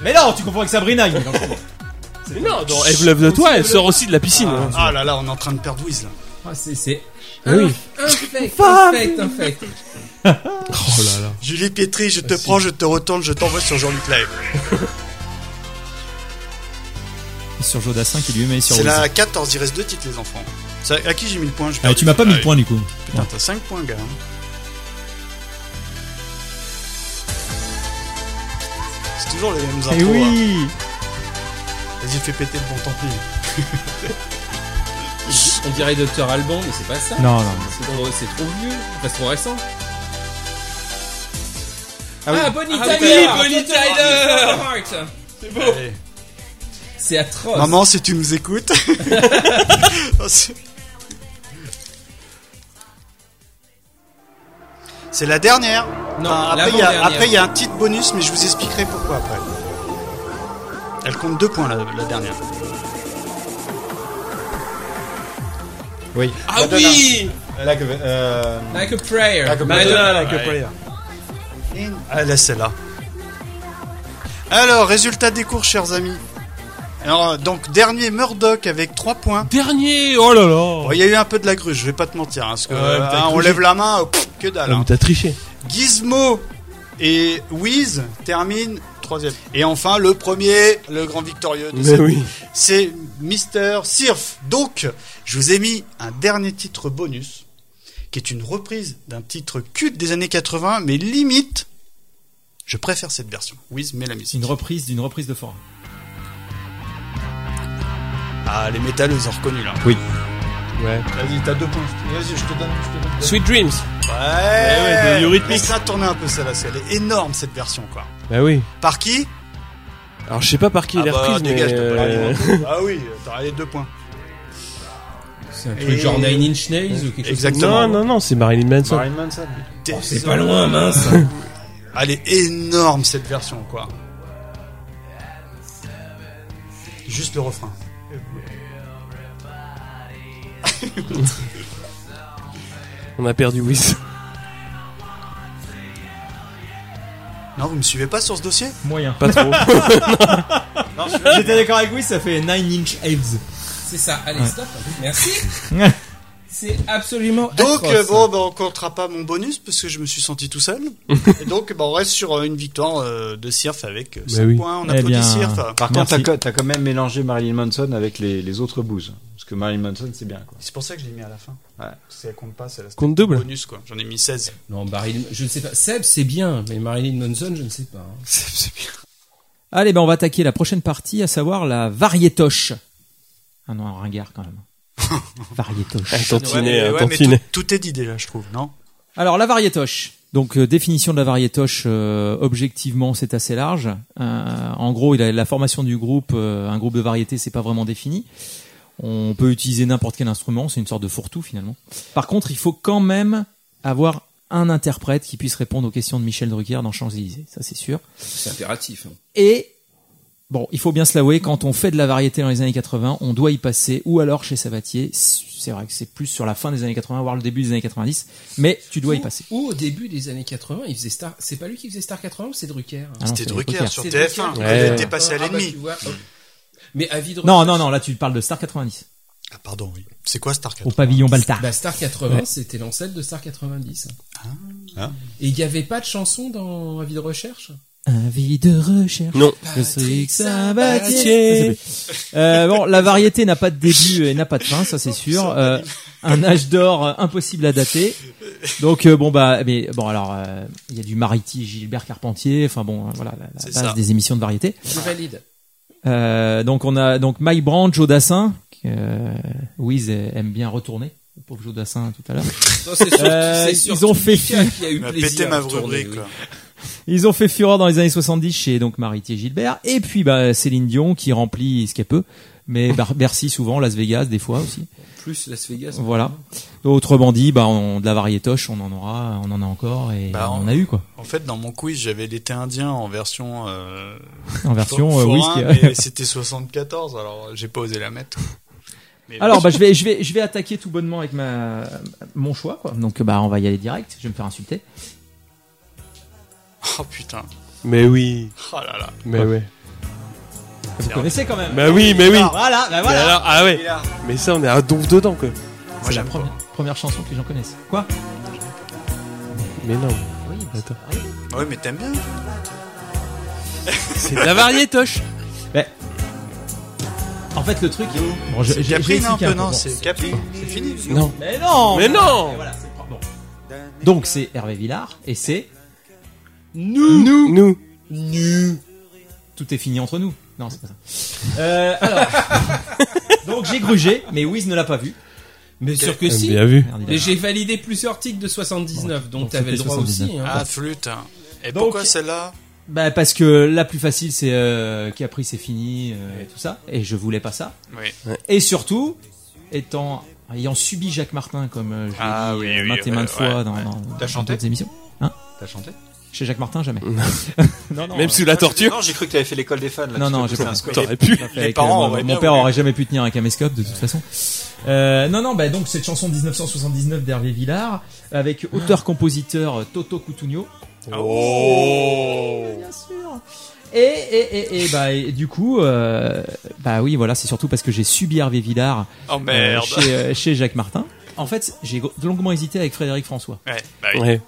H: Mais non, tu confonds avec Sabrina. il me semble.
B: Mais non, dans Eve Love de toi, elle sort aussi de la piscine. hein.
A: Ah là là, on est en train de perdre Wiz là.
C: Ah, c'est. c'est...
B: Ah oui.
C: Infect, infect, infect.
B: Oh là là.
A: Julie Pietri, je te prends, je te retourne, je t'envoie sur Jean-Luc Live.
E: Sur Jodassin qui lui met sur
A: C'est
E: Wiz.
A: la 14, il reste deux titres les enfants. Ça- à qui j'ai mis le point je
H: Ah,
A: perds.
H: tu m'as pas mis le
A: Ah,
H: point du coup.
A: Putain, t'as 5 points gars. hein. C'est toujours les mêmes intros.
H: Eh
A: hein.
H: oui
A: Vas-y, fais péter le bon, tant pis.
C: On dirait Docteur Alban, mais c'est pas ça.
E: Non, non.
C: C'est trop, c'est trop vieux, enfin, c'est trop récent.
D: Ah oui.
C: Bonnie
B: Ah oui, Bonnie
C: Tyler
B: C'est beau.
A: Allez.
C: C'est atroce.
A: Maman, si tu nous écoutes. Oh, c'est- C'est la dernière.
C: Non,
A: Enfin, après, il y a-
C: l'avant-dernière.
A: après, il y a un titre bonus, mais je vous expliquerai pourquoi après. Elle compte deux points, la, la dernière.
D: Oui.
B: Ah oui
D: Bah, Là que- euh,
C: Like a prayer.
D: Like a
C: Madonna.
A: like a prayer. Ah, là, celle-là. Alors, résultat des cours, chers amis. Alors, donc, dernier Murdoch avec 3 points.
B: Dernier Oh là
A: Bon,
B: là
A: Il y a eu un peu de la gruge, je vais pas te mentir. hein, parce que,
B: Ouais, mais t'as
A: hein, on
B: cru-
A: lève la main, euh, pff, que dalle.
B: Ah,
A: hein.
B: mais t'as triché.
A: Gizmo et Wiz terminent troisième. Et enfin, le premier, le grand victorieux de
B: Mais
A: cette-
B: oui.
A: c'est Mister Sirf. Donc, je vous ai mis un dernier titre bonus, qui est une reprise d'un titre culte des années 80, mais limite, je préfère cette version. Wiz met la
E: C'est
A: musique.
E: une reprise d'une reprise de Fort.
A: Ah, les métalleux, ils ont reconnu là.
B: Ouais.
A: Vas-y, t'as deux points. Vas-y, je te donne. Je te
B: Sweet Dreams. ouais,
A: Ouais,
B: de Eurythmics.
A: Laisse-la tourner un peu celle-là, c'est- elle est énorme cette version quoi.
B: Bah oui.
A: Par qui
B: Alors je sais pas par qui il est
A: bah,
B: reprise, mais.
A: dégage, t'as pas
B: euh,
A: les- Ah oui, t'auras les deux points.
C: C'est un
A: Et-
C: truc genre Nine Inch Nails ou quelque chose.
A: Exactement.
B: Non, non, non, c'est Marilyn Manson.
D: Marilyn Manson.
C: C'est pas loin, mince.
A: Elle est énorme cette version, quoi. Juste le refrain.
B: On a perdu Wiz.
A: Non, vous me suivez pas sur ce dossier
E: Moyen.
B: Pas trop.
H: J'étais d'accord avec Wiz, ça fait Nine Inch Elves.
C: C'est ça, allez, stop. Merci. C'est absolument
A: Donc,
C: atroce.
A: euh, bon, bah, on comptera pas mon bonus parce que je me suis senti tout seul. Et donc, bah, on reste sur euh, une victoire euh, de Sirf avec
B: Bah
A: 5
B: oui.
A: points. On
E: Eh
A: applaudit
E: bien,
A: Sirf.
D: Par
E: Merci.
D: contre, t'as co- t'as quand même mélangé Marilyn Manson avec les, les autres bouses. Parce que Marilyn Manson, c'est bien, quoi.
A: C'est pour ça que je l'ai mis à la fin.
D: Ouais.
A: Si elle compte pas, c'est la
B: Compte double.
A: bonus, quoi. J'en ai mis 16.
C: Non, Marilyn, je ne sais pas. Seb, c'est bien, mais Marilyn Manson, je ne sais pas. hein.
E: Allez, ben on va attaquer la prochaine partie, à savoir la variétoche. Ah non, un ringard quand même. variétoche.
B: Un tantinet,
A: Ouais, mais- ouais,
B: un
A: mais
B: tantinet.
A: tout, tout est dit déjà, je trouve, non
E: Alors la variétoche. Donc euh, définition de la variétoche, euh, objectivement c'est assez large. Euh, en gros, il a la formation du groupe, euh, un groupe de variété, c'est pas vraiment défini. On peut utiliser n'importe quel instrument, c'est une sorte de fourre-tout finalement. Par contre, il faut quand même avoir un interprète qui puisse répondre aux questions de Michel Drucker dans Champs-Élysées, ça c'est sûr.
C: C'est impératif. hein.
E: Et bon, il faut bien se l'avouer, quand on fait de la variété dans les années 80, on doit y passer, ou alors chez Sabatier. C'est vrai que c'est plus sur la fin des années 80, voire le début des années 90, mais tu dois y
C: Ou-
E: passer.
C: Ou au début des années 80, il faisait Star. C'est pas lui qui faisait Star 80 ou c'est Drucker hein
E: Ah non,
A: C'était
E: c'est
A: Drucker,
E: Drucker.
A: sur
C: C'est
A: TF1.
C: Drucker.
A: quand
B: Ouais.
A: il était passé à
C: Ah, bah,
A: l'ennemi.
C: tu vois, hop. Mais avis de
E: Non,
C: recherche.
E: non, non, là tu parles de Star 90,
A: Ah, pardon, oui. C'est quoi Star 4
E: au pavillon Baltard.
C: Bah, Star 80,
E: Ouais.
C: c'était l'ancêtre de Star 90.
D: Ah.
C: Et il n'y avait pas de chanson dans Avis de recherche
E: Avis de recherche.
B: Non.
E: Je sais que ça va
C: Sabatier.
E: tirer. Euh, bon, la variété n'a pas de début et n'a pas de fin, ça c'est sûr. Euh, un âge d'or euh, impossible à dater. Donc euh, bon bah mais bon alors euh, il y a du Mariti, Gilbert Carpentier, enfin bon euh, voilà la, la
A: C'est
E: base
A: ça.
E: des émissions de variété.
C: Je valide.
E: Euh, donc on a donc Mike Brandt, Joe Dassin, que euh, Wiz aime bien retourner. Le pauvre Joe Dassin tout à l'heure.
C: Non, c'est sûr-
E: Euh,
C: c'est sûr
E: ils ont fait
C: Mika qui a eu
A: Il m'a
C: plaisir
A: pété
C: à
A: ma
C: retourner,
A: rubrique,
C: oui.
A: quoi.
E: Ils ont fait fureur dans les années 70 chez donc Maritier Gilbert et puis bah, Céline Dion qui remplit ce qu'elle peut, mais Bar- Bercy souvent, Las Vegas des fois aussi.
C: Plus Las Vegas.
E: Voilà. Autrement dit, bah on, de la variétoche, on en aura, on en a encore et
A: Bah,
E: on en
A: on-
E: a eu quoi.
A: En fait, dans mon quiz, j'avais l'été indien en version, euh,
E: En version euh,
A: forain,
E: whisky.
A: mais c'était 74, alors j'ai pas osé la mettre. Mais
E: Alors bah je vais je vais je vais attaquer tout bonnement avec ma mon choix quoi. Donc bah on va y aller direct, je vais me faire insulter.
A: Oh putain.
B: Mais oui.
A: Oh là là.
B: Mais ouais.
E: Vous connaissez quand même.
B: Bah oui, mais oui.
E: Ah, voilà, bah
B: Mais
E: voilà.
B: alors, ah ouais. Mais ça, on est à donf dedans, quoi.
A: Moi,
E: C'est la
A: j'aime pas.
E: première, première chanson que les gens connaissent. Quoi
B: Mais non.
E: Oui.
A: bah,
B: Attends.
A: Ouais, mais t'aimes bien.
B: C'est de la variétoche.
E: En fait le truc bon, je-
A: C'est
E: j'ai- hein,
A: Caprine
E: j'ai
A: un
E: expliqué
A: peu,
E: peu,
A: non
E: bon.
A: C'est Caprine. C'est fini.
B: Non.
E: Mais non
B: Mais non
E: Et voilà, c'est- bon. Donc c'est Hervé Villard et c'est
B: Nous. Nous. Nous.
E: Tout est fini entre nous. Non, c'est pas ça. Euh, alors. Donc j'ai grugé, mais Wiz ne l'a pas vu.
C: Mais sûr que si.
B: Bien vu.
E: Merde, il a-
C: Mais j'ai validé plusieurs titres de 79, donc
E: Donc
C: t'avais le
E: c'était
C: droit
E: 79.
C: aussi. hein.
A: Ah, flûte. hein. Et
E: Donc-
A: pourquoi celle-là
E: Bah parce que la plus facile c'est euh, Capri c'est fini euh, et tout ça et je voulais pas ça.
A: Oui.
E: Et surtout étant ayant subi Jacques Martin comme euh, je l'ai
A: Ah
E: dit
A: oui,
E: euh,
A: oui,
E: maintes et
A: ouais,
E: maintes
A: ouais,
E: fois dans,
A: ouais.
E: dans,
A: T'as
E: dans
A: chanté
E: d'autres émissions.
A: T'as chanté
E: Chez Jacques Martin jamais. non non. euh,
B: Même sous la torture.
D: Ah, Non, j'ai cru que t'avais fait l'école des fans. Là,
E: Non,
D: Tu
E: non,
D: t'as
E: j'ai
D: poussé
E: pas.
D: un squat.
B: T'aurais pu.
E: Tout à fait,
A: Les
E: avec,
A: parents
E: euh,
A: auraient
E: mon
A: bien
E: père
A: voulu.
E: aurait jamais pu tenir un caméscope de toute façon. Euh, non, non, bah donc cette chanson de 1979 d'Hervé Villard avec auteur-compositeur euh, Toto Cutugno.
A: Oh
E: Bien sûr. Et, et, et, et, bah, et du coup, euh, bah oui, voilà, c'est surtout parce que j'ai subi Hervé Villard
A: Oh
E: euh,
A: merde.
E: chez, euh, chez Jacques Martin. En fait, j'ai gr- longuement hésité avec Frédéric François.
A: Ouais, bah oui.
B: Ouais.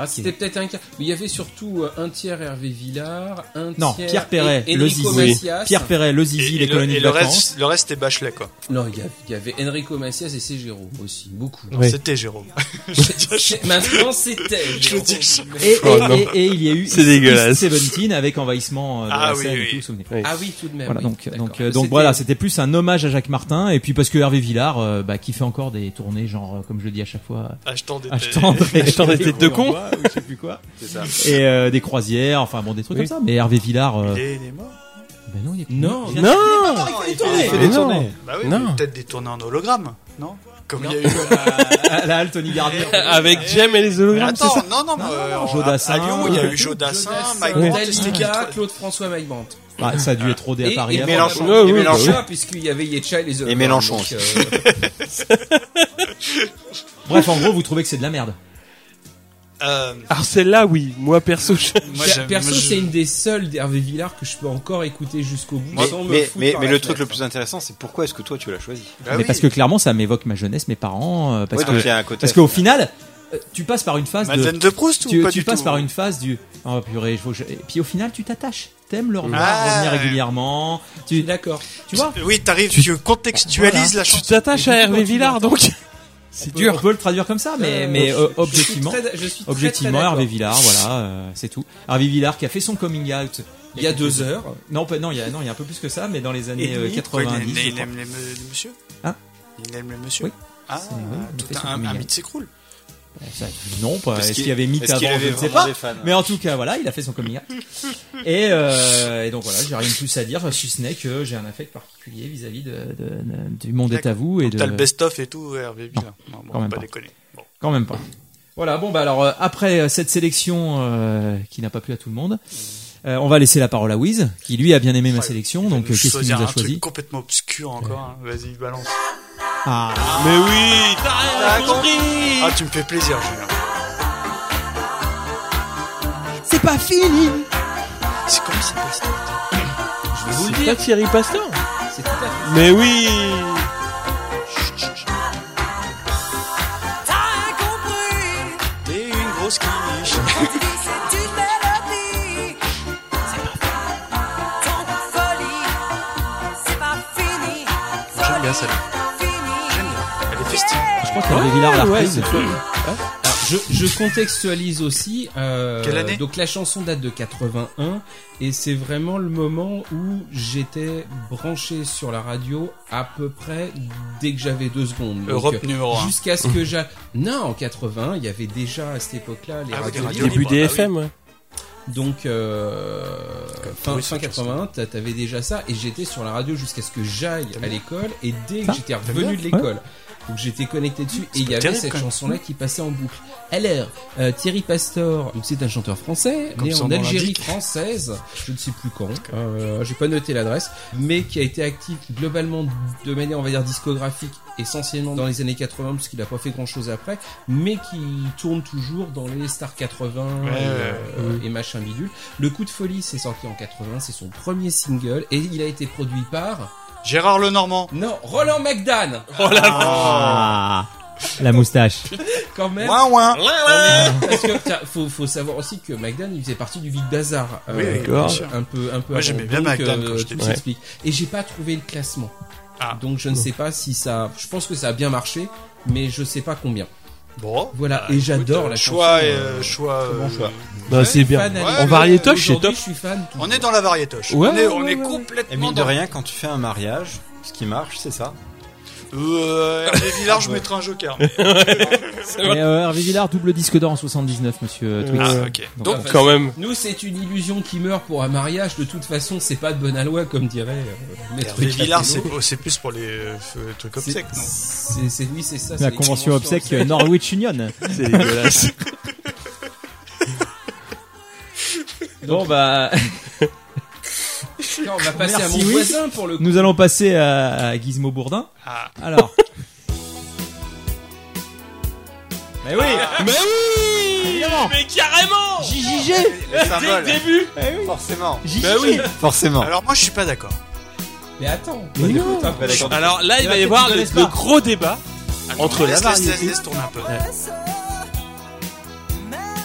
C: Ah, c'était peut-être un quart. Mais il y avait surtout euh, un tiers Hervé Villard, un
E: Non,
C: tiers
E: Pierre Perret,
C: En-
E: le
C: Enrico
E: Zizi.
C: Macias.
E: Pierre Perret, Le Zizi,
A: Et, et
E: les
A: le,
E: colonies
A: et
E: de
A: le
E: vacances.
A: reste, le reste est Bachelet, quoi.
C: Non, il y avait- il y avait Enrico Macias et c'est Jérôme aussi, beaucoup.
A: Non,
B: Ouais.
A: C'était Jérôme. Je veux dire, je-
C: C'est- Maintenant, c'était.
A: Je le
C: Jérôme.
A: dis.
E: Et, et,
B: Oh non.
E: et, et il y a eu
B: C'est dégueulasse.
E: Seventeen avec envahissement euh, de
A: Ah
E: la
A: oui,
E: scène et
A: oui.
E: tout, souvenez-vous.
C: Ah oui, tout de même.
E: Voilà,
C: oui,
E: donc,
C: d'accord.
E: donc, euh, donc
C: C'était-
E: voilà, c'était plus un hommage à Jacques Martin, et puis parce que Hervé Villard, euh, bah, qui fait encore des tournées, genre, euh, comme je le dis à chaque fois,
A: Ah, je t'en déteste.
E: achetant des,
B: Achetant des têtes de con.
E: ou je sais plus quoi,
D: C'est ça.
E: et euh, des croisières, enfin bon, des trucs
B: Oui.
E: comme ça. Mais Hervé Villard, euh,
A: Il est, il est mort.
E: ben non, il y a-
C: Non,
E: il y a-
B: Non.
A: il
D: Il fait
B: Mais
D: des
B: non.
D: tournées.
A: Bah oui,
B: Non.
A: mais peut-être des tournées en hologramme, non Comme il y a eu.
E: Ah, là, le Tony Garnier.
B: Avec Jem et les hologrammes, c'est ça
A: Attends, non, non, mais euh,
E: Joe
A: à-
E: Dassin.
A: à Lyon, il y a euh, eu
C: Joe
A: Joe Dassin,
C: Dassin,
A: Mike
C: Dalida,
A: Brandt, c'était qui les trois
C: Claude François Mike Brandt.
E: Bah, ça a dû être rodé à Paris.
A: et
E: avant.
A: Mélenchon.
B: Ouais,
C: Et
B: oui, bah
C: Mélenchon, puisqu'il y avait Yetcha et les autres.
D: Mélenchon.
C: Donc, euh,
E: Bref, en gros, vous trouvez que c'est de la merde.
A: Euh,
B: Alors celle-là, oui. Moi perso, je...
A: moi,
C: per-
A: j'aime-
C: perso,
A: moi, je-
C: c'est une des seules d'Hervé Villard que je peux encore écouter jusqu'au bout.
D: Mais,
C: sans me
D: mais,
C: foutre
D: mais,
C: par
D: mais
C: la
D: le truc le
C: fenêtre. Ah
D: plus intéressant, c'est pourquoi est-ce que toi tu l'as choisi
A: Bah
E: mais
A: oui.
E: parce que clairement, ça m'évoque ma jeunesse, mes parents, euh, parce
D: Ah Ouais, donc il
E: que,
D: y a un côté.
E: parce qu'au final, euh, tu passes par une phase de,
A: Madeleine de Proust ou
E: tu,
A: pas
E: tu
A: du
E: passes
A: tout
D: hein.
E: par une phase du oh purée il faut que je... et puis au final tu t'attaches t'aimes le revoir
A: Ah,
E: revenir
A: ouais.
E: régulièrement tu
C: D'accord.
E: tu vois
A: Euh, Oui, t'arrives, tu contextualises la
B: tu
A: chanson.
B: t'attaches à Hervé Villard, donc. C'est
E: on peut le traduire comme ça mais
C: Euh,
E: mais
C: je-
E: euh,
C: je suis
E: objectivement
C: très- je suis très,
E: objectivement
C: très d'accord.
E: Hervé Villard voilà euh, c'est tout Hervé Villard qui a fait son coming out
C: Il y a deux heures.
E: non pas- non il y a non il y a un peu plus que ça mais dans les années
C: Et demi,
E: euh,
A: Quoi, il,
E: 90
A: aime-
E: je
A: il
E: crois.
A: aime les, me- les messieurs
E: Hein
A: Il aime les messieurs
E: Oui.
A: Ah,
E: C'est- oui, il
A: tout
E: fait son
A: un, un
E: familial.
A: mythe s'écroule.
E: Ça, non, pas.
D: Parce
E: Est-ce
D: qu'il-
E: qu'il y avait mythe
D: est-ce qu'il
E: avant
D: avait
E: Je ne sais
D: vraiment
E: pas.
D: des fans
E: Mais en tout cas, voilà, il a fait son coming out. Et, euh, et donc voilà, j'ai rien de plus à dire, si ce n'est que j'ai un affect particulier vis-à-vis de, de- de- du monde est à vous et
A: Donc,
E: de.
A: T'as le best-of et tout, Hervé Bilin. Non, bon,
E: quand même
A: pas
E: pas.
A: déconner. Bon.
E: Quand même pas. Voilà, bon, bah alors, euh, après euh, cette sélection euh, qui n'a pas plu à tout le monde, euh, on va laisser la parole à Wiz, qui lui a bien aimé ma
A: Ouais,
E: sélection, donc euh,
A: Je vais
E: qu'est-ce qu'il
A: choisir
E: nous a
A: un truc
E: choisi
A: complètement obscur encore. hein. Vas-y, balance.
E: Ah,
B: Mais oui, t'as rien compris
A: Ah, tu me fais plaisir, Julien.
E: c'est pas fini
A: C'est comment ça passe
C: Je vais vous le
B: C'est pas
C: dire,
B: Thierry Pasteur
C: c'est tout à fait.
B: Mais oui
G: T'as compris,
A: T'es une grosse quiche.
G: on dit c'est une mélodie. C'est pas fini. Ton folie, c'est pas fini.
A: J'aime bien celle-là.
G: Fini.
A: J'aime bien. Elle est festive.
E: Je crois qu'il y avait Villard à la
B: Ouais,
E: reprise.
B: c'est toi.
C: Alors, je, je contextualise aussi. euh,
A: Quelle année
C: Donc la chanson date de 81 et c'est vraiment le moment où j'étais branché sur la radio à peu près dès que j'avais deux secondes. Donc,
A: Europe
C: euh,
A: numéro 1.
C: Jusqu'à ce que j'a... Non, en 80, il y avait déjà à cette époque-là les
A: Ah oui,
C: radios
A: des
C: libres.
A: radios
B: Début
A: libre,
B: des
A: bah oui.
B: FM, ouais.
C: Donc, euh, fin,
A: pourri,
C: fin
A: cette chanson.
C: 81, t'a- t'avais déjà ça, et j'étais sur la radio jusqu'à ce que j'aille à l'école, et dès que
E: Ça
C: j'étais revenu de l'école, donc j'étais connecté dessus, et il y avait
A: terrible,
C: cette
A: quand même.
C: chanson-là qui passait en boucle. Alors, euh, Thierry Pastor, donc c'est un chanteur français,
A: Comme
C: né
A: son
C: en
A: nom
C: Algérie
A: l'indique.
C: française, je ne sais plus quand, euh, j'ai pas noté l'adresse, mais qui a été actif globalement de manière, on va dire, discographique, essentiellement dans les années 80, parce qu'il a pas fait grand-chose après, mais qui tourne toujours dans les stars 80
A: Ouais,
C: et, euh,
B: ouais.
C: et machin bidule. Le coup de folie, c'est sorti en 80, c'est son premier single et il a été produit par
A: Gérard Lenormand.
C: non Roland McDan.
E: Ah, la moustache.
C: Quand même.
A: Ouin, ouin.
C: On est- Parce que tiens, faut, faut savoir aussi que McDan il faisait partie du Big Bazar.
A: Oui, oui,
B: d'accord.
A: bien sûr.
C: Un peu, un peu.
A: Moi,
C: avant.
A: j'aimais bien
C: Donc,
A: McDan quand
C: euh,
A: j'étais
C: tout
A: petit.
C: s'explique. Et j'ai pas trouvé le classement.
A: Ah.
C: Donc je ne sais pas si ça. Je pense que ça a bien marché, mais je sais pas combien.
A: Bon.
C: Voilà.
A: Bah,
C: et j'adore
A: écoute,
C: la
A: choix.
C: chanson,
A: et,
C: euh,
A: euh, choix.
C: très bon
A: euh,
C: choix.
B: Non, c'est bien.
C: Fan
A: Ouais,
B: En
C: allez-
B: variétoche, c'est
C: Aujourd'hui,
B: top.
C: Je suis fan.
A: On est dans la variétoche.
B: Ouais,
A: on est, on
B: ouais,
A: est
B: ouais, ouais.
A: complètement
D: Et mine de
A: dans-
D: rien, quand tu fais un mariage, ce qui marche, c'est ça.
A: Euh, Hervé Villard, je
D: Ouais.
A: mettrai un joker. mais-
E: Et, euh, Hervé Villard, double disque d'or en 79, monsieur euh, Twix.
A: Ah, ok.
E: Donc,
C: Donc,
B: Quand même.
C: Nous, c'est une illusion qui meurt pour un mariage. De toute façon, c'est pas de bonne aloi, comme dirait euh, Maître
A: Hervé Villard, c'est
C: Capello.
A: c'est plus pour les euh, f- trucs
C: C'est-
A: obsèques, non
C: c'est- c'est- Oui, c'est ça.
E: la
C: c'est les
E: convention
C: conventions
E: obsèque euh, Norwich Union.
B: C'est dégueulasse.
E: Bon, bah,
C: Non, on va passer à
E: Merci,
C: mon
E: oui.
C: voisin pour le coup.
E: nous allons passer à, à Gizmo Bourdin.
A: Ah.
E: Alors. Mais oui
B: Mais oui
E: Ah. Évidemment.
B: Mais carrément
E: JJG
D: Les
B: Dès le
D: symboles, Eh
B: début
D: forcément.
B: Bah oui
D: Forcément.
A: Alors moi, je suis pas d'accord.
C: Mais attends, on
E: Mais non.
C: écoute un peu.
B: Alors là, il
E: Et
B: va
E: bah,
B: y avoir
E: peut-être
B: le,
E: qu'ils connaissent
B: le gros débat entre la
A: laisse, laisse,
B: variété.
A: laisse, laisse tourner un peu.
G: Même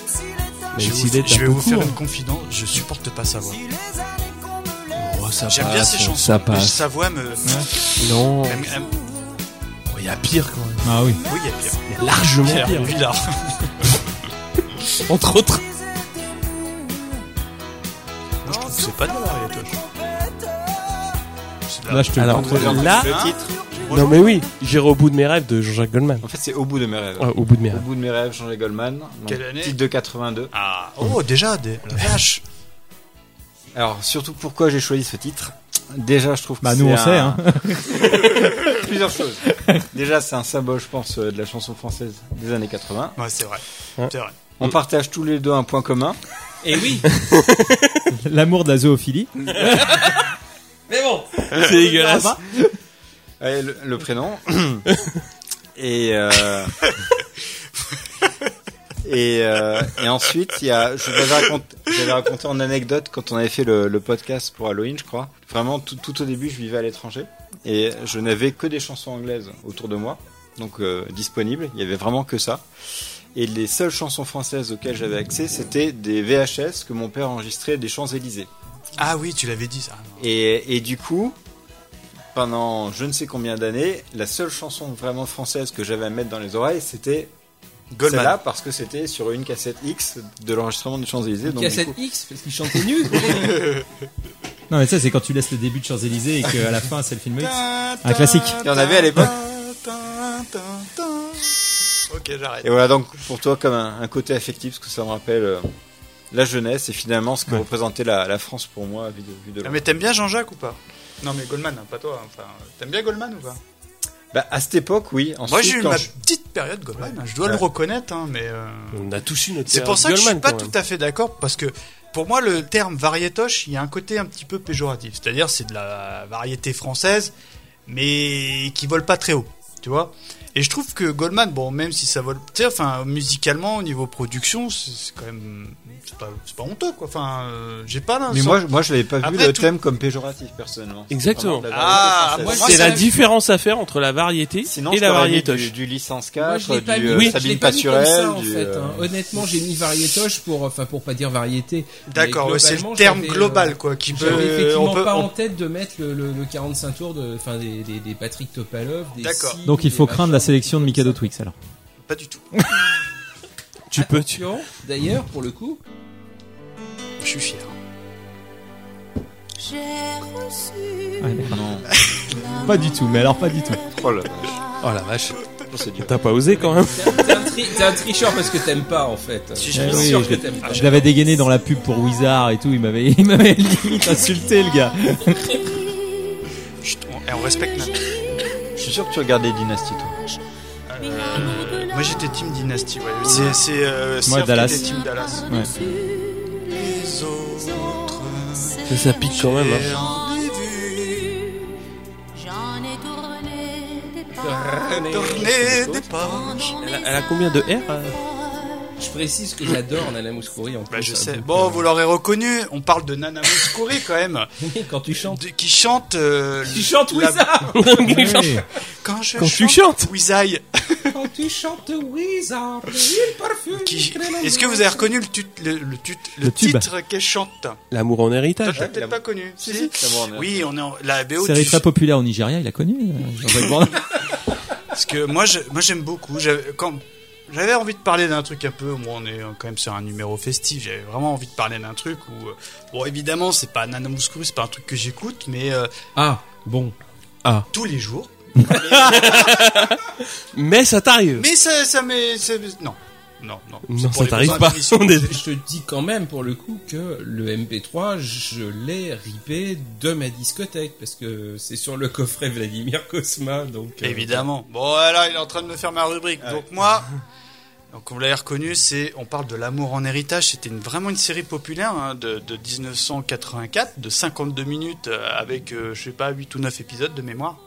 G: si les temps,
B: Mais
A: je
B: s'il
A: vous-
B: est
A: je
B: un
A: vais
B: peu
A: vous faire
B: court.
A: une confidence. Je supporte pas sa voix.
G: si les années qu'on me laisse,
B: Oh, ça
A: J'aime bien
B: passe,
A: ses chansons.
B: Ça
A: mais
B: passe.
A: Sa voix me.
B: Non.
A: elle me- elle me-
B: Oh, Il y a pire quand même.
E: Ah oui.
A: Oui, il y a pire.
B: Il y a largement
A: Hervé
B: pire.
A: Villard.
B: Entre autres.
A: Moi, je trouve que c'est pas de la variétoche. C'est de la-
E: Là, je te
B: Alors,
E: le contrôle.
B: là-
A: Hein
D: Le titre,
B: Non mais oui, j'irai au bout de mes rêves de Jean-Jacques Goldman.
D: en fait, c'est Au bout de mes rêves.
B: Ouais, au bout de mes
D: Au
B: rêves.
D: bout de mes rêves, Jean-Jacques Goldman. Donc,
A: Quelle année
D: Titre de 82.
A: Ah, oh, déjà, des... la vache.
D: Alors, surtout pourquoi j'ai choisi ce titre Déjà, je trouve que
E: Bah, nous,
D: c'est
E: on
D: un-
E: sait, hein.
D: plusieurs choses. Déjà, c'est un symbole, je pense, euh, de la chanson française des années 80.
A: Ouais, c'est vrai.
D: Hein
B: Ouais.
A: C'est vrai.
D: On partage tous les deux un point commun.
C: Et oui,
E: L'amour de la zoophilie.
C: mais bon,
B: C'est dégueulasse.
D: Ouais, le, le prénom. et, euh, et, euh, et ensuite, il y a, je vous avais raconté, j'avais raconté en anecdote quand on avait fait le, le podcast pour Halloween, je crois. Vraiment, tout, tout au début, je vivais à l'étranger et je n'avais que des chansons anglaises autour de moi, donc euh, disponibles. Il y avait vraiment que ça. Et les seules chansons françaises auxquelles j'avais accès, c'était des VHS que mon père enregistrait des Champs-Élysées.
A: Ah oui, tu l'avais dit ça. Ah, non.
D: Et, et du coup, pendant je ne sais combien d'années, la seule chanson vraiment française que j'avais à mettre dans les oreilles, c'était celle-là,
A: Goldman.
D: parce que c'était sur une cassette X de l'enregistrement des Champs-Élysées. donc du
C: cassette
D: coup-
C: X, parce qu'il chantait nu.
E: Non, mais ça, c'est quand tu laisses le début de Champs-Élysées et qu'à la fin, c'est le film X. Un classique.
D: Il y en avait à l'époque.
A: Ok, j'arrête.
D: Et voilà donc pour toi comme un, un côté affectif, parce que ça me rappelle euh, la jeunesse et finalement ce que représentait la, la France pour moi vu de, vu de
A: Ah,
D: loin.
A: mais t'aimes bien Jean-Jacques ou pas Non, mais Goldman, hein, pas toi. hein. Enfin, euh, t'aimes bien Goldman ou pas
D: Bah, à cette époque, oui. Ensuite,
A: Moi, j'ai eu
D: quand
A: ma
D: je-
A: petite période Goldman. hein, Je dois
D: Ouais.
A: le reconnaître, hein, mais. euh,
B: On a tous eu notre
A: C'est pour ça que je suis pas tout à fait d'accord parce que pour moi le terme variétoche, il y a un côté un petit peu péjoratif, c'est-à-dire c'est de la variété française mais qui vole pas très haut, tu vois. Et je trouve que Goldman, bon, même si ça vole, tu sais, enfin, musicalement, au niveau production, c'est c'est quand même, c'est pas, c'est pas honteux, quoi. Enfin, euh, j'ai pas l'impression.
D: Mais moi, je- moi, je n'avais pas vu
A: Après,
D: le
A: tout-
D: thème comme péjoratif personnellement. C'est
B: Exactement.
D: vraiment de la
A: Ah,
D: variété
A: moi,
D: française.
A: Moi,
B: C'est
A: c'est
B: la
A: la-
B: différence à faire entre la variété
D: Sinon,
B: et
D: je
B: la
D: t'aurais mis
B: variétoche.
D: Du, du licence
C: Moi, je l'ai
D: 4,
C: pas
D: du
C: mis, oui,
D: euh,
C: je l'ai
D: Sabine
C: pas mis comme
D: Paturel,
C: ça, en
D: du,
C: fait.
D: euh,
C: hein. Honnêtement, j'ai mis variétoche pour, enfin, pour pas dire variété. mais
A: D'accord, ouais, c'est le
C: globalement,
A: terme
C: j'avais, euh,
A: global, quoi, qui peut.
C: J'avais
A: on
C: effectivement
A: peut-
C: pas
A: on-
C: en tête de mettre le, le- le 45 tours de, enfin, des, des, des Patrick Topalov, des
A: D'accord.
C: Sim,
E: Donc il
C: des
E: faut craindre la
C: machins,
E: sélection de
C: des
E: Mikado
C: trucs
E: Twix alors.
A: Pas du tout.
B: Tu peux, tu.
C: comme ça. D'ailleurs, pour le coup,
A: Je suis fier. hein.
G: J'ai reçu
E: Ouais, d'accord.
D: Non,
E: Pas du tout, mais alors pas du tout.
D: oh la vache.
B: Oh la vache.
D: Non, c'est dur.
B: T'as pas osé quand même.
C: t'es t'es un, tri- t'es un tricheur parce que t'aimes pas, en fait. Je suis
E: Eh oui,
C: sûr
E: je-
C: que t'aimes pas.
E: Je l'avais dégainé dans la pub pour Wizard et tout, il m'avait il m'avait limite insulté le gars.
A: Chut, on- et on respecte Nat.
D: Je suis sûr que tu regardais Dynasty, toi.
A: Moi, j'étais Team Dynasty, ouais. C'est, c'est, euh,
E: Moi,
A: Surf qui
E: Dallas.
A: était Team Dallas.
E: Ouais.
A: Les autres.
B: Ça, ça pique quand même. hein.
A: J'en ai vu
G: J'en ai tourné des
A: tourner des pages.
B: Elle a, elle a combien de R euh
C: Je précise que j'adore Nana Mouskouri en plus.
A: Bah, je
C: hein,
A: sais.
C: donc,
A: Bon,
C: euh,
A: vous l'aurez reconnu, on parle de Nana Mouskouri quand même,
C: Quand tu chantes.
A: de- qui chante. euh,
C: Tu chantes
A: la-
C: Wizard
A: Quand je
B: Quand tu
A: chante.
B: chantes
A: Wizaï.
C: Quand tu chantes Wizard, il parfume.
A: Qui... Est-ce que vous avez reconnu le, tut- le, le, tut- le
E: Le tube.
A: titre qu'elle chante
B: L'amour en
A: Toi,
B: héritage.
A: tu l'as peut-être pas connu. Si
C: hein.
A: Oui, on est en... la BO.
E: Série
A: du-
E: très populaire au Nigeria, il a connu. euh, Jean-Jacques Bourdin.
A: Parce que moi, je- moi j'aime beaucoup. J'avais- Quand j'avais envie de parler d'un truc un peu, bon, on est euh, quand même sur un numéro festif. J'avais vraiment envie de parler d'un truc où, euh, bon, évidemment, c'est pas Nana Mouskouri, c'est pas un truc que j'écoute, mais euh,
C: Ah, bon.
A: tous les jours.
B: Mais ça t'arrive.
A: Mais ça, ça m'est, ça m'est- non, non, non.
B: Non,
A: C'est pour
B: ça
A: les
B: t'arrive
A: besoins
B: pas.
A: de l'émission.
B: On est-
C: Je te dis quand même pour le coup que le MP3, je l'ai ripé de ma discothèque parce que c'est sur le coffret Vladimir Cosma, donc. euh,
A: Évidemment. Bon, voilà, il est en train de me faire ma rubrique. Donc moi, donc vous l'avez reconnu, c'est, on parle de l'amour en héritage. C'était une- vraiment une série populaire hein, de, de 1984, de 52 minutes euh, avec, euh, je sais pas, 8 ou 9 épisodes de mémoire.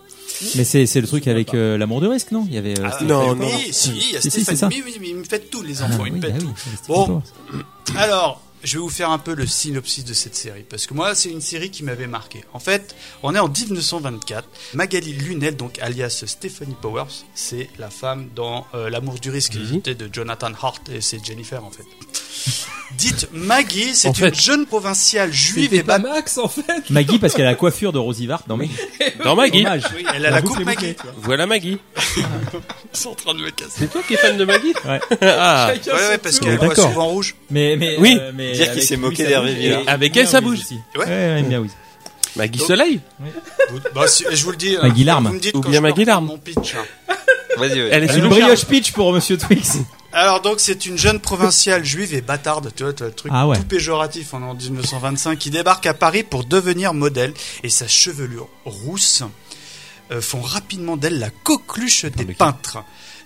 E: Mais c'est c'est le truc avec euh, l'amour de risque, non Il y avait. euh,
A: Ah,
E: Stéphane
B: non,
E: Bauer.
A: mais oui, si, il y a
E: Si, si, c'est
A: Stéphanie.
E: ça.
A: mais oui, mais il me fait tout, les
E: Ah,
A: enfants, il
E: oui,
A: me fait
E: ah
A: tout.
E: oui, c'est Stéphane
A: Bon.
E: Bauer.
A: Alors, je vais vous faire un peu le synopsis de cette série, parce que moi, c'est une série qui m'avait marqué. En fait, on est en 1924. Magali Lunel, donc alias Stephanie Powers, c'est la femme dans euh, L'amour du risque,
B: Mhm.
A: c'était de Jonathan Hart, et c'est Jennifer, en fait. Dite Maggie, c'est
B: En
A: une
B: fait-
A: jeune provinciale juive
C: C'était
A: et
C: pas
A: bat.
C: Max en fait.
E: Maggie parce qu'elle a la coiffure de Rosie Vart. Non mais
B: Dans Maggie.
E: hommage.
A: Oui, elle a la, coupe Maggie.
B: Voilà Maggie.
A: Ils sont en train de me casser.
B: C'est toi qui es fan de Maggie
E: Ouais.
B: Ah.
C: Chacun
A: Ouais,
C: son
A: ouais, parce
C: tour.
A: qu'elle voit
E: D'accord.
A: souvent rouge.
E: Mais mais
B: Oui.
E: euh, mais
D: Dire qu'il
E: avec
D: s'est
E: lui,
D: moqué
E: ça
D: d'Hervé
E: bouge.
D: Villard.
E: Et-
B: Avec
E: bien
B: elle, ça
E: oui,
B: bouge.
E: aussi.
A: Ouais.
E: Ouais, ouais, bien oui.
B: Maggie
A: Donc-
B: Soleil.
A: Vous- bah, si- je vous le dis. hein,
E: Maggie Larme.
A: vous me dites
B: Ou
A: quand
B: bien
A: je leur
B: Maggie
A: fais
B: Larme.
A: Mon pitch. hein.
D: Vas-y, vas-y.
B: Elle est sous
E: Une
B: le
E: brioche pitch pour Monsieur Twix.
A: Alors donc c'est une jeune provinciale juive et bâtarde, tu vois, tu vois, le truc
E: Ah ouais.
A: tout péjoratif en 1925, qui débarque à Paris pour devenir modèle et sa chevelure rousse euh, font rapidement d'elle la coqueluche des peintres.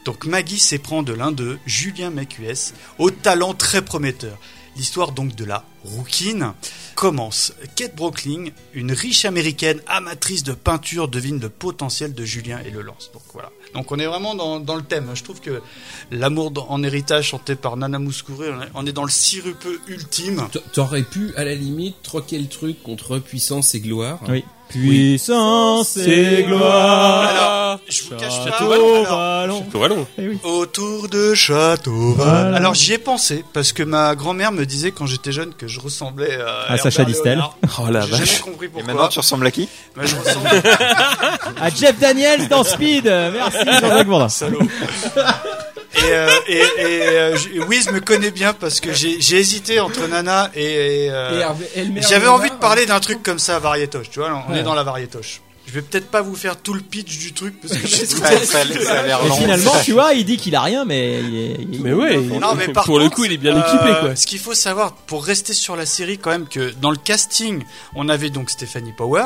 A: Donc Maggie s'éprend de l'un d'eux, Julien Macuès, au talent très prometteur. L'histoire donc de la rouquine commence. Kate Brockling, une riche américaine amatrice de peinture, devine le potentiel de Julien et le lance. Donc voilà. Donc on est vraiment dans, dans le thème. Je trouve que l'amour dans- en héritage chanté par Nana Mouskouri, on est- on est dans le sirupeux ultime.
C: T'a- T'aurais pu à la limite troquer le truc contre puissance et gloire.
E: Oui. Puissance et gloire.
A: Alors, je vous cache pas.
E: Château
A: alors,
E: ballon.
B: Wallon.
A: Autour de château.
E: Voilà.
A: Alors j'y ai pensé parce que ma grand-mère me disait quand j'étais jeune que je ressemblais à,
E: À Sacha Distel.
B: Oh la
A: J'ai jamais
B: vache.
A: compris
D: Et
A: pourquoi.
D: maintenant, tu ressembles à qui
A: Mais je ressemble
E: À Jeff Daniels dans Speed. Merci Jean-Jacques Bourdin.
A: salaud. Et, euh, et, et euh, j- Wiz me connaît bien parce que j'ai j'ai hésité entre Nana et. euh,
C: Et Hervé- Elmer
A: J'avais
C: Lombard,
A: envie de parler d'un truc comme ça, variétoche. Tu vois, on
C: Ouais.
A: est dans la variétoche. Je vais peut-être pas vous faire tout le pitch du truc parce que j'ai tout
D: Ça, ça- ça a l'air Ah,
E: Et
D: long.
E: finalement, tu vois, il dit qu'il a rien, mais il est. il-
B: Mais ouais, il-
A: Non, mais par
B: pour le
A: contre,
B: coup, il est bien
A: euh,
B: équipé, quoi.
A: Ce qu'il faut savoir pour rester sur la série quand même que dans le casting, on avait donc Stephanie Power,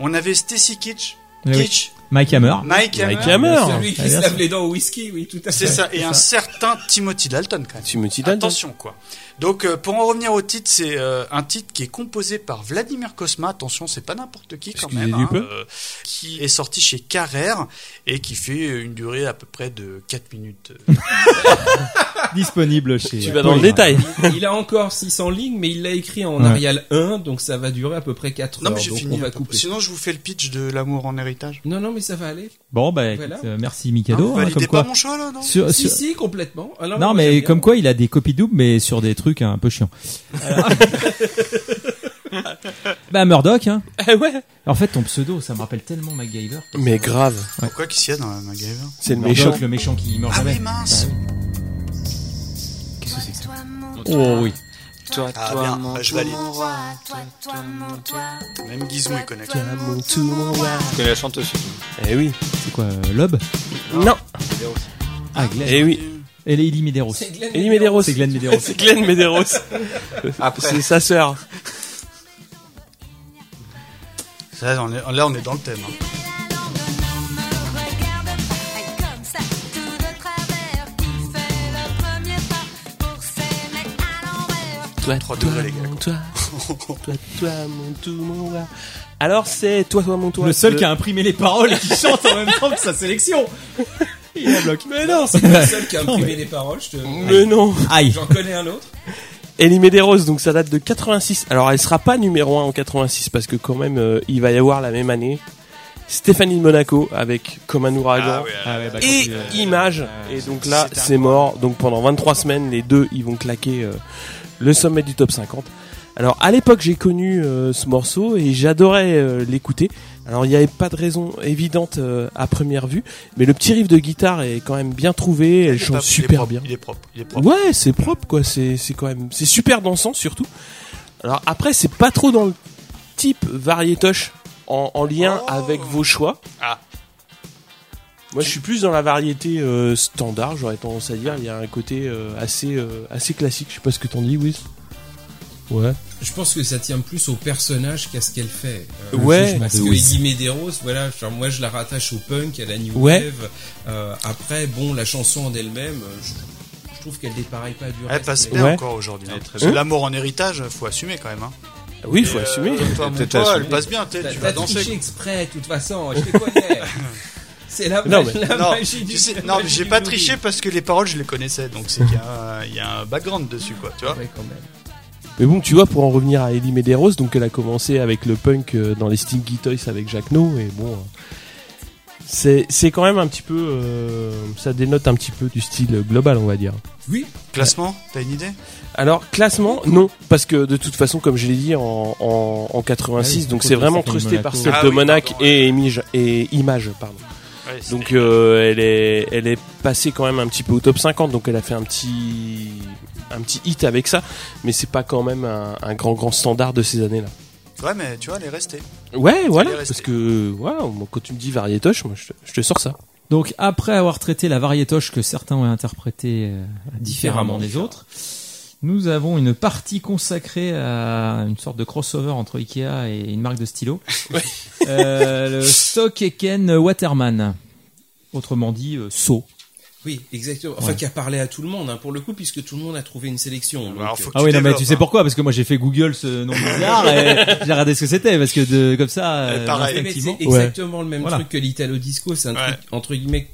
A: on avait Stacy Kitsch,
E: Oui, oui.
A: Kitsch,
E: Mike Hammer.
A: Mike, Hammer,
B: Eh Mike Hammer.
C: Celui
E: Ah,
C: qui se
E: bien
C: lave
E: sûr.
C: les dents au whisky, oui, tout à fait.
A: c'est ça, et un certain Timothy Dalton quand même.
B: Timothy Dalton.
A: Attention quoi. Donc euh, pour en revenir au titre, c'est euh, un titre qui est composé par Vladimir Kosma. Attention, c'est pas n'importe qui quand même.
B: Excusez du peu.
A: euh, qui est sorti chez Carrère et qui fait une durée à peu près de 4 minutes. euh,
E: Disponible chez.
B: Tu vas dans le détail.
C: Il a encore 600 lignes, mais il l'a écrit en
E: Ouais.
C: Arial 1, donc ça va durer à peu près 4
A: Non
C: heures.
A: mais j'ai
C: donc
A: fini.
C: on va
A: à peu près.
C: couper.
A: Sinon je vous fais le pitch de l'amour en héritage.
C: Non, non, mais ça va aller.
E: Bon, bah, écoute,
C: Voilà.
E: euh, merci
A: Hein, vous
E: Mikado. hein,
A: validez
E: comme
A: pas
E: quoi.
A: mon choix là non
E: Sur,
C: Si,
E: Euh, sur-
C: si, complètement. Ah,
E: Non,
C: moi,
E: mais
C: j'aime
E: comme
C: bien.
E: quoi, il a des copies doubles, mais sur des trucs hein, un peu chiants. bah, Murdoch, hein.
B: Eh ouais.
E: En fait, ton pseudo, ça me rappelle tellement MacGyver.
B: Mais grave,
A: Pourquoi qu'il s'y a dans la MacGyver
B: c'est le
E: Murdoch,
B: méchant.
E: le méchant qui meurt
A: Ah
E: jamais.
A: oui mince.
E: Qu'est-ce que c'est que ça
G: Toi, mon
E: Oh oui.
D: Toi,
A: Ah
D: toi,
A: bien,
D: mon
A: je valide.
D: tout.
G: toi, toi, toi, mon toi.
A: Même Gizmo est connecté.
D: Je connais la chanteuse.
B: Eh oui.
E: C'est quoi, euh, Loeb
B: Non.
E: Ah, Glenn.
B: Eh oui.
E: Et Lily Medeiros.
C: C'est Glenn
B: Elie Medeiros.
E: C'est Glenn Medeiros.
B: C'est Glenn Medeiros.
D: Après,
B: C'est sa sœur.
A: Là on, est, là, on est dans le thème. hein.
G: Alors le nom me regarde pas, comme ça, tout de travers, qui fait le premier pas pour ces mecs à l'envers.
B: Toi,
A: Trois
B: toi,
A: degrés, les gars,
B: mon toi. Toi, toi, mon tout, mon gars. Alors, c'est toi, toi, mon toi.
E: Le seul qui a imprimé les paroles et qui chante en même temps que sa sélection. Il la bloque.
B: Mais non, c'est-
C: le seul qui a imprimé les paroles, je te...
B: Mais non.
E: Aïe.
C: J'en connais un autre.
B: Ellie Medeiros, donc ça date de 86. Alors elle sera pas numéro 1 en 86 parce que quand même euh, il va y avoir la même année Stéphanie de Monaco avec Comme un ouragan
E: Ah ouais, bah,
B: et
E: quand tu-
B: Image. et donc là c'est mort. Donc pendant 23 semaines les deux ils vont claquer euh, le sommet du top 50. Alors à l'époque j'ai connu euh, ce morceau et j'adorais euh, l'écouter. Alors il n'y avait pas de raison évidente euh, à première vue, mais le petit riff de guitare est quand même bien trouvé,
A: Ah,
B: elle
A: Il est pas-
B: chante
A: il est
B: super
A: propre,
B: bien.
A: Il est propre. Il est propre.
B: Ouais, c'est propre quoi, c'est c'est quand même c'est super dansant surtout. Alors après c'est pas trop dans le type variétoche en, en lien
A: Oh.
B: avec vos choix.
A: Ah.
B: Moi je suis plus dans la variété euh, standard, j'aurais tendance à dire, il y a un côté euh, assez euh, assez classique, je sais pas ce que t'en dis Wiz. Ouais.
C: Je pense que ça tient plus au personnage qu'à ce qu'elle fait. Euh,
B: Ouais.
C: je- Parce
E: De
C: que
E: Wiz.
C: Eddie Medeiros, voilà, genre, moi je la rattache au punk, à la new
B: Ouais.
C: wave. Euh, après, bon, la chanson en elle-même, euh, je, je trouve qu'elle dépareille pas du
A: Elle
C: reste.
A: passe
C: mais-
A: bien
B: Ouais.
A: encore aujourd'hui. hein.
D: Elle est très
A: Parce que
B: bien.
A: L'amour en héritage, faut assumer quand même. Hein.
B: Oui, faut
A: Et, euh,
B: assumer.
A: toi, mon
D: Peut-être
A: pote,
D: assumer.
A: elle passe bien, t'es-
C: T'as-
A: tu vas
C: T'as
A: danser.
C: triché exprès, de toute façon, je te connais. C'est la,
B: Non,
C: magie-
B: mais-
C: la
A: Non,
C: magie du
A: tu sais-
C: la
A: non, mais
C: magie
A: j'ai
C: du
A: pas
C: lobby.
A: triché parce que les paroles je les connaissais, donc c'est qu'il y, a un- il y a un background dessus, quoi, tu vois.
C: Ouais, quand même.
B: Mais bon, tu vois, pour en revenir à Ellie Medeiros, donc elle a commencé avec le punk euh, dans les Stinky Toys avec Jacques No, et bon. euh, C'est c'est quand même un petit peu. euh, ça dénote un petit peu du style global, on va dire.
A: Classement, t'as une idée
B: Alors, classement, non, parce que de toute façon, comme je l'ai dit, en, en, en 86,
E: Ah oui,
B: donc
E: c'est
B: c'est
E: cool,
B: vraiment
E: ça fait
B: trusté
E: Monaco.
B: par celle
A: Ah
B: de
A: oui,
B: Monac
A: pardon,
B: et, Image, et Image, pardon. Donc euh, elle est elle est passée quand même un petit peu au top 50 donc elle a fait un petit un petit hit avec ça mais c'est pas quand même un, un grand grand standard de ces années-là.
A: Ouais, mais tu vois, elle est restée.
B: Ouais voilà
A: est resté.
B: parce que voilà moi, quand tu me dis variétoche moi je te, je te sors ça.
E: Donc après avoir traité la variétoche que certains ont interprétée euh,
C: Différemment.
E: différemment des autres, nous avons une partie consacrée à une sorte de crossover entre Ikea et une marque de stylo. euh, le Stock Eken Waterman. Autrement dit, euh, saut.
C: Oui, exactement. Enfin,
E: Ouais.
C: qui a parlé à tout le monde, hein, pour le coup, puisque tout le monde a trouvé une sélection.
A: Alors,
C: donc, euh,
A: faut que
E: Ah oui, non, mais
A: développes,
E: tu sais
A: hein.
E: pourquoi Parce que moi j'ai fait Google ce nom bizarre et j'ai regardé ce que c'était parce que de, comme ça,
A: Euh,
E: euh,
A: pareil.
C: Mais c'est
E: instinctivement-
C: exactement le même
E: Voilà.
C: truc que l'Italo Disco, c'est un
A: Ouais.
C: truc entre guillemets.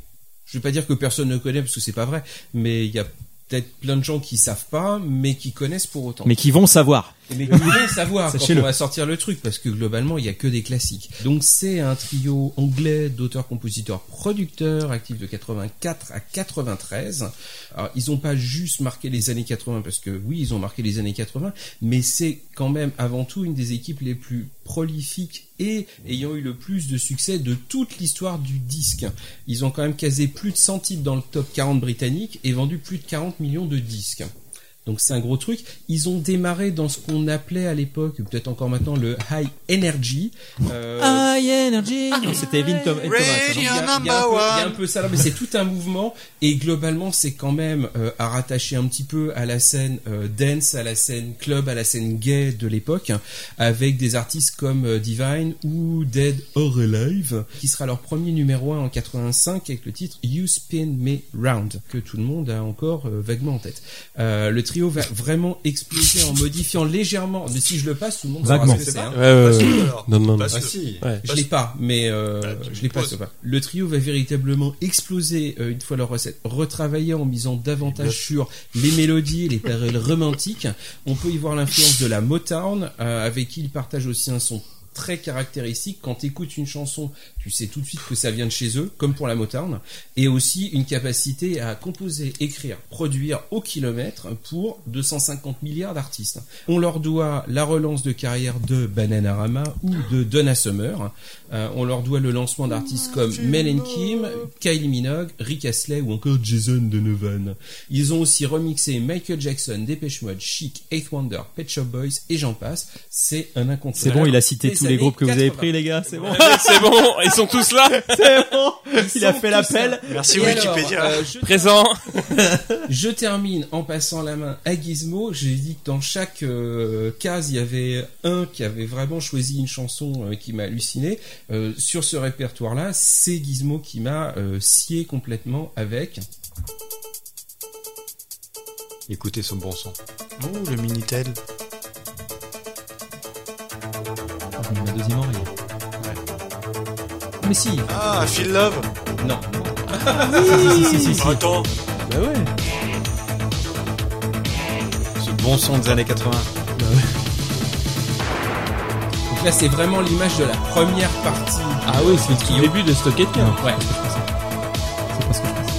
C: Je vais pas dire que personne ne connaît parce que c'est pas vrai, mais il y a peut-être plein de gens qui savent pas, mais qui connaissent pour autant.
E: mais qui vont savoir.
C: Mais qui veulent savoir quand
E: Sachez-le.
C: on va sortir le truc, parce que globalement il y a que des classiques. Donc c'est un trio anglais d'auteurs, compositeurs, producteurs actifs de 84 à 93. Alors ils ont pas juste marqué les années 80 parce que oui ils ont marqué les années 80, mais c'est quand même avant tout une des équipes les plus prolifiques et ayant eu le plus de succès de toute l'histoire du disque. Ils ont quand même casé plus de 100 titres dans le top 40 britannique et vendu plus de 40 millions de disques. Donc c'est un gros truc. Ils ont démarré dans ce qu'on appelait à l'époque, ou peut-être encore maintenant, le high energy. Euh,
E: High energy. ah, Non, c'était Evin Tom- Thomas.
C: il
A: Radio
C: y a-
E: ça,
C: il y a un peu- il y
A: number
C: a un
A: one.
C: peu ça là, mais c'est tout un mouvement et globalement c'est quand même euh, à rattacher un petit peu à la scène euh, dance, à la scène club, à la scène gay de l'époque, hein, avec des artistes comme euh, Divine ou Dead or Alive, qui sera leur premier numéro 1 en 85 avec le titre You Spin Me Round, que tout le monde a encore euh, vaguement en tête. Euh, le trio va vraiment exploser en modifiant légèrement, mais si je le passe, tout le monde
E: Vaguement.
C: saura ce que c'est. hein.
B: Non, non, non.
D: Ah si.
B: Ouais.
C: Je l'ai pas, mais euh,
A: Bah, tu
C: je l'ai pas,
A: poses.
C: ça va. Le trio va véritablement exploser euh, une fois leur recette retravaillée en misant davantage sur les mélodies et les paroles romantiques. On peut y voir l'influence de la Motown, euh, avec qui ils partagent aussi un son très caractéristique. Quand tu écoutes une chanson, tu sais tout de suite que ça vient de chez eux, comme pour la Motown, et aussi une capacité à composer, écrire, produire au kilomètre pour 250 milliards d'artistes. On leur doit la relance de carrière de Bananarama ou de Donna Summer. Euh, on leur doit le lancement d'artistes comme Melen Kim, Kylie Minogue, Rick Astley ou encore Jason Donovan. Ils ont aussi remixé Michael Jackson, Dépêche Mode, Chic, Eighth Wonder, Pet Shop Boys et j'en passe. C'est un incontournable.
E: C'est bon, il a cité
C: Des
E: tous les
C: années
E: groupes que vous avez
C: 80.
E: pris, les gars. C'est bon.
B: C'est bon, ils sont tous là,
E: C'est bon. Il a
C: sont
E: fait
C: tous
E: l'appel.
C: là.
A: Merci
C: Et alors,
A: Wikipédia.
C: euh, je
B: présents.
C: Je termine en passant la main à Gizmo. J'ai dit que dans chaque euh, case, il y avait un qui avait vraiment choisi une chanson euh, qui m'a halluciné. Euh, sur ce répertoire-là, c'est Gizmo qui m'a euh, scié complètement avec.
D: Écoutez ce bon son.
A: Oh, le Minitel.
E: Ah, bon, ma deuxième oreille. Mais si.
A: Ah, Phil Love.
C: Non.
E: Si, si, si, si.
A: Attends.
E: Bah ouais.
D: Ce bon son des années 80.
C: Donc là, c'est vraiment l'image de la première partie.
B: Ah oui, c'est le début de Stock Aitken.
C: Ouais.
E: C'est pas ce que je pensais.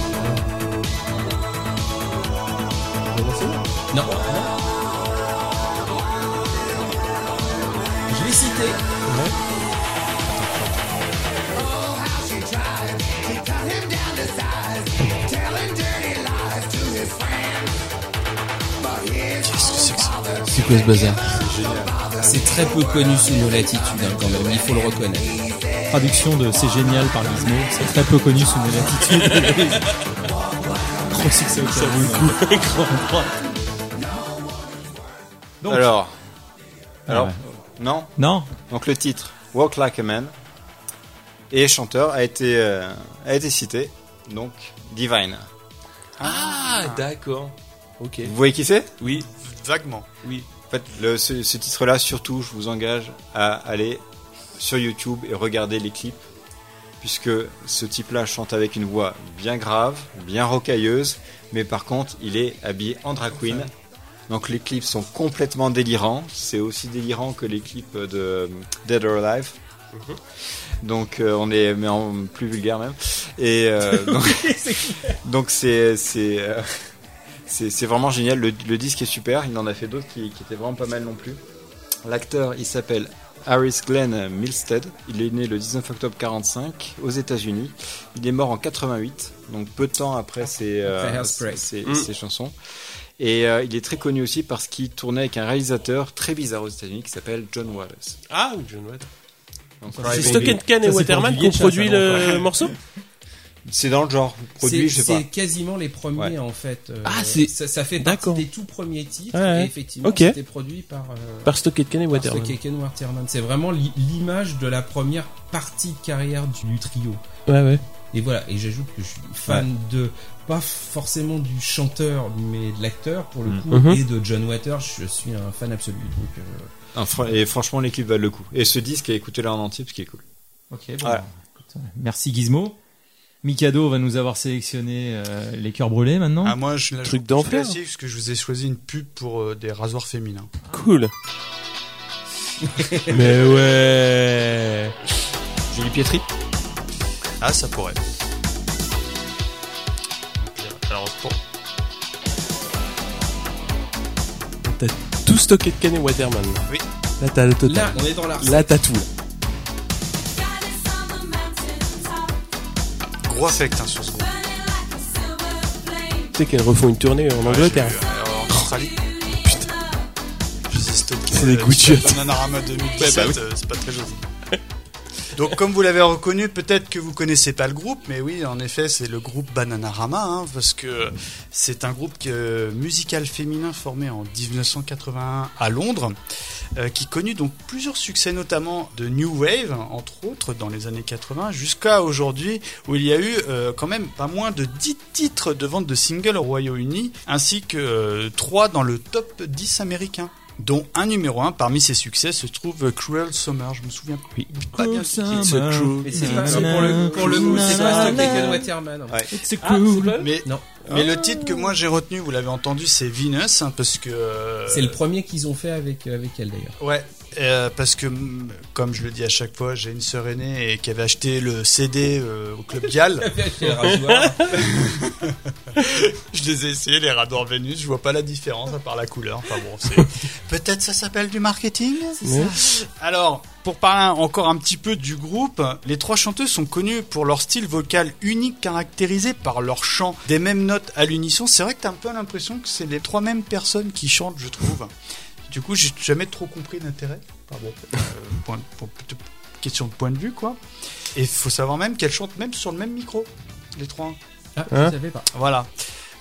C: Non. Je l'ai cité.
B: C'est quoi ce bazar
C: C'est très peu connu sous nos latitudes, hein, quand même. Il faut le reconnaître.
E: Traduction de C'est génial par Gizmo. C'est très peu connu sous nos latitudes. Gros succès au Cameroun. Grand- Donc.
D: alors. Alors.
E: Ouais.
D: Non.
E: Non.
D: Donc le titre Walk Like a Man et chanteur a été euh, a été cité. Donc Divine.
B: Ah, d'accord. Ok.
D: Vous voyez qui c'est
B: Oui,
A: Vaguement.
B: oui.
D: En fait, le- ce, ce titre-là, surtout, je vous engage à aller sur YouTube et regarder les clips, puisque ce type-là chante avec une voix bien grave, bien rocailleuse, mais par contre, il est habillé en drag queen. Donc les clips sont complètement délirants. C'est aussi délirant que les clips de euh, Dead or Alive. Donc euh, on est mais en plus vulgaire même. Et euh, donc- donc c'est c'est euh, c'est c'est vraiment génial. Le, le disque est super. Il en a fait d'autres qui, qui étaient vraiment pas mal non plus. L'acteur, il s'appelle Harris Glenn Milstead. Il est né le 19 octobre 45 aux États-Unis. Il est mort en 88, donc peu de temps après ses,
C: Après
D: euh,
C: Hairspray.
D: ses-
B: Mm.
D: ses chansons. Et euh, il est très connu aussi parce qu'il tournait avec un réalisateur très bizarre aux États-Unis qui s'appelle John Wallace.
B: Ah oui, John Watt.
D: Donc,
B: C'est
D: Cry
B: Stock
D: Baby.
B: Aitken et
E: Ça, c'est
B: Waterman
E: pour
B: qui ont
E: du
B: produit
E: Gitch, ça,
B: le morceau
D: C'est dans le genre
C: C'est-
D: produit, je sais
C: C'est
D: pas.
C: quasiment les premiers
D: Ouais.
C: en fait. euh,
B: Ah, c'est-
C: ça, ça fait
B: D'accord.
C: partie des tout premiers titres.
B: Ouais, ouais.
C: Et effectivement,
B: Ok.
C: c'était produit par. euh,
B: Par Stock Aitken et
C: par
B: Waterman.
C: Stock Aitken Waterman. C'est vraiment l'i- l'image de la première partie de carrière du trio.
B: Ouais, ouais.
C: Et voilà, et j'ajoute que je suis fan de, pas forcément du chanteur, mais de l'acteur pour le coup,
B: Mhm.
C: et de John Waters, je suis un fan absolu. Donc, euh,
D: Ah, fr- Et franchement, les clips valent le coup. Et ce disque, écoutez-le en entier, parce qu'il est cool.
E: Ok, bon.
D: Voilà.
E: Écoute, Merci Gizmo. Mikado va nous avoir sélectionné euh, les cœurs brûlés maintenant.
A: Ah, moi, je la
B: Hein Truc
A: je-
B: d'enfer.
A: je la sais, parce que je vous ai choisi une pub pour euh, des rasoirs féminins.
B: Cool. Mais ouais.
D: Julie Pietri
A: Ah, ça pourrait. Alors, pour...
B: Tout Stock Aitken et Waterman.
A: Oui.
B: Là, t'as le
C: là,
B: total.
C: on est dans l'art.
B: Là, t'as tout.
A: Gros affect hein, sur ce groupe.
B: Tu sais qu'elles refont une tournée en Angleterre.
A: Alors, Euh, Australie. Putain. Je sais stocké.
B: C'est des coups de chiottes.
A: Bananarama 2017,
B: Ouais, bah oui.
A: euh, c'est pas très joli. Donc, comme vous l'avez reconnu, peut-être que vous connaissez pas le groupe, mais oui, en effet, c'est le groupe Bananarama, hein, parce que c'est un groupe que- musical féminin formé en 1981 à Londres, euh, qui connut donc plusieurs succès, notamment de New Wave, entre autres, dans les années 80, jusqu'à aujourd'hui, où il y a eu euh, quand même pas moins de 10 titres de vente de singles au Royaume-Uni, ainsi que 3 dans le top 10 américain. Dont un numéro 1 parmi ses succès se trouve Cruel Summer, je me souviens
B: Oui.
A: pas bien qui c'est ce Cruel.
C: Mais c'est pas, pour le, pour le coup, c'est pas Stock Taken Waterman. en fait.
A: Mais,
C: Non.
A: Ah. mais le titre que moi j'ai retenu, vous l'avez entendu, c'est Venus, hein, parce que. euh,
C: C'est le premier qu'ils ont fait avec, avec elle d'ailleurs.
A: Ouais, euh, parce que mm, comme je le dis à chaque fois, j'ai une sœur aînée et qui avait acheté le CD euh, au club Dial.
C: Chez Rasoir.
A: je les ai essayés, les Radar Vénus, je vois pas la différence à part la couleur. Enfin bon, c'est- peut-être ça s'appelle du marketing. Alors, pour parler encore un petit peu du groupe, les trois chanteuses sont connues pour leur style vocal unique caractérisé par leur chant des mêmes notes à l'unisson. C'est vrai que t'as un peu l'impression que c'est les trois mêmes personnes qui chantent, je trouve. Du coup, j'ai jamais trop compris l'intérêt. Enfin bon, euh, point- pour- pour- question de point de vue, quoi. Et faut savoir même qu'elles chantent même sur le même micro, les trois.
C: Ah,
B: Hein
C: je savais pas.
A: Voilà.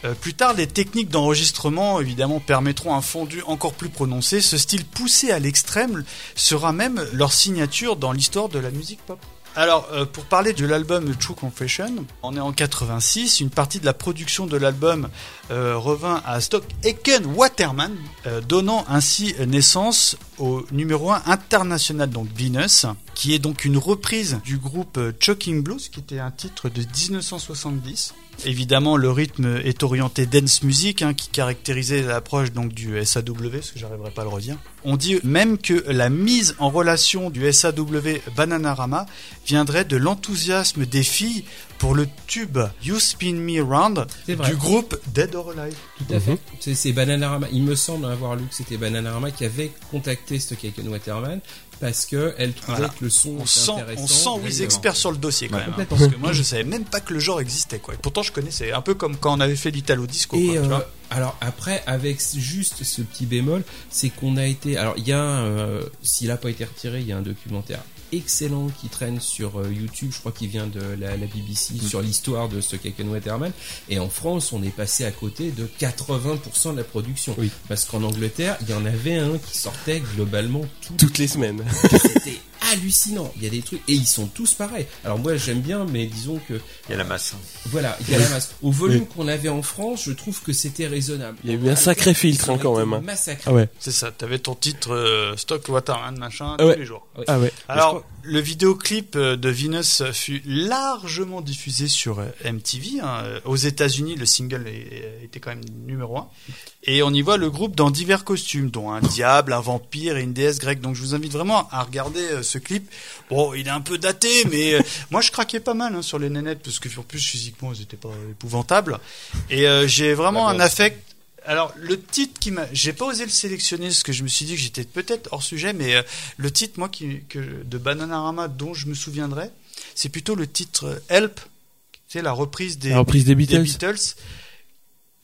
A: Euh, plus tard, les techniques d'enregistrement, évidemment, permettront un fondu encore plus prononcé. Ce style poussé à l'extrême sera même leur signature dans l'histoire de la musique pop. Alors, euh, pour parler de l'album True Confession, on est en 86, une partie de la production de l'album euh, revint à Stock Eken Waterman, euh, donnant ainsi naissance au numéro 1 international, donc Venus, qui est donc une reprise du groupe euh, Choking Blues, qui était un titre de 1970. Évidemment, le rythme est orienté dance music, hein, qui caractérisait l'approche donc du SAW, parce que j'arriverai pas à le redire. On dit même que la mise en relation du SAW Bananarama viendrait de l'enthousiasme des filles pour le tube You Spin Me Round
C: C'est vrai.
A: du groupe Dead or Alive.
C: Tout à fait. C'est- C'est Bananarama. Il me semble avoir lu que c'était Bananarama qui avait contacté Stock Aitken Waterman parce que elle trouvait
A: Voilà.
C: que le son
A: On
C: était
A: sent,
C: intéressant.
A: on sent
C: Exactement.
A: Wiz Expert sur le dossier quand même. hein,
C: complètement.
A: parce que moi, je savais même pas que le genre existait. Quoi. Et pourtant, je connaissais. Un peu comme quand on avait fait l'Italo Disco.
C: Et
A: quoi, tu
C: euh,
A: vois.
C: alors après, avec juste ce petit bémol, c'est qu'on a été. Alors il y a, un, euh, s'il a pas été retiré, il y a un documentaire excellent qui traîne sur euh, YouTube. Je crois qu'il vient de la, la BBC
A: Mm.
C: sur l'histoire de Stockaken Waterman. Et en France, on est passé à côté de 80% de la production,
B: Oui.
C: parce qu'en Angleterre, il y en avait un qui sortait globalement tout
B: Toutes les semaines.
C: c'était hallucinant. Il y a des trucs et ils sont tous pareils. Alors moi j'aime bien, mais disons que
D: Il y a la masse. hein.
C: voilà, il y a la masse. Au volume qu'on avait en France, je trouve que c'était raisonnable.
B: Il y a eu un sacré filtre, hein,
C: Ils ont
B: quand
C: été
B: même, hein.
C: Massacré.
B: Ah ouais.
A: C'est ça. T'avais ton titre euh, Stock Waterman, machin,
B: Ah ouais.
A: tous les jours.
B: Ah ouais.
A: Alors, le vidéoclip euh, de Venus fut largement diffusé sur euh, MTV. hein. Euh, Aux États-Unis, le single est- euh, était quand même numéro un. Et on y voit le groupe dans divers costumes, dont un diable, un vampire et une déesse grecque. Donc, je vous invite vraiment à regarder euh, ce clip. Bon, il est un peu daté, mais euh, moi, je craquais pas mal hein, sur les nénettes parce que, en plus, physiquement, ils étaient pas épouvantables. Et euh, j'ai vraiment un affect. Alors, le titre qui m'a, j'ai pas osé le sélectionner parce que je me suis dit que j'étais peut-être hors sujet, mais euh, le titre, moi, qui, que, de Bananarama dont je me souviendrai, c'est plutôt le titre euh, Help, c'est la reprise des,
B: La reprise des
A: des
B: Beatles.
A: Beatles,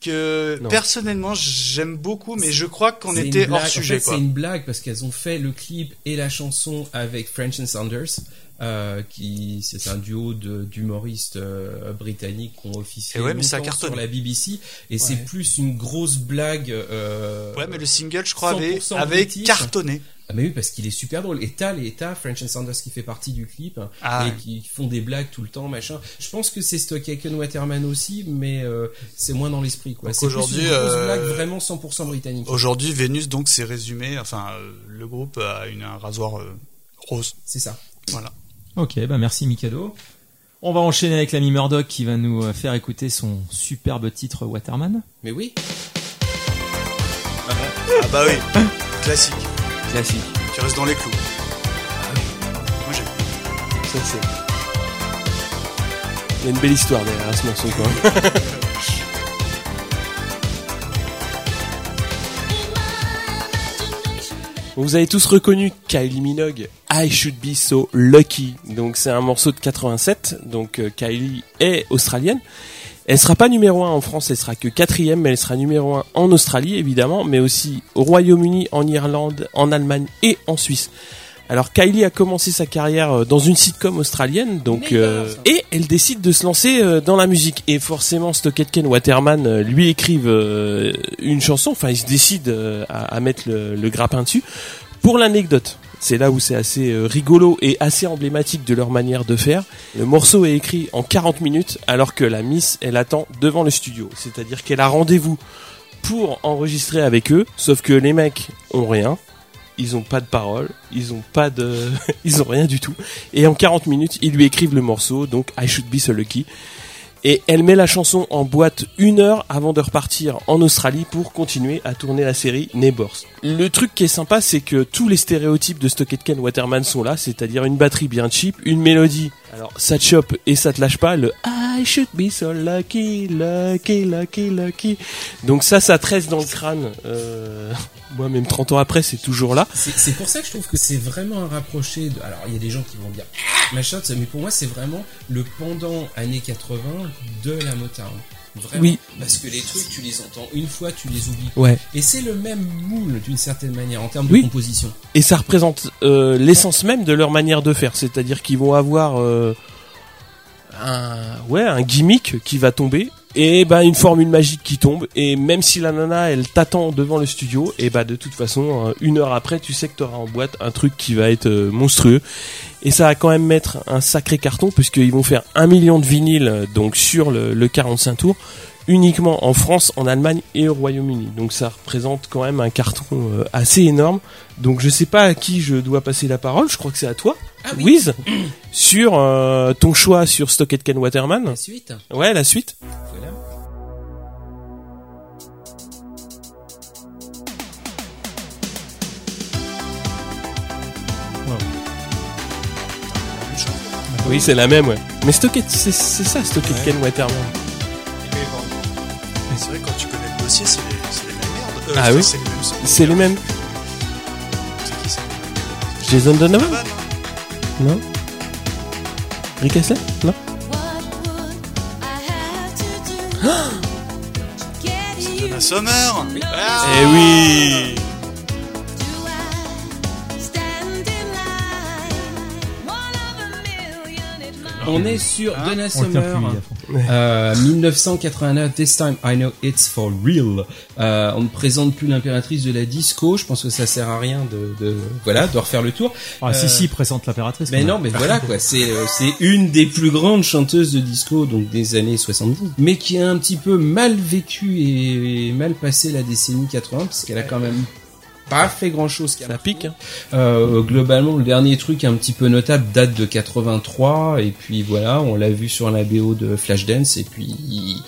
A: que
B: Non.
A: personnellement j'aime beaucoup, mais je crois qu'on
C: C'est une
A: était hors
C: blague. En
A: sujet.
C: fait,
A: quoi.
C: C'est une blague parce qu'elles ont fait le clip et la chanson avec French and Saunders. euh, qui c'est un duo de- d'humoristes euh, britanniques qui ont officié
A: Eh ouais, mais ça
C: longtemps
A: cartonne.
C: sur la BBC et c'est plus une grosse blague euh,
A: Ouais, mais le single, je crois, avait,
C: 100%
A: avait
C: british.
A: cartonné.
C: Ah mais oui, parce qu'il est super drôle. Et t'as les t'as French and Sanders qui fait partie du clip hein,
A: Ah.
C: et qui font des blagues tout le temps, machin. Je pense que c'est Stock Aitken Waterman aussi, mais euh, c'est moins dans l'esprit quoi.
A: Donc
C: C'est plus une grosse
A: aujourd'hui, euh,
C: blague vraiment 100% britannique.
A: Aujourd'hui, Vénus, donc, c'est résumé. Enfin, euh, le groupe a une, un rasoir euh, rose.
C: C'est ça.
A: Voilà.
E: Ok, bah merci Mikado. On va enchaîner avec l'ami Murdoch qui va nous euh, faire écouter son superbe titre Waterman.
C: Mais oui.
A: Ah bah oui, classique.
H: Classique.
A: Tu restes dans les clous. Ah Moi, j'ai
C: Euh,
B: Ça, c'est- Il y a une belle histoire derrière ce morceau, quoi. Vous avez tous reconnu Kylie Minogue, I Should Be So Lucky. Donc c'est un morceau de 87. Donc euh, Kylie est australienne. Elle sera pas numéro 1 en France, elle sera que quatrième, mais elle sera numéro 1 en Australie évidemment, mais aussi au Royaume-Uni, en Irlande, en Allemagne et en Suisse. Alors Kylie a commencé sa carrière euh, dans une sitcom australienne, donc euh, et elle décide de se lancer euh, dans la musique. Et forcément, Stockett Ken Waterman euh, lui écrivent euh, une chanson. Enfin, ils se décident euh, à, à mettre le, le grappin dessus. Pour l'anecdote, c'est là où c'est assez euh, rigolo et assez emblématique de leur manière de faire. Le morceau est écrit en 40 minutes, alors que la Miss elle attend devant le studio, c'est-à-dire qu'elle a rendez-vous pour enregistrer avec eux. Sauf que les mecs ont rien ils ont pas de parole, ils ont pas de, ils ont rien du tout. Et en 40 minutes, ils lui écrivent le morceau, donc I Should Be So Lucky. Et elle met la chanson en boîte une heure avant de repartir en Australie pour continuer à tourner la série Neighbors. Le truc qui est sympa, c'est que tous les stéréotypes de Stockett Ken Waterman sont là, c'est-à-dire une batterie bien cheap, une mélodie. Alors ça te chope et ça te lâche pas, le I should be so lucky, lucky, lucky, lucky. Donc ça, ça te reste dans le crâne. Euh, Moi, même 30 ans après, c'est toujours là.
C: C'est c'est pour ça que je trouve que c'est vraiment un rapproché. De... Alors, il y a des gens qui vont dire machin, ça, mais pour moi, c'est vraiment le pendant années 80 de la Motown. Vraiment.
B: Oui.
C: Parce que les trucs, tu les entends une fois, tu les oublies.
B: Ouais.
C: Et c'est le même moule d'une certaine manière en termes de
B: Oui.
C: composition.
B: Et ça représente euh, l'essence même de leur manière de faire. C'est-à-dire qu'ils vont avoir euh, un, ouais, un gimmick qui va tomber. Et ben une formule magique qui tombe et même si la nana elle t'attend devant le studio et bah de toute façon euh, une heure après tu sais que t'auras en boîte un truc qui va être euh, monstrueux et ça va quand même mettre un sacré carton puisqu'ils vont faire un million de vinyles euh, donc sur le, le 45 tours uniquement en France, en Allemagne et au Royaume-Uni donc ça représente quand même un carton euh, assez énorme donc je sais pas à qui je dois passer la parole je crois que c'est à toi
C: Ah
B: Wiz sur euh, ton choix sur Stockett Ken Waterman
C: La suite.
B: ouais la suite
C: Voilà.
B: Oui, c'est la même, ouais. Mais Stockett, c'est c'est ça, Stockett Ken Waterman.
A: Mais bon. Mais c'est vrai, quand tu connais le dossier, c'est les, c'est les mêmes merdes. Euh,
B: Ah
A: c'est-
B: oui.
A: C'est les mêmes sons.
B: C'est les mêmes.
A: C'est qui ça
B: Jason Donovan
A: Donovan, hein.
B: Non Rick Astley Non
A: Donna Summer Ah,
B: Eh oui Oh.
C: On est sur Donna
H: On le tient plus,
C: Summer.
H: lui, à fond.
C: Euh, 1989, This Time I Know It's For Real. Euh, on ne présente plus l'impératrice de la disco. Je pense que ça sert à rien de, de voilà de refaire le tour.
H: Ah,
C: Euh,
H: si, si, il présente l'impératrice.
C: Mais
H: quand
C: non,
H: même.
C: mais voilà quoi. C'est euh, c'est une des plus grandes chanteuses de disco donc des années 70, mais qui a un petit peu mal vécu et, et mal passé la décennie 80 parce qu'elle a quand même pas fait grand chose.
B: Ça pique, hein.
C: Euh, globalement, le dernier truc un petit peu notable date de 83, et puis voilà, on l'a vu sur la BO de Flashdance, et puis...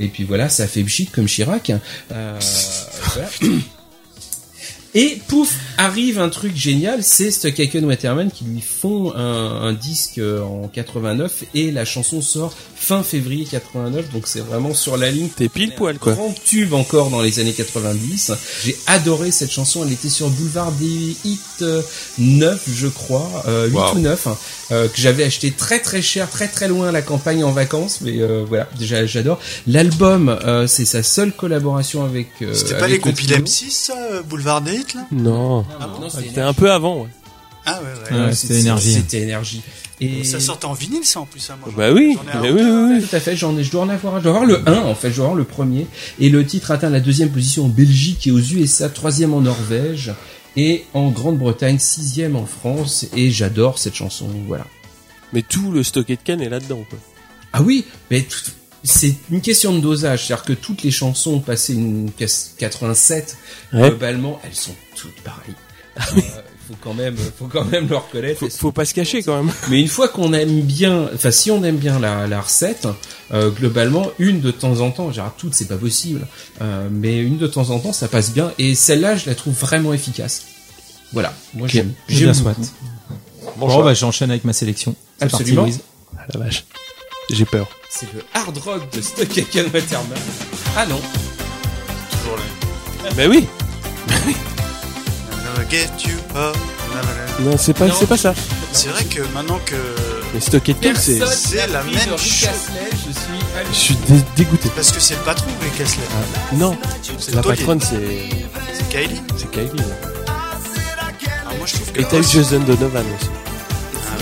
C: Et puis voilà, ça fait shit comme Chirac. Euh, voilà. Et pouf, arrive un truc génial, c'est Stukaken Waterman qui lui font un, un disque euh, en 89 et la chanson sort fin février 89, donc c'est vraiment sur la ligne
B: T'es pile poil, quoi.
C: grand tube encore dans les années 90. J'ai adoré cette chanson. Elle était sur Boulevard des Hits euh, 9, je crois, euh, 8
D: Wow.
C: ou 9, hein, euh, que j'avais acheté très très cher, très très loin à la campagne en vacances. Mais euh, voilà, déjà j'adore. L'album, euh, c'est sa seule collaboration avec. euh,
A: C'était pas
C: avec
A: les
C: le
A: compiles
C: trio.
A: M6, ça, euh, Boulevard des Hits, là
B: Non.
C: Ah non, c'était
B: C'était un peu avant, ouais.
A: Ah ouais, ouais.
H: Ouais, c'était énergie.
C: C'était énergie. Et
A: Ça sortait en vinyle, ça, en plus, hein, moi.
B: Bah
A: j'en-
B: oui,
A: j'en ai un.
B: bah oui, oui, oui.
C: Tout à fait, j'en ai, je dois en avoir, je dois avoir le 1 en fait, je dois avoir le premier. Et le titre atteint la deuxième position en Belgique et aux USA, troisième en Norvège et en Grande-Bretagne, sixième en France. Et j'adore cette chanson, voilà.
B: Mais tout le Stockett Ken est là-dedans, quoi.
C: Ah oui, mais tout- c'est une question de dosage, c'est-à-dire que toutes les chansons passées une caisse- 87,
B: Ouais. Ah
C: globalement, elles sont toutes pareilles. Euh, faut quand même, faut quand même le reconnaître.
B: Faut,
C: elles sont
B: faut pas se cacher, quand même.
C: Mais une fois qu'on aime bien, enfin si on aime bien la, la recette, euh, globalement une de temps en temps, genre toutes c'est pas possible, euh, mais une de temps en temps ça passe bien et celle-là je la trouve vraiment efficace. Voilà, moi j'aime.
E: Eh
H: J'ai bien
C: J'aime
H: soit.
C: beaucoup.
H: Bon, bah, j'enchaîne avec ma sélection. C'est parti,
C: Absolument.
H: Louise.
B: Ah, la vache. J'ai peur.
C: C'est le hard rock de Stuck Waterman. Ah non,
B: Bah oui
A: Never get you up, never let-
B: Non, c'est pas,
C: Non.
B: c'est pas ça.
A: C'est vrai que maintenant que
B: Mais stocker tout, c'est.
C: Personne
B: Je
A: c'est
C: n'a
A: la
C: pris
A: même
C: de Rick
A: chose.
C: Astley, je suis halluciné.
B: suis dé- dégoûté.
A: Parce que c'est le patron, Rick Astley.
B: Ah, non,
A: C'est
B: la
A: Tony.
B: patronne, c'est
A: C'est Kylie.
B: c'est Kylie. ouais.
A: Ah, moi, je trouve que.
B: Et t'as eu Jason Donovan aussi.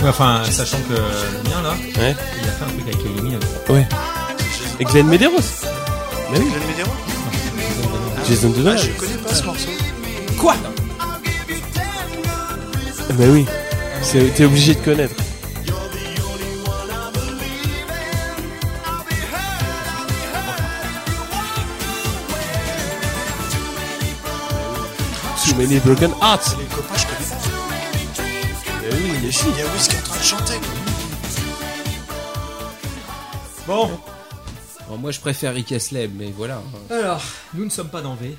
E: Ouais, enfin, sachant que le mien euh, là,
B: Ouais.
E: il a fait un truc avec hein. Ellie.
B: Et Glenn Medeiros. Mais oui,
A: Glenn Medeiros
B: Jason
A: Ah,
B: Donovan.
A: je connais pas ce morceau.
B: Mais oui, C'est- t'es obligé de connaître. Too many broken hearts.
A: Les copains, je connais pas.
B: Mais oui, mais si.
A: Il y a Wiz qui est en train de chanter.
E: Bon,
C: Bon, moi je préfère Rick Astley, mais voilà.
E: alors, nous ne sommes pas dans V.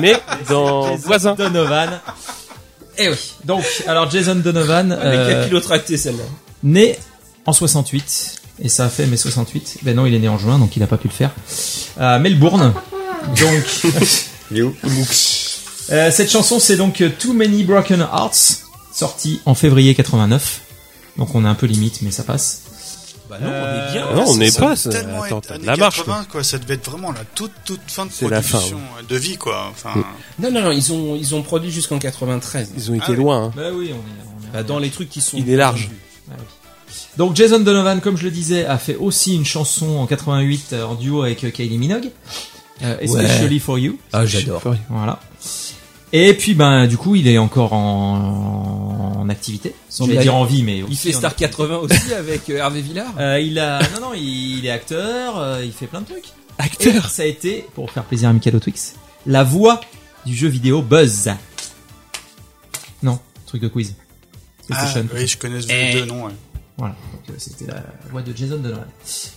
B: Mais dans
E: Jason
B: voisin.
E: Donovan. Eh oui. Donc, alors Jason Donovan,
C: Ah, Mais
E: euh,
C: quel kilotracté celle-là
E: né en 68. Et ça a fait mai 68. Ben non, il est né en juin, donc il n'a pas pu le faire. À Melbourne. Donc,
I: Il est où
E: euh, cette chanson, c'est donc euh, Too Many Broken Hearts, sortie en février 89. Donc on est un peu limite, mais ça passe.
C: Bah non, on est bien.
B: Euh, Non, on n'est
A: Ça
B: pas.
A: a
B: ça.
A: tellement
B: Attends,
A: été
B: t'as de
A: années
B: la marche. toi.
A: 80, quoi. Ça devait être vraiment la toute, toute fin de
B: C'est la fin, Mm.
A: production, euh, de vie, quoi. Enfin,
C: Non, non, non, ils ont, ils ont produit jusqu'en 93.
B: Ils ont
A: Ah
B: été
A: oui.
B: loin. hein.
E: Bah oui, on est.
C: Bah, dans les trucs qui sont.
B: Il est large.
E: Donc Jason Donovan, comme je le disais, a fait aussi une chanson en 88 euh, en duo avec euh, Kylie Minogue. Euh, Especially for you.
C: Ah, j'adore.
E: Voilà. Et puis ben du coup il est encore en, en activité.
C: Sans
E: Je vais
C: blague.
E: dire en vie mais
C: Il
E: aussi
C: fait
E: en
C: Star
E: activité.
C: 80 aussi avec euh, Hervé Villard.
E: Euh, il a non non il, il est acteur, euh, il fait plein de trucs. Et
B: Acteur.
E: ça a été pour faire plaisir à Michael Twix la voix du jeu vidéo Buzz. Non truc de quiz.
A: ah,
E: PlayStation.
A: oui, je connais ce
C: Eh.
A: deux noms. ouais.
E: Voilà, donc euh, c'était la voix de Jason Donovan.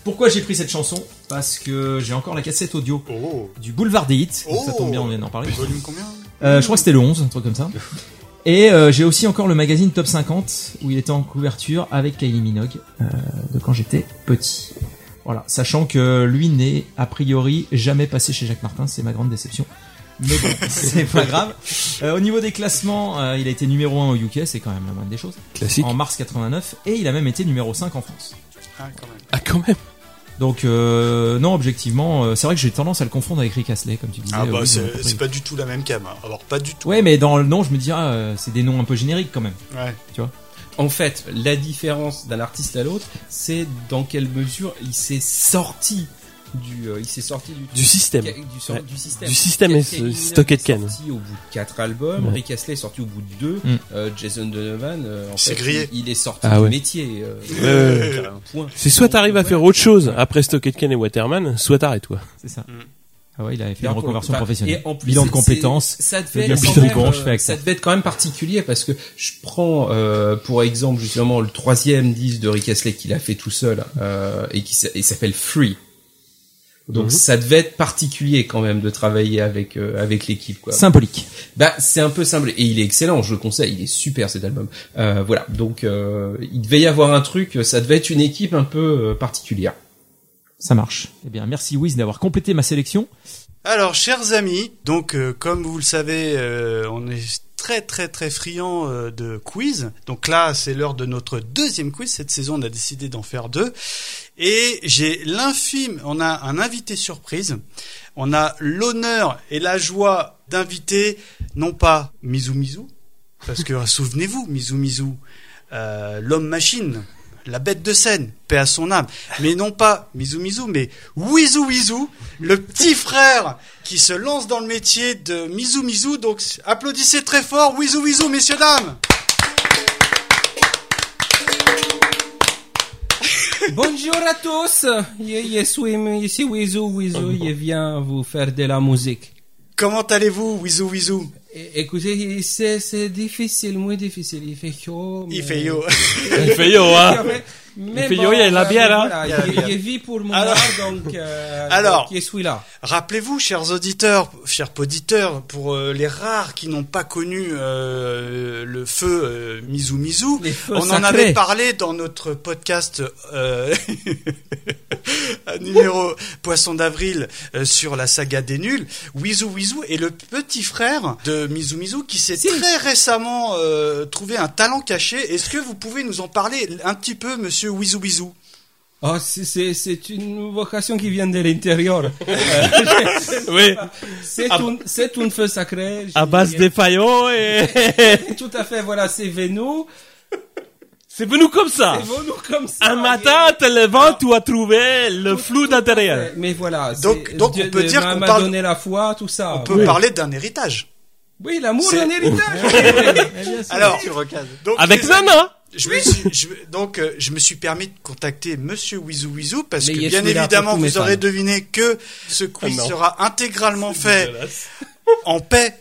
E: Pourquoi j'ai pris cette chanson Parce que j'ai encore la cassette audio
A: Oh.
E: du Boulevard des Hits. donc ça
A: Oh.
E: tombe bien, on vient d'en parler.
A: Volume combien
E: Euh, je crois que c'était le 11, un truc comme ça. Et euh, j'ai aussi encore le magazine Top 50 où il était en couverture avec Kylie Minogue euh, de quand j'étais petit. Voilà, sachant que lui n'est a priori jamais passé chez Jacques Martin, c'est ma grande déception. Mais bon, c'est pas grave. Euh, au niveau des classements, euh, il a été numéro 1 au UK, c'est quand même la moindre des choses.
B: Classique.
E: En mars 89 et il a même été numéro 5 en France.
A: Ah, quand même.
B: Ah quand même.
E: Donc euh, non, objectivement, euh, c'est vrai que j'ai tendance à le confondre avec Rick Astley, comme tu disais.
A: Ah, bah,
E: Oui, oui,
A: c'est
E: oui.
A: c'est pas du tout la même cam. hein. Alors, pas du tout.
E: Ouais, mais dans le nom, je me dis, ah, euh, c'est des noms un peu génériques quand même.
A: Ouais.
C: En fait, la différence d'un artiste à l'autre, c'est dans quelle mesure il s'est sorti du, euh, il s'est sorti du,
B: Du système.
C: du, sor-
B: Ouais.
C: du système.
B: Du système
C: Ken-
B: et
C: Ken
B: ce-
C: Williams
B: Stocked
C: est
B: Ken.
C: sorti au bout de 4 albums,
B: Ouais.
C: Rick Astley est sorti au bout de 2,
E: Mm.
C: Jason Donovan, euh, en
A: C'est
C: fait,
A: grillé.
C: Il, il est sorti
B: Ah ouais.
C: du métier. euh,
B: ouais,
A: ouais.
C: point.
B: C'est soit t'arrives à faire autre chose après Stocked Ken et Waterman, soit t'arrêtes toi.
E: C'est ça.
A: Mm.
E: Ah ouais, il avait fait
C: Et
E: une
C: en-
E: reconversion
C: enfin,
E: professionnelle.
C: et en plus,
E: Bilan de
C: c'est-
E: compétences.
C: Ça
E: Je veux
C: devait,
E: dire,
C: être quand
E: putain,
C: même,
E: bon, je
C: euh,
E: fais avec
C: ça
E: ça.
C: devait être quand même particulier parce que je prends euh, pour exemple justement le troisième disque de Rick Astley qu'il a fait tout seul euh, et qui s'a- et s'appelle Free. Donc
B: Mhm.
C: ça devait être particulier quand même de travailler avec euh, avec l'équipe quoi.
E: Symbolique.
C: Bah c'est un peu simple et il est excellent, je le conseille, il est super cet album. Euh, voilà donc euh, il devait y avoir un truc, ça devait être une équipe un peu euh, particulière.
E: Ça marche. Eh bien, merci Wiz d'avoir complété ma sélection.
A: Alors, chers amis, donc euh, comme vous le savez, euh, on est très très très friand euh, de quiz. Donc là, c'est l'heure de notre deuxième quiz. Cette saison, on a décidé d'en faire deux. Et j'ai l'infime, on a un invité surprise. On a l'honneur et la joie d'inviter non pas Mizu Mizu, parce que souvenez-vous, Mizu Mizu, euh, l'homme machine, la bête de scène, paix à son âme, mais non pas Mizu Mizu, mais Wizou Wizou, le petit frère qui se lance dans le métier de Mizu Mizu. Donc applaudissez très fort Wizou Wizou, messieurs dames.
C: Bonjour à tous, je, je suis ici Wizu, Wizu, je viens vous faire de la musique.
A: Comment allez-vous, Wizou Wizou
C: É- Écoutez, c'est c'est difficile, moins difficile. Il fait chaud. mais- Ah.
A: Il fait yo.
B: Il fait yo, hein.
C: Mais- mais
B: fait yo, il y a de la
C: euh,
B: bière, hein.
C: voilà,
A: Il y a de la
C: je-
A: bière.
C: je vis pour mon
A: Alors-
C: art, donc, euh,
A: Alors-
C: donc je suis là.
A: Rappelez-vous, chers auditeurs, chers poditeurs, pour euh, les rares qui n'ont pas connu euh, le feu euh, Mizu Mizu,
E: Les feux
A: on en
E: sacrés.
A: avait parlé dans notre podcast euh, numéro Poisson d'avril euh, sur la saga des nuls. Wizu Wizu est le petit frère de Mizu Mizu qui s'est très récemment euh, trouvé un talent caché. Est-ce que vous pouvez nous en parler un petit peu, monsieur Wizu Wizu
C: Oh, c'est- c'est c'est une vocation qui vient de l'intérieur.
B: Oui,
C: C'est
B: Ah
C: un, c'est un feu sacré.
B: à base des paillons et
C: Tout à fait, voilà, c'est Venou.
B: c'est venu comme ça.
A: Ah.
C: C'est Venou comme ça.
B: Un matin, te levant, tu as trouvé le flou d'intérieur.
C: Mais- Euh, Mais voilà.
A: Donc-
C: c'est-
A: donc on
C: Dieu-
A: peut dire
C: Dieu
A: qu'on
C: m'a
A: parle-
C: donné la foi, tout ça.
A: On peut parler d'un héritage.
C: Oui, l'amour
A: C'est-
C: d'un héritage.
A: Alors, donc,
B: Avec
A: les-
B: Nana
A: Je me suis, je- donc, euh, je me suis permis de contacter Monsieur Wizou Wizou parce
C: Mais
A: que,
C: yes,
A: bien
C: we are
A: évidemment,
C: for tous mes
A: vous aurez
C: fans.
A: deviné que ce quiz
B: Ah, non.
A: sera intégralement fait en paix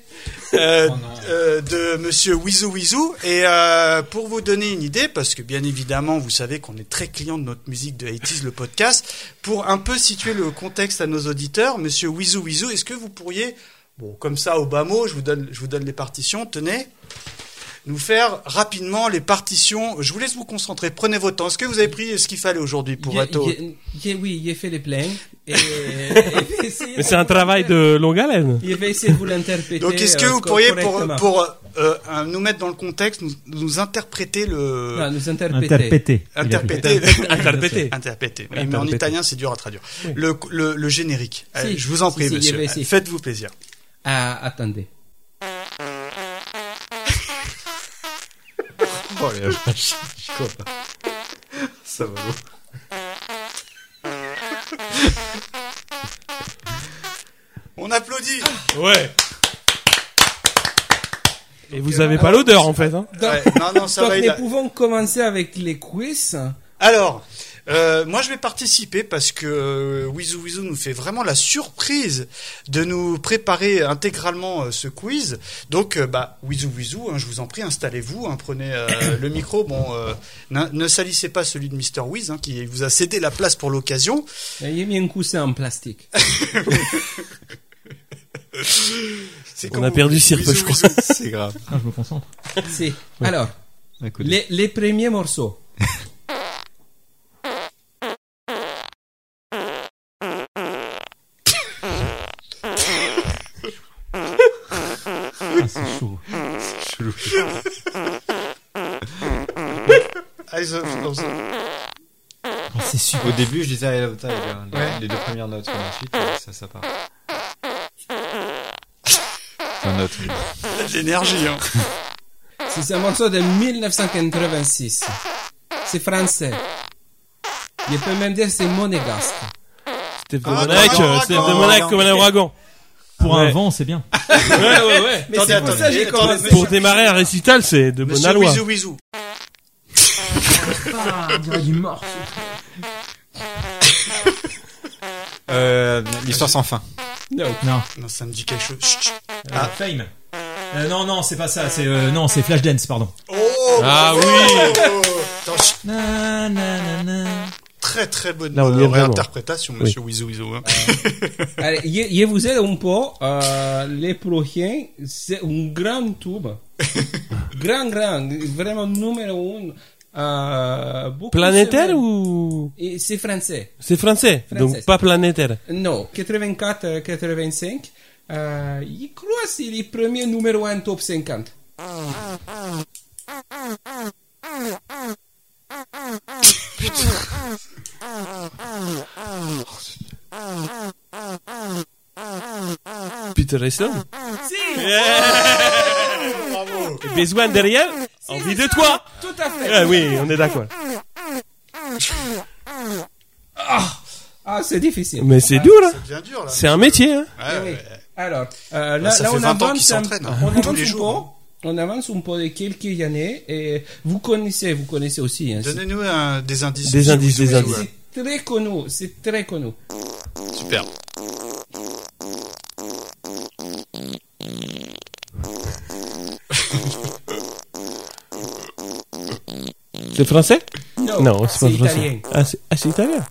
A: euh, euh, de Monsieur Wizou Wizou. Et euh, pour vous donner une idée, parce que bien évidemment, vous savez qu'on est très client de notre musique de 80 le podcast, pour un peu situer le contexte à nos auditeurs, Monsieur Wizou Wizou, est-ce que vous pourriez, bon, comme ça, au bas mot, je vous donne, je vous donne les partitions, tenez nous faire rapidement les partitions. Je vous laisse vous concentrer. Prenez votre temps. Est-ce que vous avez pris ce qu'il fallait aujourd'hui pour
C: J'ai-
A: Atto
C: j'ai- j'ai- Oui, j'ai fait les plaints. Et,
B: Mais c'est un travail de longue haleine.
C: Il va essayer de vous l'interpréter.
A: Donc, est-ce que
C: euh,
A: vous pourriez, pour,
C: correctement.
A: pour euh, euh, nous mettre dans le contexte, nous, nous interpréter
H: Euh,
A: le...
C: Non, nous interpréter.
H: Interpété.
A: interpréter...
B: Interprété.
A: Interpréter. Oui, mais en
B: Interpréter.
A: italien, c'est dur à traduire. Le, le, le générique.
C: Si.
A: Allez, je vous en
C: Si,
A: prie,
C: si, il y
A: monsieur.
C: avait- si.
A: Faites-vous plaisir.
C: Ah, attendez.
D: Oh la vache. Quoi Ça va. lourd.
A: On applaudit.
C: Ah,
B: Ouais. Et vous avez pas l'odeur en fait. Hein.
C: Donc,
A: Ouais, non, non, ça
C: donc,
A: va. il
C: nous
A: a-
C: pouvons commencer avec les quiz.
A: Alors, euh, moi je vais participer parce que euh, Wizou Wizou nous fait vraiment la surprise de nous préparer intégralement euh, ce quiz. Donc, euh, bah, Wizou Wizou, hein, je vous en prie, installez-vous, hein, prenez euh, le micro. Bon, euh, n- ne salissez pas celui de Mr. Wiz hein, qui vous a cédé la place pour l'occasion.
C: J'ai mis un coussin en plastique.
A: C'est
B: On
A: quand
B: a
A: vous-
B: perdu Cirque,
A: Wizou
B: je crois.
A: Wizou.
D: C'est grave.
H: Ah, je me concentre.
C: C'est- Alors,
D: Écoutez.
C: les, les premiers morceaux.
H: Ah, c'est chaud.
A: Eyes of- of-
H: Ah, c'est sûr.
D: Au début, je disais I love Tiger, les,
A: Ouais.
D: les deux premières notes, mais ensuite, euh, ça, ça part. Enfin, note.
A: de l'énergie. hein.
C: C'est un morceau de 1986. C'est français. Je peux même dire que c'est monégasque.
B: Steph de
A: Ah,
B: Monac,
A: comme un
B: euh, Steph de
A: ouragan.
B: Monac comme un ouragan.
H: Pour
B: Ouais.
H: un vent, c'est bien.
B: Ouais, ouais, ouais.
A: Attendez,
C: Mais c'est pour
A: attendez,
C: ça que j'ai
A: attendez,
C: commencé.
B: Pour démarrer un récital, c'est de
A: Monsieur
B: Bonalois.
A: Wizou Wizou.
H: Ah, on dirait du mort.
D: Euh, l'histoire sans fin.
H: Non.
A: Non, ça me dit quelque chose. Chut, chut.
H: Ah. Fame. Euh, non, non, c'est pas ça. C'est euh, non, c'est Flashdance, pardon.
A: Oh,
B: Ah
A: bravo.
B: oui.
A: Attends, chut.
H: Na, na, na, na.
A: Très très bonne
B: Là, on y est
A: euh,
B: vraiment.
A: réinterprétation, monsieur Wizou Wizou. hein.
C: Allez, je, je vous aide un peu. Euh, les prochains, c'est un grand tube. grand, grand. Vraiment numéro un. Euh, beaucoup se-
B: Planétaire ou
C: Et C'est français.
B: c'est français, donc
C: Français.
B: pas planétaire.
C: Non, 84, 85. Euh, je crois que c'est le premier numéro 1 top 50.
B: Peter Eslan. Si. Besoin derrière.
C: Ah.
B: Envie de toi.
C: Tout à fait.
B: Ah oui, on est d'accord.
C: Ah, c'est difficile. Ah,
B: Mais c'est dur là.
A: Ça devient dur là.
B: C'est un métier. Hein.
A: Ouais,
C: Oui.
A: Ah, ouais.
C: Alors, euh,
A: Bah,
C: là,
A: ça
C: là,
A: fait
C: on
A: 20 ans
C: avance,
A: qu'ils
C: un-
A: s'entraînent,
C: on
A: hein,
C: avance
A: tous les
C: un
A: jours.
C: peu. On avance un peu de quelques années et vous connaissez, vous connaissez aussi. hein, c'est-
A: Donnez-nous un- des indices.
B: Des
A: monsieur
B: indices,
A: Wizou
B: des
A: Wizou,
B: indices.
A: ouais.
C: c'est très connu, c'est très connu.
A: Super.
B: C'est français
C: Non,
B: Non, c'est
C: c'est
B: pas français.
C: italien.
B: Ah, c'est ah, c'est italien.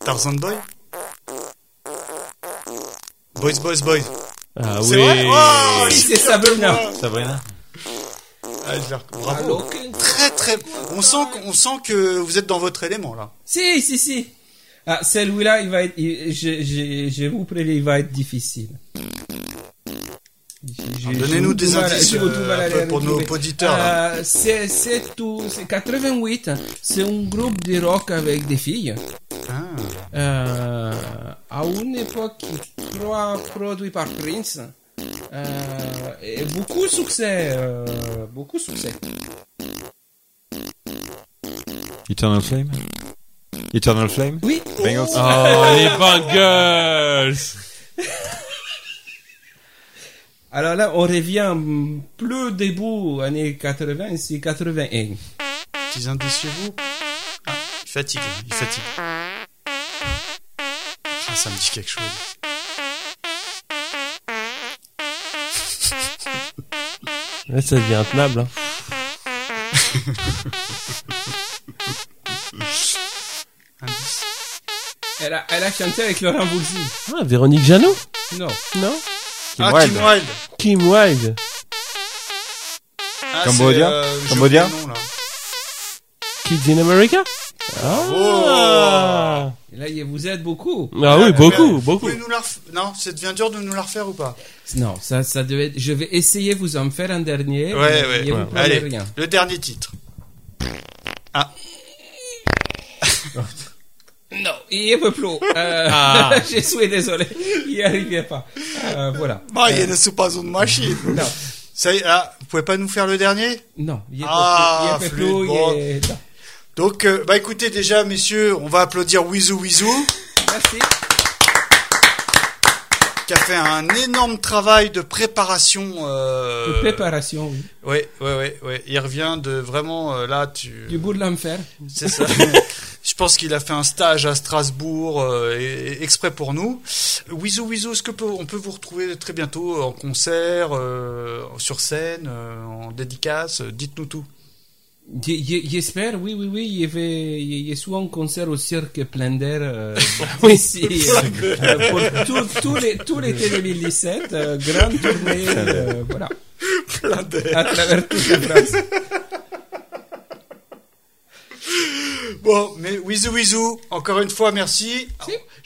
A: Tarzan Boy Boys, boys, boys.
B: Ah
A: C'est vrai Oh,
C: Oui, c'est Sabrina.
J: Sabrina
A: Ah, je l'ai rec- Bravo. Très, très. On sent, qu'on- on sent que vous êtes dans votre élément là.
C: Si, si, si. Ah, celui-là, il va être. il- je, je, je vous préviens, il va être difficile. J'ai- j'ai-
A: Donnez-nous
C: j'ai
A: des
C: du mal à-
A: indices,
C: j'ai du
A: euh,
C: mal à
A: un peu
C: les
A: pour nos
C: retrouver.
A: auditeurs,
C: Euh, c'est, c'est tout. C'est 88. C'est un groupe de rock avec des filles.
A: Ah.
C: Euh, à une époque, je crois, produit par Prince. Euh, et beaucoup de succès. euh, beaucoup de succès.
J: Eternal Flame Eternal Flame
C: Oui.
J: Bengals
D: Ah.
B: Oh, les Bengals
C: Alors là, on revient hum, plus début années 80, c'est 81.
A: Petits indices chez vous. Ah, il fatigue, il fatigue. Ah, ça me dit quelque chose.
B: Là, ça devient intenable. Hein.
C: Elle a, elle a chanté avec Laurent Voulzy.
B: Ah, Véronique Jeannot
C: Non.
B: Non
J: Kim
A: ah,
J: Wilde.
A: Kim Wilde.
B: Kim Wilde
A: Ah,
J: Cambodia
A: c'est, euh, j'ai
J: Cambodia
A: oublié le nom, là.
B: Kids in America Ah
C: Et là, il- vous êtes beaucoup.
B: Ah oui, beaucoup,
A: Vous
B: beaucoup.
A: pouvez nous la ref- Non, ça devient dur de nous la refaire ou pas
C: Non, ça, ça devait être- Je vais essayer de vous en faire un dernier. mais vous prenez
A: Allez,
C: rien.
A: le dernier titre.
C: Non, il est peu plus. Euh,
A: Ah.
C: je suis désolé. Il n'y arrivait pas. Euh, voilà.
A: Marié ne sous pas une machine.
C: Non.
A: Ça y est, ah, vous pouvez pas nous faire le dernier
C: Non, il est
A: Ah,
C: peu plus.
A: flûte, bon.
C: Il est peu plus. il est- non.
A: Donc, euh, bah écoutez déjà, messieurs, on va applaudir Wizou Wizou.
C: Merci.
A: qui a fait un énorme travail de préparation. Euh...
C: De préparation, oui.
A: Ouais, ouais, ouais, ouais. Il revient de vraiment euh, là, tu.
C: Du bout de l'enfer.
A: C'est ça. Je pense qu'il a fait un stage à Strasbourg euh, et- et exprès pour nous. Wizou Wizou, est-ce que peut- on peut vous retrouver très bientôt en concert, euh, sur scène, euh, en dédicace euh, Dites-nous tout.
C: J- j- J'espère, oui, oui, oui. Il y, a souvent un concert au cirque plein d'air. euh, ici, euh, pour tout, tout les- tout l'été 2017. euh, grande tournée. euh, voilà. À travers toute la France.
A: Bon, mais Wizou Wizou, encore une fois, merci.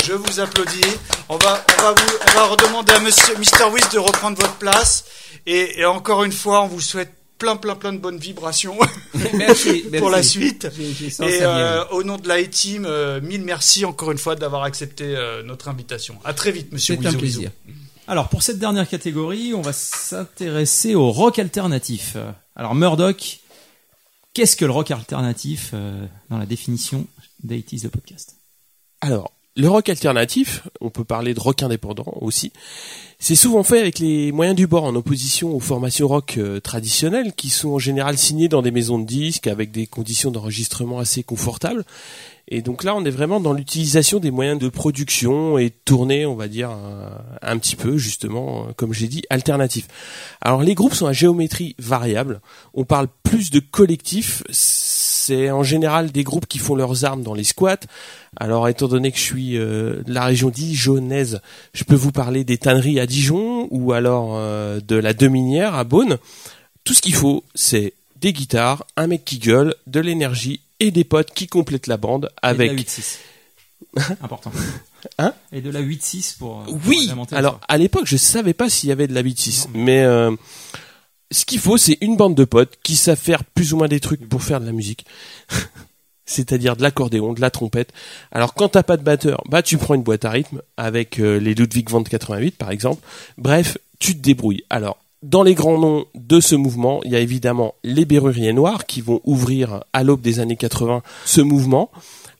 A: Je vous applaudis. On va, on va, vous, on va redemander à Monsieur Mister Wiz de reprendre votre place. Et, et encore une fois, on vous souhaite plein, plein, plein de bonnes vibrations
C: Merci, merci.
A: pour la suite.
C: J'ai- j'ai sens
A: Et
C: ça bien.
A: euh, au nom de la E-Team, euh, mille merci encore une fois d'avoir accepté euh, notre invitation. À très vite, Monsieur
C: C'est
A: Wizou
C: un
A: Wizou.
C: plaisir.
H: Alors pour cette dernière catégorie, on va s'intéresser au rock alternatif. Euh, Alors Murdoch, qu'est-ce que le rock alternatif euh, dans la définition d'Aitis de podcast
B: Alors, le rock alternatif, on peut parler de rock indépendant aussi, c'est souvent fait avec les moyens du bord en opposition aux formations rock euh, traditionnelles qui sont en général signées dans des maisons de disques avec des conditions d'enregistrement assez confortables. Et donc là, on est vraiment dans l'utilisation des moyens de production et de tournée, on va dire, un, un petit peu, justement, euh, comme j'ai dit, alternatif. Alors les groupes sont à géométrie variable, on parle plus de collectif, c'est en général des groupes qui font leurs armes dans les squats, alors, étant donné que je suis euh, de la région dijonnaise, je peux vous parler des tanneries à Dijon ou alors euh, de la Deminière à Beaune. Tout ce qu'il faut, c'est des guitares, un mec qui gueule, de l'énergie et des potes qui complètent la
H: Et
B: bande
H: de la
B: avec.
H: 8-6. Important.
B: Hein
H: Et de la 8-6 pour... euh, pour
B: Oui.
H: agrémenter le
B: Alors,
H: soir.
B: à l'époque, je savais pas s'il y avait de la beat 6,
H: Non,
B: mais euh, ce qu'il faut, c'est une bande de potes qui savent faire plus ou moins des trucs pour faire de la musique. C'est-à-dire de l'accordéon, de la trompette. Alors quand t'as pas de batteur, bah tu prends une boîte à rythme avec euh, les Ludwig van 88 par exemple. Bref, tu te débrouilles. Alors dans les grands noms de ce mouvement, il y a évidemment les Berruriers Noirs qui vont ouvrir à l'aube des années 80 ce mouvement.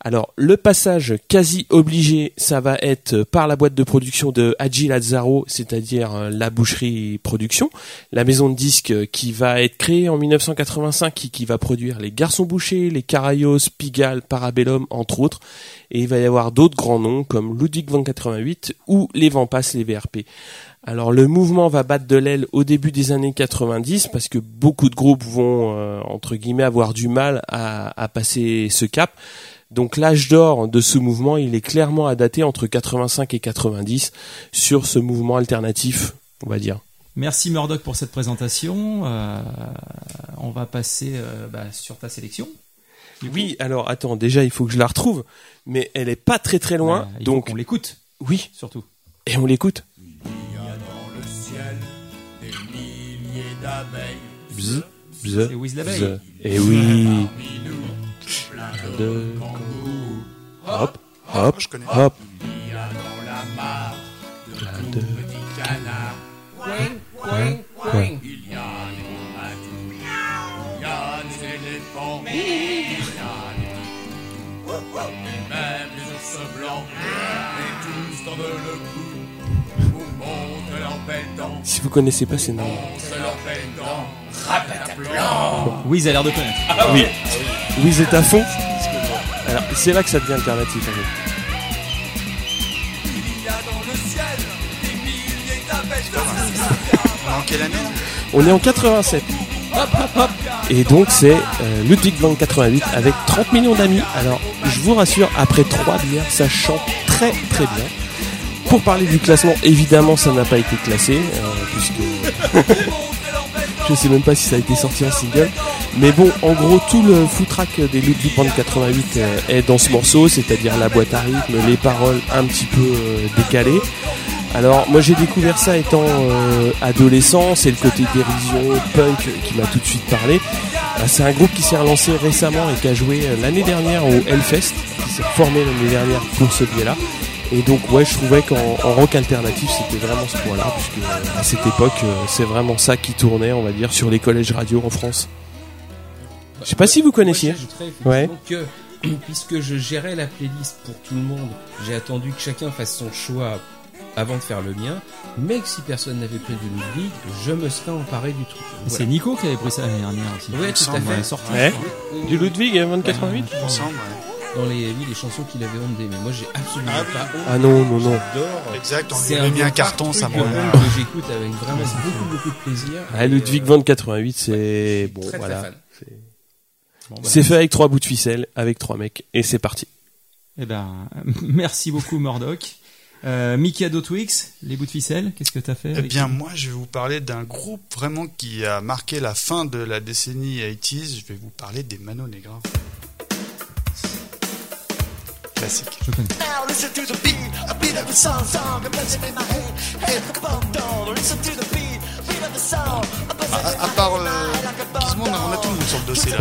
B: Alors le passage quasi obligé, ça va être euh, par la boîte de production de Haji Lazzaro, c'est-à-dire euh, la boucherie production la maison de disques euh, qui va être créée en 1985 qui, qui va produire les Garçons Bouchers, les Carayos, Pigalle, Parabellum entre autres et il va y avoir d'autres grands noms comme Ludwig van 88 ou les Vampas, les VRP. Alors le mouvement va battre de l'aile au début des années 90 parce que beaucoup de groupes vont euh, entre guillemets avoir du mal à, à passer ce cap. Donc l'âge d'or de ce mouvement, il est clairement à dater entre 85 et 90 sur ce mouvement alternatif, on va dire.
E: Merci Murdoch pour cette présentation. Euh, on va passer euh, bah, sur ta sélection.
B: Oui, alors attends, déjà il faut que je la retrouve, mais elle est pas très très loin,
E: Euh, il faut
B: donc
E: qu'on l'écoute
B: oui,
E: surtout.
B: et on l'écoute.
J: Bzz,
E: C'est Wiz l'abeille.
B: The- Et oui. De- Hop, hop,
A: Je connais.
B: hop. Si vous connaissez pas, c'est normal.
E: Wiz a l'air de connaître.
B: Oui. Oui, c'est à fond. Alors, c'est là que ça devient alternatif. En fait.
A: On est en quelle année là
B: On est en 87. Hop, hop, hop. Et donc, c'est euh, Ludwig van 88 avec 30 millions d'amis. Alors, je vous rassure, après trois bières, ça chante très très bien. Pour parler du classement, évidemment, ça n'a pas été classé, euh, puisque je sais même pas si ça a été sorti en single. Mais bon, en gros, tout le footrack des Ludwig Band 88 euh, est dans ce morceau, c'est-à-dire la boîte à rythme, les paroles un petit peu euh, décalées. Alors, moi, j'ai découvert ça étant euh, adolescent, c'est le côté dérision, punk euh, qui m'a tout de suite parlé. Euh, C'est un groupe qui s'est relancé récemment et qui a joué euh, l'année dernière au Hellfest, qui s'est formé l'année dernière pour ce biais-là. Et donc ouais, je trouvais qu'en en rock alternatif, c'était vraiment ce point-là, puisque euh, à cette époque, euh, c'est vraiment ça qui tournait, on va dire, sur les collèges radio en France. Je sais pas si vous connaissiez.
C: Moi, j'ajouterais effectivement que, puisque je gérais la playlist pour tout le monde, j'ai attendu que chacun fasse son choix avant de faire le mien, mais que si personne n'avait pris du Ludwig, je me serais emparé du truc.
E: C'est Nico qui avait pris ça l'année dernière aussi.
C: Oui, tout à
A: semble,
C: fait.
A: ouais.
E: Sorti.
B: Ouais. Du Ludwig euh, 2088
A: Il me semble, ouais.
C: Dans les, oui, les chansons qu'il avait honte d'aimer. Moi, j'ai absolument
A: Ah oui.
C: pas honte.
B: Ah non, non, non.
C: J'adore.
A: Exact, on lui
C: C'est
A: avait mis un
C: rare
A: carton,
C: truc
A: ça
C: de
A: me revient.
C: monde que j'écoute avec vraiment beaucoup, beaucoup de plaisir.
B: Ah,
C: Et,
B: Ludwig
C: euh,
B: 2088, c'est... Bon,
C: très, très
B: voilà.
C: fan.
B: C'est fait avec trois bouts de ficelle, avec trois mecs, et c'est parti.
E: Eh ben, merci beaucoup Murdoch. Euh, Mikado Twix, les bouts de ficelle, qu'est-ce que t'as fait
A: Eh
E: avec-
A: bien, moi, je vais vous parler d'un groupe vraiment qui a marqué la fin de la décennie 80s. Je vais vous parler des Mano Negra. Classique.
E: Je connais.
F: Now listen to the beat, a beat of the song, song, a buzzing in my head, head like a bomb doll. Listen to the beat, beat of the song, a buzzing in my
A: À, à part euh,
F: head like a bomb
A: Gizmo, on a- on a tout le monde sur le dossier là.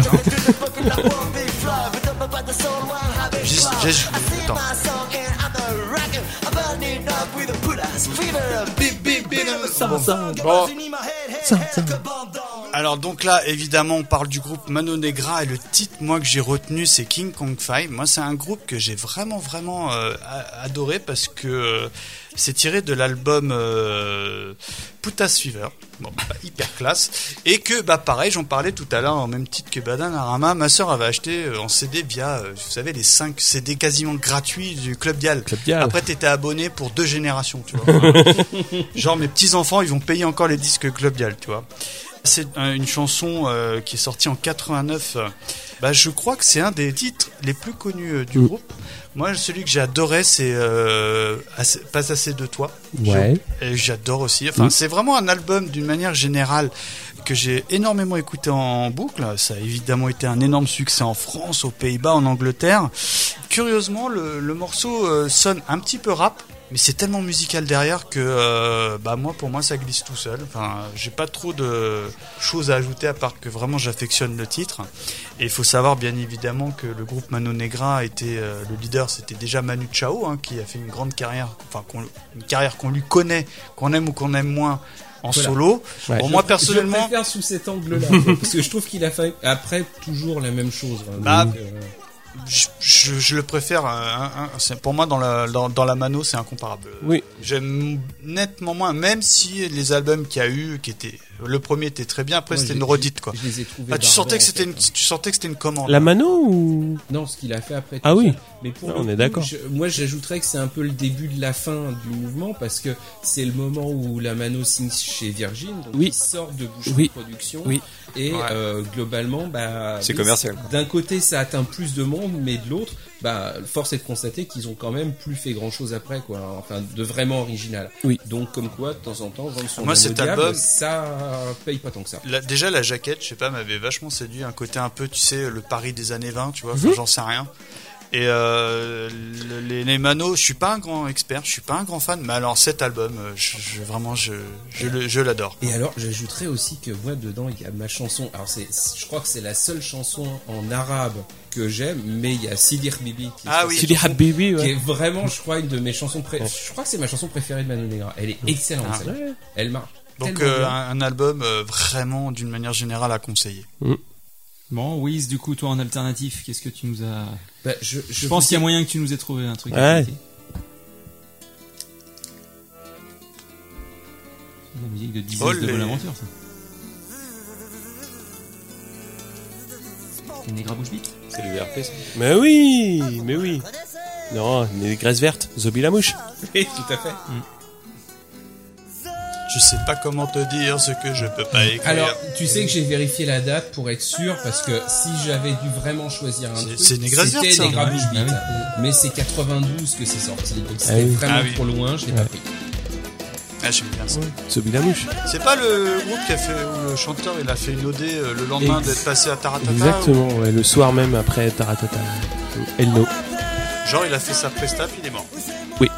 A: non
F: Jésus,
A: Juste- Jésus, attends. Bon. Alors donc là, évidemment, on parle du groupe Mano Negra et le titre, moi, que j'ai retenu, c'est King Kong 5. Moi, c'est un groupe que j'ai vraiment, vraiment euh, a- adoré parce que euh, c'est tiré de l'album euh, Putas Fever. Bon, bah, hyper classe. Et que, bah, pareil, j'en parlais tout à l'heure, en même titre que Badanarama, ma sœur avait acheté euh, en CD via, euh, vous savez, les 5 CD quasiment gratuits du Club Dial.
B: Club Dial.
A: Après, t'étais abonné pour deux générations, tu vois. Genre, mes petits-enfants, ils vont payer encore les disques Club Dial, tu vois. C'est euh, une chanson euh, qui est sortie en 89. euh, Bah, je crois que c'est un des titres les plus connus euh, du
B: Mm.
A: groupe. Moi, celui que j'ai adoré, c'est euh, Assez- Pas assez de toi. Et j'adore aussi. Enfin,
B: Mm.
A: c'est vraiment un album d'une manière générale que j'ai énormément écouté en boucle. Ça a évidemment été un énorme succès en France, aux Pays-Bas, en Angleterre. Curieusement, le, le morceau euh, sonne un petit peu rap, mais c'est tellement musical derrière que, euh, bah moi, pour moi, ça glisse tout seul. Enfin, j'ai pas trop de choses à ajouter à part que vraiment j'affectionne le titre. Et il faut savoir bien évidemment que le groupe Mano Negra était euh, le leader, c'était déjà Manu Chao hein, qui a fait une grande carrière, enfin qu'on- une carrière qu'on lui connaît, qu'on aime ou qu'on aime moins en
C: Voilà.
A: solo.
B: Ouais.
A: Bon, moi
C: Je
A: personnellement,
C: préfère sous cet angle-là, parce que je trouve qu'il a fait après toujours la même chose. hein.
A: Bah,
C: Donc, euh,
A: je, je- je le préfère. euh, hein, hein, c'est- pour moi, dans la, dans, dans la Mano, c'est incomparable.
B: Oui.
A: J'aime nettement moins, même si les albums qu'il y a eu, qui étaient Le premier était très bien, après
C: Moi,
A: c'était
C: j'ai-
A: une redite quoi.
C: Je les ai trouvés.
A: Ah, tu
C: barbares,
A: sentais que
C: en
A: c'était
C: fait,
A: une,
C: hein.
A: tu sentais que c'était une commande.
B: La Mano ou
C: Non, ce qu'il a fait après.
B: Ah
C: tout
B: oui.
C: ça. Mais pour
B: Ah,
C: le
B: on est
C: coup,
B: d'accord.
C: je- Moi, j'ajouterais que c'est un peu le début de la fin du mouvement parce que c'est le moment où la Mano signe chez Virgin, donc
B: Oui.
C: il sort de Bouchon
B: Oui.
C: Production.
B: Oui.
C: Et
A: Ouais.
C: euh, globalement, bah,
D: C'est
C: oui,
D: commercial,
C: c'est- D'un côté, ça atteint plus de monde, mais de l'autre, bah, force est de constater qu'ils ont quand même plus fait grand chose après, quoi. Enfin, de vraiment original.
B: Oui.
C: Donc, comme quoi, de temps en temps, vendre son
A: Moi,
C: âme au
A: cet
C: diable,
A: album-
C: ça paye pas tant que ça.
A: La- déjà la jaquette, je sais pas, m'avait vachement séduit, un côté un peu, tu sais, le Paris des années 20, tu vois, enfin,
B: Mhm.
A: j'en sais rien. Et euh, le- les, les manos, je suis pas un grand expert, je suis pas un grand fan, mais alors cet album, euh, je, je- vraiment, je, je, le- je l'adore.
C: Et alors, j'ajouterais aussi que moi, dedans, il y a ma chanson. Alors, c'est, je crois que c'est la seule chanson en arabe que j'aime, mais il y a Sidi Bibi.
A: Ah oui.
B: C'est les Habibi,
C: Qui
B: ouais.
C: est vraiment, je crois, une de mes chansons pré-
B: Ouais.
C: Je crois que c'est ma chanson préférée de Manon Negra. Elle est excellente,
A: Ah.
C: celle-là. Elle marche.
A: Donc
C: tellement
A: euh,
C: bien.
A: un, un album euh, vraiment, d'une manière générale, à conseiller.
E: Bon, Wiz, du coup, toi en alternatif, qu'est-ce que tu nous as.
C: Bah, je,
E: Je pense qu'il y a moyen que tu nous aies trouvé un truc.
B: Ouais.
E: alternatif. La musique de Disney de
A: Olé.
E: Bonne Aventure, ça. C'est Negra Bouche Bite
D: C'est le VRP, ça.
B: Mais oui, mais oui. Non, mais les graisses vertes, Zobi la mouche.
C: Oui, tout à fait.
A: Je sais pas comment te dire ce que je peux pas écrire.
C: Alors, tu sais que j'ai vérifié la date pour être sûr, parce que si j'avais dû vraiment choisir un
A: C'est-
C: truc,
A: c'est Negra Zert,
C: c'était
A: ça. hein.
C: Negra
E: Ouais.
C: Bouche Bite.
E: Ah
C: Mais c'est 92 que c'est sorti, donc c'était
B: oui.
C: vraiment
A: Ah oui.
C: trop loin, je l'ai pas pris.
A: Ah, j'aime bien ça.
B: Zobi la mouche.
A: C'est pas le groupe qui a fait, où le chanteur, il a fait une OD euh, le lendemain
B: Ex-
A: d'être passé à Taratata
B: Exactement, ouais, le soir même après Taratata. Elle no.
A: ou- Genre, il a fait sa presta, puis il est mort.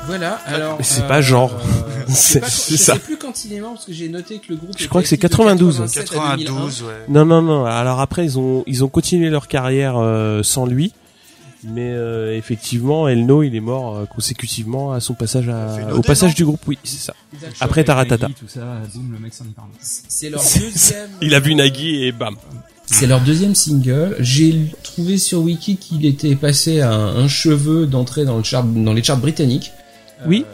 C: Voilà, alors.
B: Mais c'est pas genre.
C: euh, je sais
B: C'est-
C: pas-
B: c'est
C: je
B: ça.
C: sais plus quand il est mort parce que j'ai noté que le groupe.
B: Je
C: était
B: crois que c'est
C: actif de
B: 92.
C: 87 à 2001.
A: 92, ouais.
B: Non, non, non. Alors après, ils ont, ils ont continué leur carrière euh, sans lui. Mais euh, effectivement, Elno, il est mort euh, consécutivement à son passage à-
A: fait une
B: au
A: OD,
B: passage
A: non
B: du groupe. Oui, c'est ça.
C: D'accord.
B: Après Taratata.
E: Tout ça, boum, le mec s'en est parlé.
C: C'est leur
B: C'est-
C: deuxième.
B: Il a vu Nagui et bam.
C: C'est leur deuxième single. J'ai trouvé sur Wiki qu'il était passé à un, un cheveu d'entrée dans le chart, dans les charts britanniques. Euh,
B: Oui.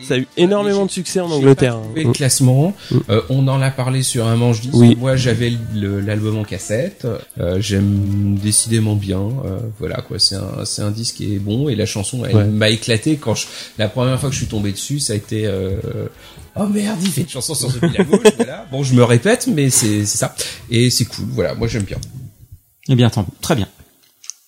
C: et-
B: Ça a eu énormément
C: mais
B: de succès
C: j'ai-
B: en
C: j'ai
B: Angleterre.
C: pas trouvé
B: hein.
C: Le classement.
B: Mm.
C: Euh, on en a parlé sur un manche 10.
B: Oui.
C: Moi, j'avais le- l'album en cassette. Euh, J'aime décidément bien. Euh, voilà quoi. C'est un, c'est un disque qui est bon et la chanson elle
B: Ouais.
C: m'a éclaté quand je, la première fois que je suis tombé dessus, ça a été. euh, Oh merde, il fait une chanson sur The Villa Gauche, voilà. Bon, je me répète, mais c'est c'est ça. Et c'est cool, voilà, moi j'aime bien.
E: Eh bien, tant pis. Très bien.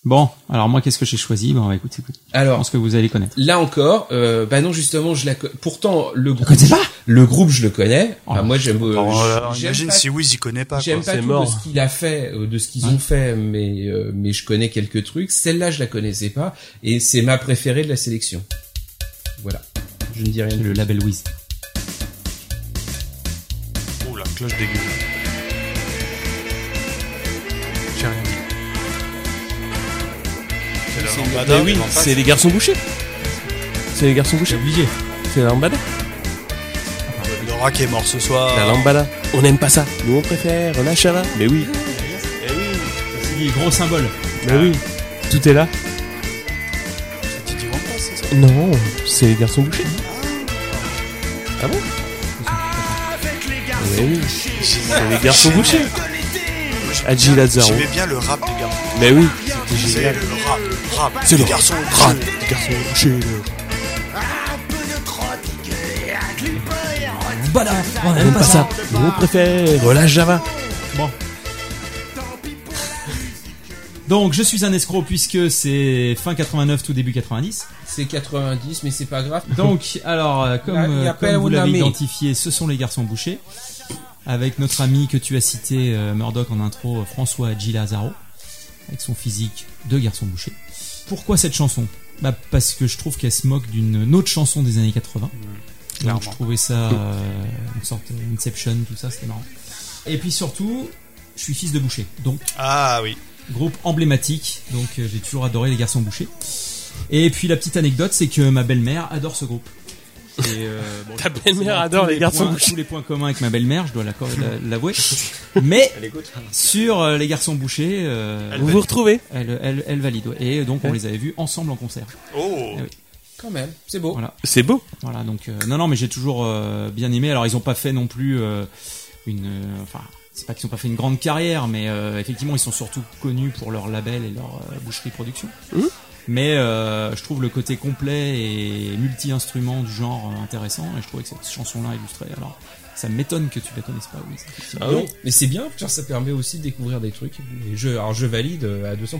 E: Bon, alors moi, qu'est-ce que j'ai choisi Bon, bah, écoute, écoute. Je
C: Alors,
E: pense que vous allez connaître.
C: Là encore, euh, bah non justement, je la co- pourtant le groupe,
E: connaissez pas
C: le groupe je le connais.
E: Oh.
C: Bah, moi j'aime, euh,
A: Bon, alors,
C: j'aime
A: imagine
C: pas,
A: si Wiz il connaît pas.
C: j'aime
A: quoi.
C: pas
B: C'est
C: tout
B: mort.
C: de ce qu'il a fait, euh, de ce qu'ils
E: Ouais.
C: ont fait, mais euh, mais je connais quelques trucs. Celle-là je la connaissais pas et c'est ma préférée de la sélection. Voilà, je ne dis rien. de
E: Le
C: plus.
E: label Wiz.
A: Oh la cloche dégueu. J'ai rien dit. C'est la
D: Bah,
A: lambada.
B: Mais oui, c'est les garçons bouchés. C'est les garçons bouchés.
E: obligé.
B: C'est la lambada.
A: Laura Ah, qui est mort ce soir.
B: La lambada. On n'aime pas ça. Nous, on préfère la chava. Ah. Mais oui.
E: Oui, gros symbole.
B: Mais oui. Tout est là.
A: C'est Didi Wampa, c'est ça
B: Non, c'est les garçons bouchés. Ah bon Mais oui. C'est les garçons bouchés. Adji Lazaro.
A: J'aimais bien le rap des garçons.
B: Mais oui. C'était
A: C'est
B: génial.
A: le rap, le rap.
B: C'est
A: des
B: le
A: garçons.
B: Crâne, les garçons bouchés. le-
E: Voilà, on
B: On n'aime pas ça. Nous, on préfère la java.
E: Donc, je suis un escroc puisque c'est fin 89, tout début 90.
C: C'est 90, mais c'est pas grave.
E: Donc, alors, euh, comme,
C: La-
E: euh,
C: la
E: comme
C: paix
E: vous
C: au
E: l'avez
C: nommé.
E: identifié, ce sont les garçons bouchés. Avec notre ami que tu as cité, euh, Murdoch en intro, euh, François G. Lazaro. Avec son physique de garçon bouché. Pourquoi cette chanson bah, Parce que je trouve qu'elle se moque d'une autre chanson des années 80.
A: clairement.
E: Donc, je trouvais ça euh, une sorte d'Inception, tout ça, c'était marrant. Et puis surtout, je suis fils de boucher. Donc,
A: Ah oui.
E: groupe emblématique, donc euh, j'ai toujours adoré les garçons bouchés. Et puis la petite anecdote, c'est que ma belle-mère adore ce groupe. Et, euh, bon,
B: Ta
E: forcément,
B: belle-mère adore
E: tous
B: les garçons
E: points-
B: bouchés.
E: Tous les points communs avec ma belle-mère, je dois l'acco- la- l'avouer. Mais sur euh, les garçons bouchés, euh,
A: Elle
B: Vous vous retrouvez
E: elle, elle- elle valide. ouais. Et donc on
B: Ouais.
E: les avait vus ensemble en concert.
A: Oh.
C: Quand même, c'est beau.
E: Voilà.
B: C'est beau.
E: Voilà, donc euh, non, non, mais j'ai toujours euh, bien aimé. Alors ils ont pas fait non plus euh, une, euh, enfin, c'est pas qu'ils ont pas fait une grande carrière, mais euh, effectivement, ils sont surtout connus pour leur label et leur euh, boucherie production.
B: Mhm.
E: Mais euh, je trouve le côté complet et multi-instrument du genre euh, intéressant, et je trouvais que cette chanson-là illustrait. Alors, ça m'étonne que tu la connaisses pas, Louis.
B: Ah
C: non,
B: oui.
C: mais c'est bien, genre, ça permet aussi de découvrir des trucs. Et je, alors je valide euh, à 200%.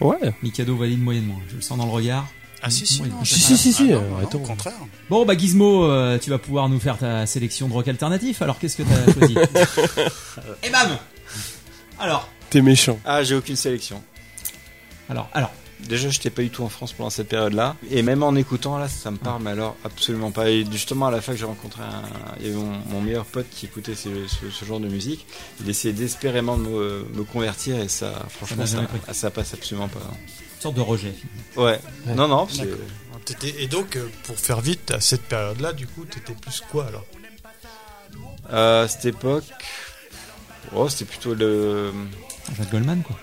B: Ouais.
E: Mikado valide moyennement, je le sens dans le regard.
A: Ah si, si,
E: Oui.
A: non.
E: Si,
A: c'est
B: si,
A: pas-
B: si, si,
A: non,
B: euh,
A: non,
B: attends.
A: Au contraire.
E: Bon, bah Gizmo, euh, tu vas pouvoir nous faire ta sélection de rock alternatif, alors qu'est-ce que t'as choisi Et bam Alors,
B: T'es méchant.
D: Ah, j'ai aucune sélection.
E: alors, alors.
D: Déjà, j'étais pas du tout en France pendant cette période-là. Et même en écoutant, là, ça me parle, mais alors absolument pas. Et justement, à la fac, j'ai rencontré un. Il y avait mon, mon meilleur pote qui écoutait ce, ce- ce genre de musique. Il essayait désespérément de me, me convertir et ça, franchement,
E: n'a
D: ça,
E: jamais pris.
D: ah, ça passe absolument pas. non.
E: Une sorte de rejet.
D: Ouais.
B: Ouais.
D: Non, non, c'est-
A: D'accord. T'étais- Et donc, euh, pour faire vite, à cette période-là, du coup, t'étais plus quoi alors
D: euh, à cette époque. Oh, c'était plutôt le.
E: Jacques Goldman, quoi.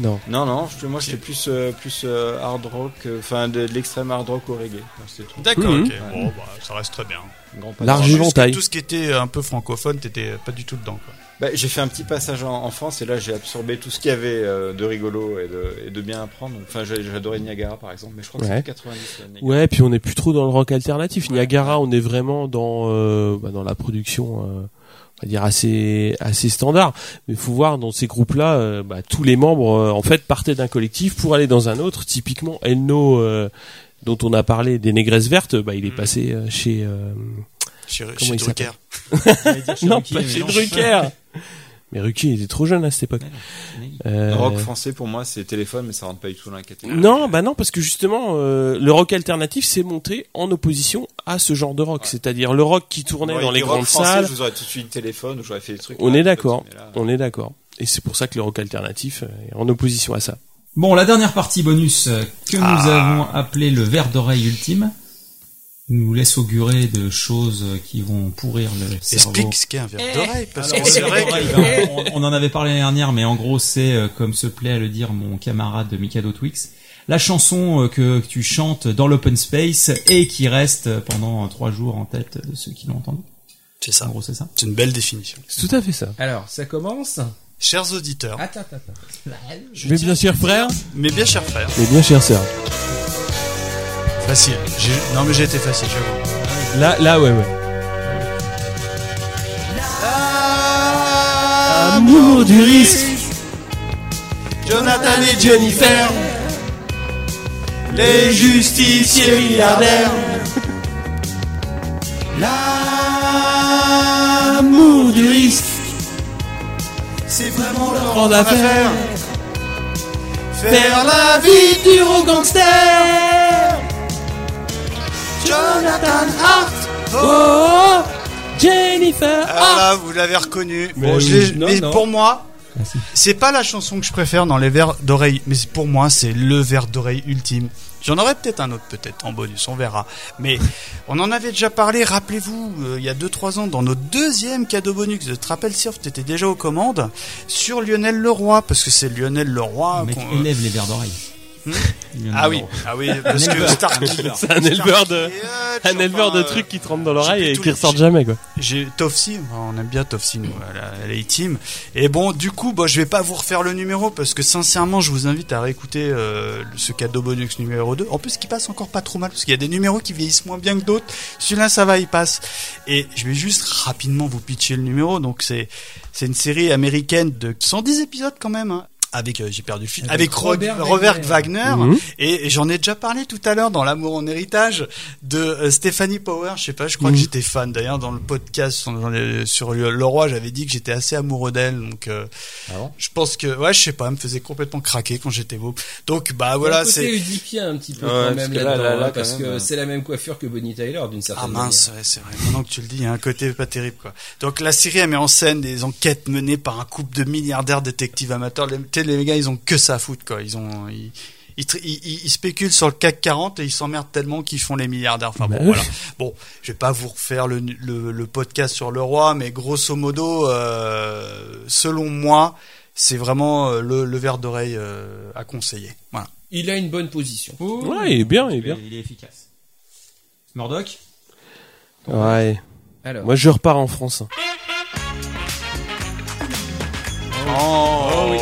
D: Non, non, je- moi, j'étais plus, euh, plus euh, hard rock, euh, enfin, de, de l'extrême hard rock au reggae. C'était tout.
A: D'accord,
B: Mhm.
A: ok. Bon, bah, ça reste très bien.
D: Grand pas-
B: Large
A: Juste que
B: éventail.
A: Tout ce qui était un peu francophone, t'étais pas du tout dedans. Quoi.
D: Bah, j'ai fait un petit passage en, en France et là j'ai absorbé tout ce qu'il y avait euh, de rigolo et de, et de bien à prendre. Enfin, j'ai- j'adorais Niagara par exemple, mais je crois que
B: Ouais.
D: c'était 90. euh, Niagara.
B: Ouais, puis on est plus trop dans le rock alternatif. Niagara, on est vraiment dans euh, bah, dans la production, euh, on va dire assez assez standard. Mais faut voir dans ces groupes-là, euh, bah, tous les membres euh, en fait partaient d'un collectif pour aller dans un autre. Typiquement, Elno, euh, dont on a parlé, des négresses vertes, bah, il est
A: Mm.
B: passé euh, chez euh,
A: Chez,
B: Comment
A: chez
B: il
A: Drucker.
E: J'allais dire
B: non
E: Cherokee,
B: pas
E: mais
B: chez
E: non.
B: Drucker. Mais Ruki était trop jeune à cette époque. Euh,
D: Rock français pour moi c'est téléphone, mais ça rentre pas du tout dans la catégorie.
B: Non, bah non, parce que justement, euh, le rock alternatif s'est monté en opposition à ce genre de rock, c'est-à-dire le rock qui tournait
D: Moi,
B: dans
D: avec
B: les
D: du rock
B: grandes
D: français,
B: salles.
D: Je vous aurais tout de suite téléphone, j'aurais fait des trucs.
B: On
D: là,
B: est d'accord.
D: mais là- euh.
B: On est d'accord. Et c'est pour ça que le rock alternatif euh, est en opposition à ça.
E: Bon, la dernière partie bonus euh, que
A: Ah.
E: nous avons appelée le verre d'oreille ultime nous laisse augurer de choses euh, qui vont pourrir le cerveau.
A: Explique ce qu'est un verre
G: Eh,
A: d'oreille, parce
E: Alors,
A: que c'est
E: le
A: vrai
E: verre d'oreille,
A: que...
E: ben, on, on en avait parlé l'année dernière, mais en gros, c'est euh, comme se plaît à le dire mon camarade Mikado Twix, la chanson euh, que, que tu chantes dans l'open space et qui reste euh, pendant euh, trois jours en tête de ceux qui l'ont entendue.
A: C'est
E: En
A: ça.
E: gros, c'est ça.
A: C'est une belle définition.
B: C'est tout à fait ça.
C: Alors, ça commence.
A: Chers auditeurs,
C: Attends, attends, attends.
A: je
B: Mais
A: tiens-
B: bien cher frère.
A: mais bien chers frères,
B: Mais bien cher sœur.
A: facile. J'ai- Non mais j'ai été facile, j'avoue.
B: Là, là, ouais, ouais. Amour du risque.
A: Jonathan et Jennifer, les justiciers milliardaires.
B: Amour du risque.
A: C'est vraiment leur
B: grande affaire.
A: Faire la vie du gangster. Jonathan Hart.
B: Oh, Jennifer.
A: Alors là, Ah, vous l'avez reconnu.
C: Mais
A: Bon, je
C: oui.
A: l'ai-
C: Non,
A: mais
C: non.
A: pour moi,
E: Merci.
A: c'est pas la chanson que je préfère dans les vers d'oreille, mais c'est- pour moi, c'est le verre d'oreille ultime. J'en aurais peut-être un autre, peut-être en bonus, on verra. Mais on en avait déjà parlé, rappelez-vous, euh, il y a 2-3 ans, dans notre deuxième cadeau bonus de Trappel Surf, t'étais déjà aux commandes, sur Lionel Leroy, parce que c'est Lionel Leroy.
E: Le mec
A: qu'on-
E: élève les verres d'oreille.
A: Hmm
E: Il y en a
A: Ah oui,
E: marre.
A: ah oui, parce que Starkiller.
B: C'est un éleveur de, un éleveur de trucs qui te rentrent dans l'oreille et qui ressortent jamais, quoi.
A: J'ai Tofsi, on aime bien Tofsi, nous, à la, à la E-Team. Et bon, du coup, bon, je vais pas vous refaire le numéro parce que sincèrement, je vous invite à réécouter euh, ce cadeau bonus numéro 2. En plus, qui passe encore pas trop mal parce qu'il y a des numéros qui vieillissent moins bien que d'autres. Celui-là, ça va, il passe. Et je vais juste rapidement vous pitcher le numéro. Donc, c'est c'est une série américaine de 110 épisodes quand même. hein, Avec, euh, j'ai perdu le fil, avec,
C: Avec
A: Rod-
C: Robert
A: Robert,
C: Wagner.
A: Wagner.
B: Mhm.
A: Et j'en ai déjà parlé tout à l'heure dans L'amour en héritage de euh, Stéphanie Power. Je sais pas, je crois que j'étais fan d'ailleurs dans le podcast sur- dans le- sur le le roi. J'avais dit que j'étais assez amoureux d'elle, donc euh,
C: Ah
A: je pense que ouais, je sais pas, elle me faisait complètement craquer quand j'étais beau. Donc bah voilà,
C: c'est
A: c'est
C: Oedipien un petit peu
D: Ouais,
C: quand
D: parce
C: même
D: que là,
C: là-dedans,
D: là, là,
C: hein,
D: quand
C: parce
D: même,
C: que
D: euh.
C: c'est la même coiffure que Bonnie Tyler d'une certaine
A: ah
C: manière.
A: mince, ouais, c'est vrai. Maintenant que tu le dis, il y a un côté pas terrible quoi. Donc la série elle met en scène des enquêtes menées par un couple de milliardaires détectives amateurs. Les, tu sais, les gars, ils ont que ça à foutre quoi. Ils ont ils, ils, tr- ils- ils- ils spéculent sur le CAC 40 et ils s'emmerdent tellement qu'ils font les milliardaires. Enfin Ah bon,
B: Bah oui.
A: voilà. Bon, je vais pas vous refaire le, le, le podcast sur le roi, mais grosso modo, euh, selon moi, c'est vraiment euh, le, le verre d'oreille euh, à conseiller. Voilà.
C: Il a une bonne position.
B: Ouais, il est bien, il est bien.
E: Il est efficace. Murdoch
B: Ouais.
C: Alors.
B: Moi, je repars en France. hein.
A: Oh,
C: oui.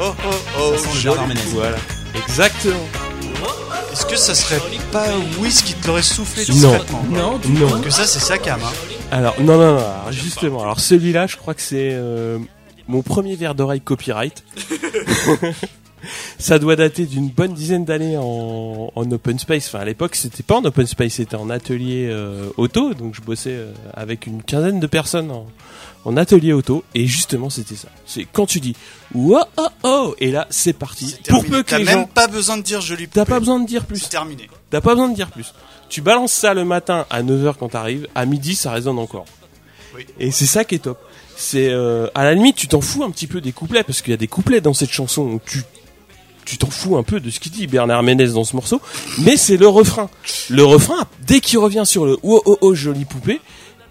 A: oh, oh, oh,
K: Ça sent le
A: joli.
K: Bernard Ménez.
B: Voilà. Exactement.
A: Est-ce que ça serait pas Whis qui te l'aurait soufflé
B: Non.
A: discrètement quoi
C: Non, du
B: Non.
A: Parce que ça, c'est sa cam. Hein.
B: Alors, non, non, non. alors, justement, alors celui-là, je crois que c'est euh, mon premier verre d'oreille copyright. Ça doit dater d'une bonne dizaine d'années en, en open space. Enfin, à l'époque, c'était pas en open space, c'était en atelier euh, auto. Donc, je bossais euh, avec une quinzaine de personnes en, en atelier auto. Et justement, c'était ça. C'est quand tu dis oh oh oh, et là, c'est parti.
A: C'est
B: Pour
A: terminé.
B: peu que
A: T'as
B: les
A: même
B: gens.
A: pas besoin de dire joli
B: T'as
A: poupée.
B: pas besoin de dire plus.
A: C'est terminé.
B: T'as pas besoin de dire plus. Tu balances ça le matin à 9h quand t'arrives, à midi ça résonne encore.
A: Oui.
B: Et c'est ça qui est top. C'est euh, à la limite tu t'en fous un petit peu des couplets parce qu'il y a des couplets dans cette chanson où tu tu t'en fous un peu de ce qu'il dit Bernard Ménez dans ce morceau, mais c'est le refrain. Le refrain dès qu'il revient sur le oh oh oh jolie poupée,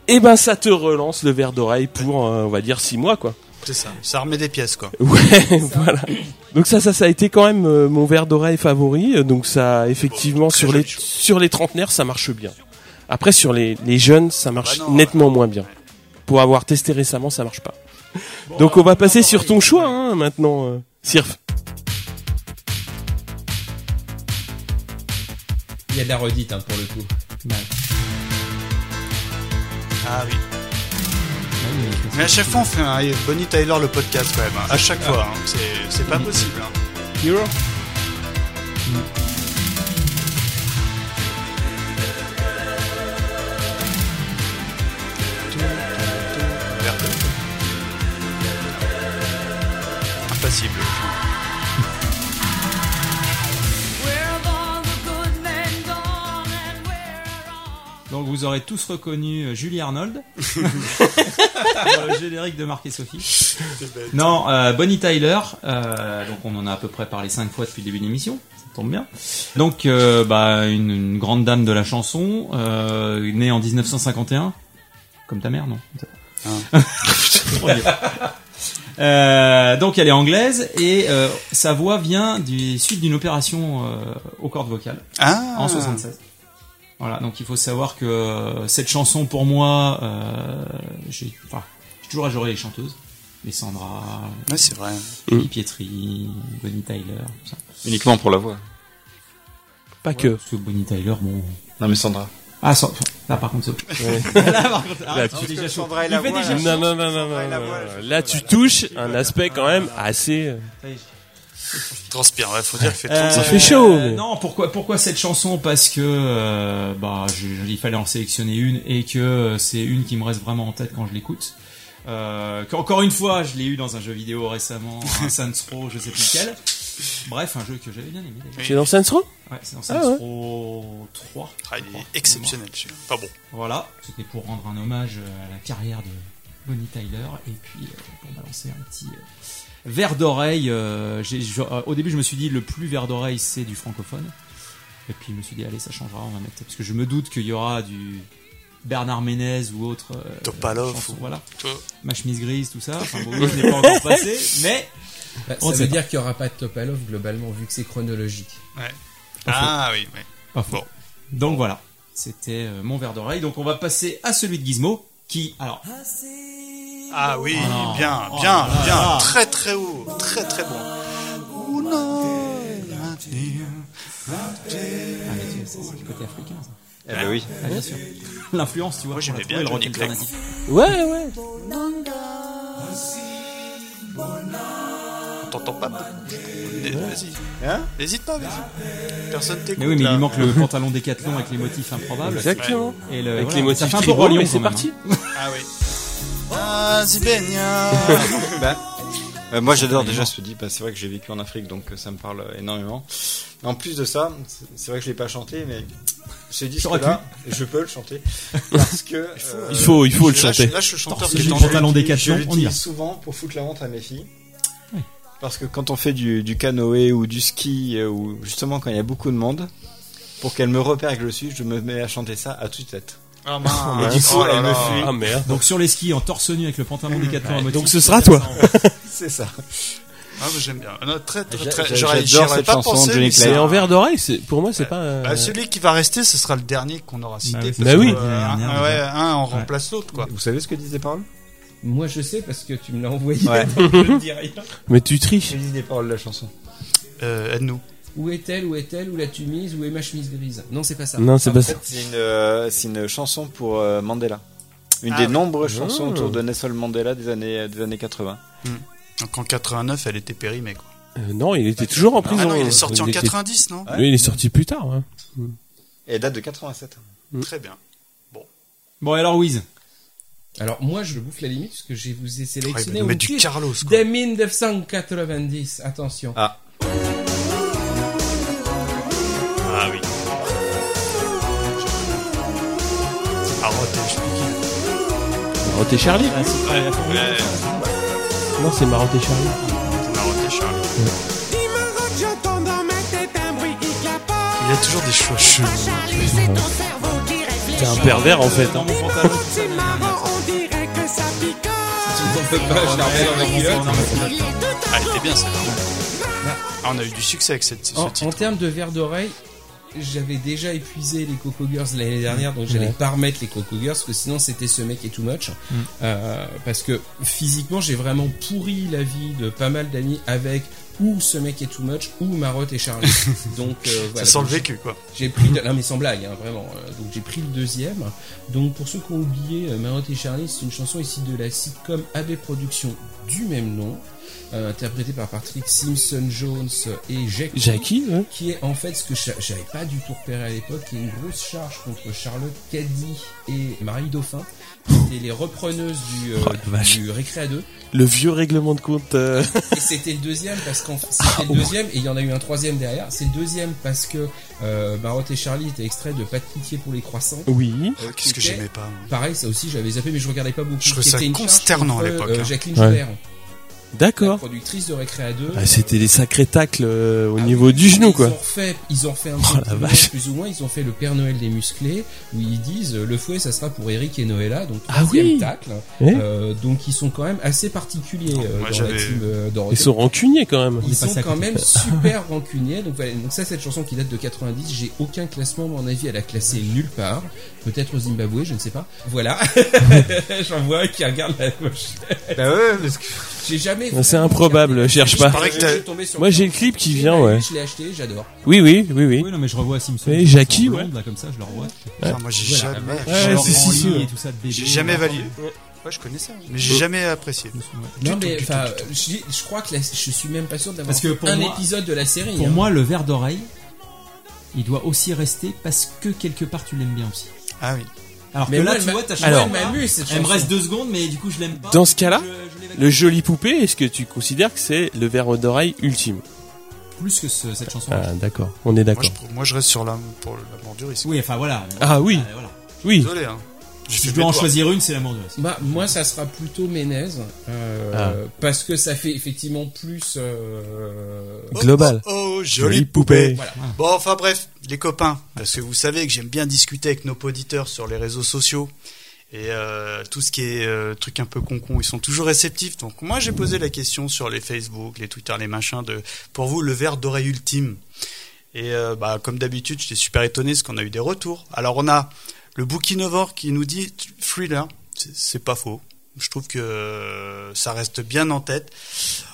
B: eh ben ça te relance le verre d'oreille pour euh, on va dire 6 mois quoi.
A: C'est ça. Ça remet des pièces, quoi.
B: Ouais, voilà. Donc ça, ça, ça a été quand même euh, mon verre d'oreille favori. Euh, Donc ça, effectivement,
A: Bon, très
B: sur les
A: joli choix.
B: sur les trentenaires, ça marche bien. Après, sur les, les jeunes, ça marche
A: Bah non,
B: nettement
A: ouais.
B: moins bien. Pour avoir testé récemment, ça marche pas. Donc on va passer sur ton choix hein, maintenant, euh, Sirf.
C: Il y a de la redite hein, pour le coup.
A: Ah oui. Mais à chaque fois, on fait un Bonnie Tyler le podcast, quand même. hein. À chaque fois. hein. C'est- C'est
B: Mm.
A: pas possible. hein.
C: Hero
A: Merde. Impassible.
E: Donc vous aurez tous reconnu euh, Julie Arnold dans le générique de Marc et Sophie. Non, euh, Bonnie Tyler. euh, donc on en a à peu près parlé cinq fois depuis le début de l'émission. Ça tombe bien. Donc euh, bah, une, une grande dame de la chanson, euh, née en 1951, comme ta mère, non Trop vieux. Euh, donc elle est anglaise et euh, sa voix vient du suite d'une opération euh, aux cordes vocales
A: Ah.
E: en 76. Voilà, donc il faut savoir que euh, cette chanson pour moi, euh, j'ai enfin, j'ai toujours adoré les chanteuses. Les Sandra,
A: Ouais, c'est vrai.
E: Ellie Pietri, Bonnie Tyler, tout ça.
D: Uniquement pour la voix.
B: Pas que.
E: Parce que Bonnie Tyler, bon.
D: Non mais Sandra.
E: Ah, sans- là par contre, c'est. là par contre, ah,
B: Là,
E: c'est
B: tu-
E: déjà chaud.
A: Sandra et
E: Il
A: la
E: fait
A: voix,
E: déjà
A: là.
E: chaud.
B: Non, non, non, non, non, non, non. Là, tu touches un aspect quand même assez. euh,
E: Ça y est.
A: Transpire, ouais, faut dire qu'il fait
E: Euh,
B: Ça
A: 30
B: fait chaud, mais-
E: Non, pourquoi, pourquoi cette chanson Parce que euh, bah, je- il fallait en sélectionner une et que euh, c'est une qui me reste vraiment en tête quand je l'écoute. Euh, Encore une fois, je l'ai eu dans un jeu vidéo récemment, un Saints Row, je sais plus lequel. Bref, un jeu que j'avais bien aimé. d'ailleurs.
B: Chez dans Saints Row
E: Ouais, c'est dans
B: Ah
E: Saints
B: ouais.
E: Row 3.
A: Ah, il est exceptionnel, celui-là. Pas bon.
E: Voilà, c'était pour rendre un hommage euh, à la carrière de Bonnie Tyler et puis euh, pour balancer un petit euh, verre d'oreille. euh, j'ai- je- euh, au début, je me suis dit le plus verre d'oreille, c'est du francophone. Et puis je me suis dit allez, ça changera, on va mettre parce que je me doute qu'il y aura du Bernard Ménez ou autre. euh,
A: Topalov
E: chanson,
A: ou-
E: Voilà.
A: Toi.
E: Ma chemise grise, tout ça. Enfin, bon, je l'ai pas encore passé, mais
C: Bah,
E: On
C: Ça
E: sait
C: veut dire qu'il n'y aura pas de Topalov globalement vu que c'est chronologique.
A: Ah oui, oui.
E: Pas faux.
A: Bon.
E: Donc voilà, c'était euh, mon verre d'oreille. Donc on va passer à celui de Gizmo, qui alors
A: Ah oui,
E: Oh non.
A: bien,
E: Oh
A: bien,
E: là là.
A: bien, très très haut, très très bon. Oh non, l'avenir.
E: Ah, mais c'est- c'est c'est le côté africain, ça.
D: Eh ben oui.
E: Ah, bien sûr. L'influence, tu vois.
A: Moi, j'aimais
E: on l'a
A: bien
E: trouvé, le
A: Johnny
E: rock
A: Clegg.
E: alternatif.
B: Ouais, ouais.
A: On t'entend pas. Vas-y, vas-y.
D: Hein
A: N'hésite pas, vas-y. Personne t'écoute.
E: Mais oui, mais
A: là.
E: il manque le pantalon décathlon avec les motifs improbables.
B: Exactement.
E: Et le-
B: Avec
E: voilà,
B: les
E: ça
B: motifs
E: fait un peu
B: tribaux,
E: Roglion,
B: mais
E: quand
B: c'est
E: même,
B: parti.
A: Ah oui. Ah, Zibenia
D: Euh, moi j'adore déjà ce dit, bah, c'est vrai que j'ai vécu en Afrique donc euh, ça me parle euh, énormément. En plus de ça, c'est- c'est vrai que je l'ai pas chanté mais ce disque
E: J'aurais
D: là, je peux le chanter parce que euh,
B: Il faut, il faut le
A: Là, je-
B: chanter.
A: Là, je suis chanteur
E: Torse
A: qui est
E: nu,
A: en
E: pantalon
D: Je
E: décathlon,
D: l'utilise
E: on y va.
D: souvent pour foutre la honte à mes filles. Parce que quand on fait du, du canoë ou du ski, euh, ou justement quand il y a beaucoup de monde, pour qu'elles me repèrent et que je suis, je me mets à chanter ça à toute tête.
A: Ah
D: Et
A: mince.
D: du coup,
A: Oh là
D: elle me
A: là.
D: fuit.
B: Ah merde.
E: Mmh. Donc sur les skis, en torse nu avec le pantalon décathlon à motifs.
B: Donc ce sera toi.
D: C'est ça.
A: Ah, moi, j'aime bien. Non, très, très,
D: J'a-
A: très-
D: j'a-
A: j'aurais-
D: j'adore
A: j'aurais
D: cette
A: pas
D: chanson de
A: pensé,
D: Johnny
A: mais
D: Clay.
A: c'est
B: C'est
A: un-
B: en verre d'oreille, c'est- pour moi, c'est pas. euh,
A: Bah, celui qui va rester, ce sera le dernier qu'on aura cité.
H: Bah oui,
A: parce
H: c'est
B: Bah
A: que,
B: oui.
A: euh, un,
H: Dernière, ouais.
A: ouais, un en remplace l'autre, quoi.
D: Vous savez ce que disent les paroles
C: Moi je sais parce que tu me l'as envoyé,
D: Ouais.
C: donc je ne dis rien.
B: Mais tu triches.
D: disent les paroles de la chanson.
A: Euh, Aide-nous.
C: Où est-elle, où est-elle, où l'as-tu mise, où est ma chemise grise Non, c'est pas ça.
B: Non, c'est pas ça.
D: C'est une, euh, c'est une chanson pour euh, Mandela. Une
A: Ah
D: des
A: oui.
D: nombreuses chansons
B: Oh.
D: autour de Nelson Mandela des années, euh, des années 80.
A: Donc en 89, elle était périmée, quoi.
B: Euh, non, il était toujours en
A: Ah
B: prison. euh,
A: non, il est sorti en
B: était-
A: 90,
C: Ah.
A: non
B: Oui, il est sorti plus tard. hein.
D: Et elle date de 87.
A: Très bien.
E: Bon, et alors, Wiz
C: Alors moi je bouffe la limite parce que je vous ai
A: Ouais,
C: sélectionné
A: mais
C: au
A: mais du
C: titre
A: Carlos, quoi.
C: dès 1990. Attention.
D: Ah.
A: Ah oui. Ah, ouais, t'es- je-
B: Marotte et Charlie Non, c'est Marotte et Charlie.
A: t'es maroté, Charlie. Il y a toujours des choix chelous.
B: T'es un pervers en fait. hein.
A: Ah, elle était bien, celle-là. Ah, on a eu du succès avec cette, ce
C: En, en
A: titre.
C: termes de verre d'oreille, j'avais déjà épuisé les Coco Girls l'année dernière, donc j'allais pas remettre les Coco Girls, parce que sinon c'était ce mec est too much.
A: Mm.
C: Euh, parce que physiquement, j'ai vraiment pourri la vie de pas mal d'amis avec ou ce mec est too much ou Marotte et Charlie. donc euh,
A: Ça
C: voilà.
A: sent le
C: Donc,
A: vécu, quoi.
C: J'ai pris le- non mais sans blague hein, vraiment. Euh, Donc j'ai pris le deuxième. Donc pour ceux qui ont oublié euh, Marotte et Charlie, c'est une chanson issue de la sitcom AB Productions du même nom, euh, interprétée par Patrick Simpson Jones et Jake
B: Jackie, ouais.
C: qui est en fait ce que je- j'avais pas du tout repéré à l'époque, qui est une grosse charge contre Charlotte Caddy et Marie Dauphin, qui étaient les repreneuses du, euh,
B: Oh, la vache.
C: du Récré à deux.
B: le vieux règlement de compte. euh,
C: Et c'était le deuxième parce qu'en
A: Ah,
C: c'était
A: oh.
C: le deuxième et il y en a eu un troisième derrière. C'est le deuxième parce que euh, Marotte et Charlie étaient extraits de Pas de pitié pour les croissants.
B: Oui.
C: euh,
A: Qu'est-ce que
C: qui
A: j'aimais pas moi.
C: était- Pareil, ça aussi j'avais zappé mais je regardais pas beaucoup.
A: Je trouvais
C: Qui
A: ça
C: était une charge
A: consternant à
C: contre,
A: l'époque,
C: euh,
A: hein.
C: Jacqueline
B: Ouais.
C: Joubert, la
B: D'accord.
C: productrice de Récré à deux.
B: Ah, C'était des sacrés tacles euh, au
C: Ah
B: niveau
C: oui,
B: du genou,
C: ils
B: quoi.
C: Ont refait, ils ont refait un
B: Oh,
C: peu
B: la
C: plus loin,
B: vache.
C: plus ou moins, ils ont fait le Père Noël des musclés, où ils disent euh, le fouet, ça sera pour Eric et Noëlla, donc
B: Ah
C: troisième
B: oui.
C: tacle.
B: Eh
C: Euh, donc ils sont quand même assez particuliers
D: Ah,
C: euh,
A: moi,
C: dans la
A: j'avais-
C: team euh, Dorothée.
B: Ils sont rancuniers quand même.
C: Ils
H: est passé
C: sont
H: à
C: quand
H: côté.
C: même super rancuniers. Donc, voilà. donc ça, cette chanson qui date de 90, j'ai aucun classement, à mon avis, à la classer nulle part. Peut-être au Zimbabwe, je ne sais pas. Voilà. J'en vois un qui regarde la gauche.
D: Bah ouais, parce que
C: J'ai jamais.
B: C'est improbable, cherche pas.
A: Pareil que t'as-
C: Je suis tombé sur
B: Moi, j'ai le clip qui vient, ouais.
C: Je l'ai acheté, j'adore.
B: Oui, oui, oui, oui.
H: Oui, non, mais je revois Simpson.
B: Oui, Jackie,
H: Ils sont
B: ouais.
H: blondes, là, comme ça, je le revois.
A: Putain, Ah, moi j'ai
C: Voilà.
A: jamais.
B: Ouais,
H: Je leur
B: si,
H: rends
B: si,
H: ligne
B: ouais.
H: et tout ça de bébé.
A: J'ai jamais validé. Ouais, je connais ça. Mais j'ai jamais apprécié.
C: Non
A: Du tout,
C: mais
A: du
C: enfin,
A: tout, du
C: je, dis- je crois que la- je suis même pas sûr d'avoir
H: Parce que pour
C: un
H: moi-
C: épisode de la série.
H: Pour
C: hein.
H: moi, le verre d'oreille, il doit aussi rester parce que quelque part tu l'aimes bien aussi.
A: Ah oui.
H: Alors
C: mais
H: que
C: moi,
H: là,
C: elle
H: tu
C: m'a-
H: vois, t'as
C: moi,
H: changé
C: elle
H: de
C: m'amuse cette
H: Elle me
C: chanson.
H: reste deux secondes, mais du coup, je l'aime pas.
B: Dans ce cas-là,
H: Je- je l'ai validé.
B: le joli poupée, est-ce que tu considères que c'est le verre d'oreille ultime
H: plus que ce- cette chanson.
B: Ah, d'accord. On est
A: Moi
B: d'accord.
A: je, pr- moi, je reste sur la, pour l'amour du risque.
H: Oui, enfin voilà.
B: Ah oui.
H: Ah, voilà.
B: Oui.
A: Désolé, hein. J'ai
H: Si
A: fait
H: je dois en
A: mes devoirs.
H: choisir une, c'est l'amour de la
C: Bah, moi ça sera plutôt Ménez euh,
B: Ah.
C: parce que ça fait effectivement plus. euh,
B: Global.
A: Oh, oh,
B: Jolie
A: jolie poupée.
C: Voilà.
A: Bon, enfin bref, les copains, parce que vous savez que j'aime bien discuter avec nos auditeurs sur les réseaux sociaux. Et euh, tout ce qui est euh, truc un peu concon, ils sont toujours réceptifs. Donc moi j'ai posé la question sur les Facebook, les Twitter, les machins de pour vous le verre d'oreille ultime. Et euh, bah comme d'habitude, j'étais super étonné parce qu'on a eu des retours. Alors on a le bouquinovore qui nous dit thriller, c'est- c'est pas faux. Je trouve que euh, ça reste bien en tête.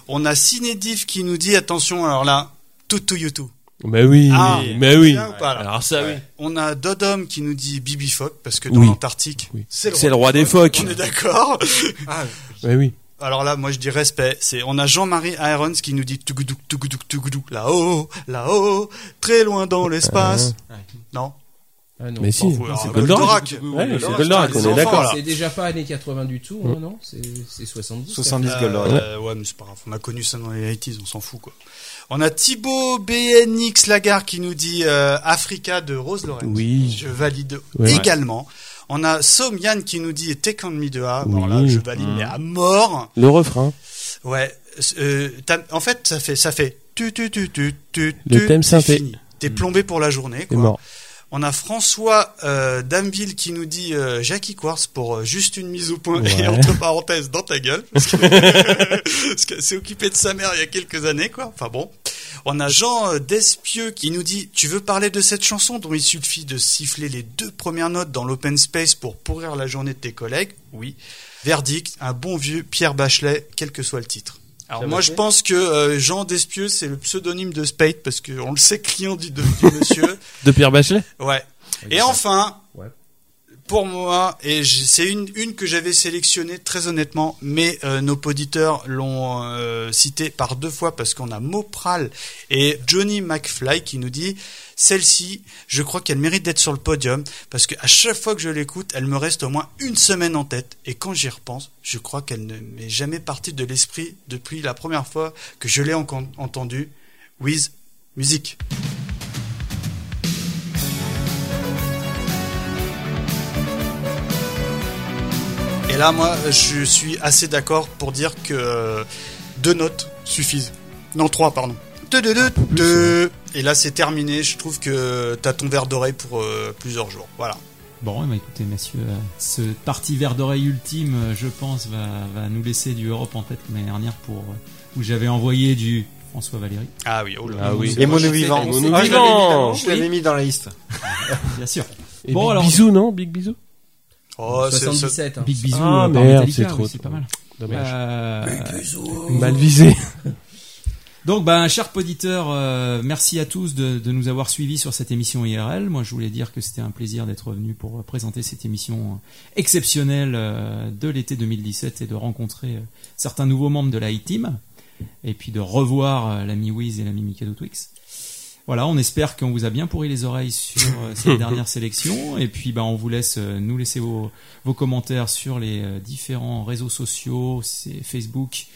A: On a Cinédiff qui nous dit attention alors là, tout tout you tout.
B: Mais oui,
A: Ah,
B: mais oui.
A: bien ou pas, là
B: Alors ça, oui.
A: On a Dodom qui nous dit Bibi Phoque, parce que dans
B: Oui.
A: l'Antarctique,
B: Oui.
A: c'est le,
B: C'est le roi des phoques.
A: On est d'accord.
B: Mais oui.
A: Alors là, moi je dis respect. C'est on a Jean-Marie Irons qui nous dit tougoudouc, tougoudouc, tougoudouc, là-haut, là-haut, très loin dans l'espace. Non.
C: Ah, non.
B: Mais si.
A: Vous, alors,
B: Euh, C'est
A: Goldorak.
B: Goldorak. Ouais, c'est
A: Goldorak,
B: Goldorak,
A: putain,
B: on
A: les
B: est
A: enfants,
B: d'accord.
A: là.
C: C'est déjà pas années 80 du tout, hein, non C'est c'est 70.
D: 70
A: Euh,
D: Goldorak.
A: euh, ouais, mais c'est pas grave. On a connu ça dans les 80s, on s'en fout quoi. On a Thibaut BNX Lagarde qui nous dit euh, Africa de Rose Lorraine.
B: Oui.
A: Je valide
B: Ouais.
A: également. On a Som Yann qui nous dit Take on me de A. Bon
B: Oui.
A: là, je valide mais à mort.
B: Le refrain.
A: Ouais. euh, t'as- en fait, ça fait ça fait tu tu tu tu tu.
B: Le
A: tu,
B: thème
A: c'est
B: synthé.
A: fini. T'es plombé pour la journée.
B: C'est
A: Quoi.
B: mort.
A: On a François euh, Damville qui nous dit euh, Jackie Quartz pour euh, juste une mise au point et
B: Ouais.
A: entre parenthèses dans ta gueule parce que- parce qu'elle s'est occupée de sa mère il y a quelques années quoi. Enfin bon. On a Jean euh, Despieux qui nous dit Tu veux parler de cette chanson dont il suffit de siffler les deux premières notes dans l'open space pour pourrir la journée de tes collègues Oui. Verdict, un bon vieux Pierre Bachelet, quel que soit le titre. Alors
C: Pierre
A: moi je
C: Bachelet
A: pense que euh, Jean Despieux c'est le pseudonyme de Spade parce qu'on le sait client du, de- du monsieur.
B: De Pierre Bachelet
A: Ouais. Et enfin,
C: Ouais.
A: pour moi, et j- c'est une, une que j'avais sélectionnée très honnêtement, mais euh, nos auditeurs l'ont euh, citée par deux fois parce qu'on a Mopral et Johnny McFly qui nous dit celle-ci, je crois qu'elle mérite d'être sur le podium parce qu'à chaque fois que je l'écoute, elle me reste au moins une semaine en tête. Et quand j'y repense, je crois qu'elle ne m'est jamais partie de l'esprit depuis la première fois que je l'ai encon- entendue. With musique. Et là, moi, je suis assez d'accord pour dire que euh, deux notes suffisent. Non, trois, pardon. Deux, deux, deux, deux. Et là, c'est terminé. Je trouve que t'as ton verre d'oreille pour euh, plusieurs jours. Voilà.
E: Bon, eh ben, écoutez, messieurs, euh, ce parti verre d'oreille ultime, euh, je pense, va, va nous laisser du Europe en tête comme l'année dernière pour euh, où j'avais envoyé du François Valéry.
A: Ah oui, oh là.
B: Ah oui.
D: Et Mono Vivant.
B: Mono
D: Ah, je l'avais
B: Vivant.
D: mis dans- Je l'avais mis dans la liste.
E: Bien sûr.
B: Et
E: Bon,
B: big
E: alors-
B: bisou, non Big bisou
A: Oh, c'est- c'est-
C: 77. hein.
E: Big bisou.
B: Ah,
E: euh, par
B: merde,
E: Metallica,
B: c'est
E: oui,
B: trop
E: C'est pas mal.
B: Dommage.
E: Euh,
B: Mal visé.
E: Donc, ben, chers auditeurs, merci à tous de, de nous avoir suivis sur cette émission IRL. Moi, je voulais dire que c'était un plaisir d'être venu pour euh, présenter cette émission euh, exceptionnelle euh, de l'été 2017 et de rencontrer euh, certains nouveaux membres de la team et puis de revoir euh, l'ami Wiz et l'ami Mikado Twix. Voilà, on espère qu'on vous a bien pourri les oreilles sur euh, cette dernière sélection. Et puis, ben, on vous laisse euh, nous laisser vos, vos commentaires sur les euh, différents réseaux sociaux, c'est Facebook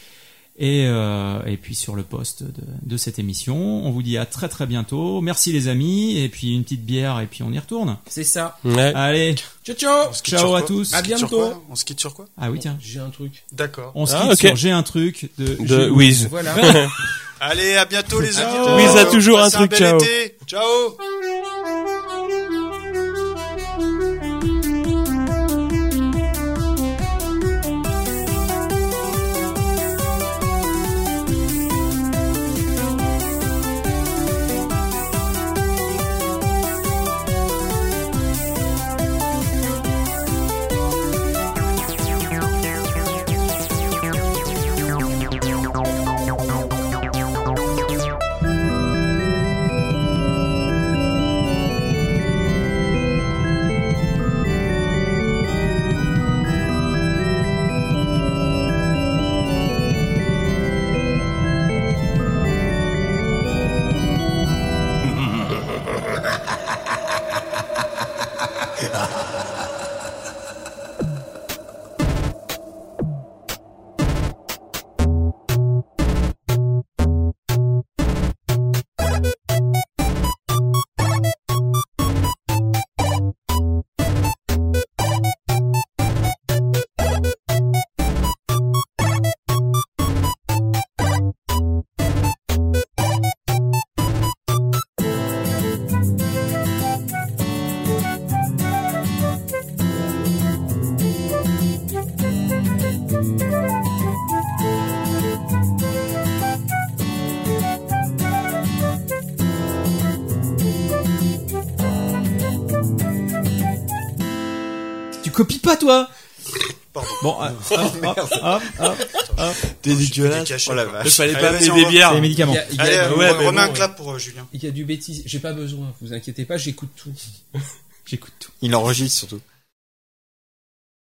E: et, euh, et puis sur le post de, de cette émission. On vous dit à très très bientôt. Merci les amis, et puis une petite bière, et puis on y retourne.
C: C'est ça.
B: Ouais.
E: Allez,
C: Ciao, ciao.
A: on se quitte
E: ciao
A: sur
E: à
A: quoi
E: tous.
C: À
A: On se quitte sur
C: bientôt.
A: quoi On se quitte sur quoi
E: Ah oui, tiens.
C: J'ai un truc.
A: D'accord.
E: On se quitte
B: Ah, ok.
E: sur J'ai un truc de,
B: De Wiz.
C: Voilà.
A: Allez, à bientôt les
C: Ciao.
A: auditeurs.
B: Oui, ça a toujours un
A: Passez
B: truc,
A: bel
B: ciao.
A: été. Ciao.
E: Tu copies pas toi
A: Pardon.
E: Bon, euh, hop, hop, hop, hop.
A: T'es
D: dégueulasse. Oh la vache.
B: Il fallait
A: Allez,
B: pas
A: vas-y,
B: amener
A: au
B: des
A: revoir.
B: bières.
E: c'est les médicaments.
C: Il y a- il y a-
A: Allez,
C: il y a-
A: ouais,
C: ouais,
A: remets un
C: bon,
A: clap pour euh, Julien.
C: Il y a du bêtise. J'ai pas besoin. Vous inquiétez pas, j'écoute tout.
E: J'écoute tout.
D: Il enregistre surtout.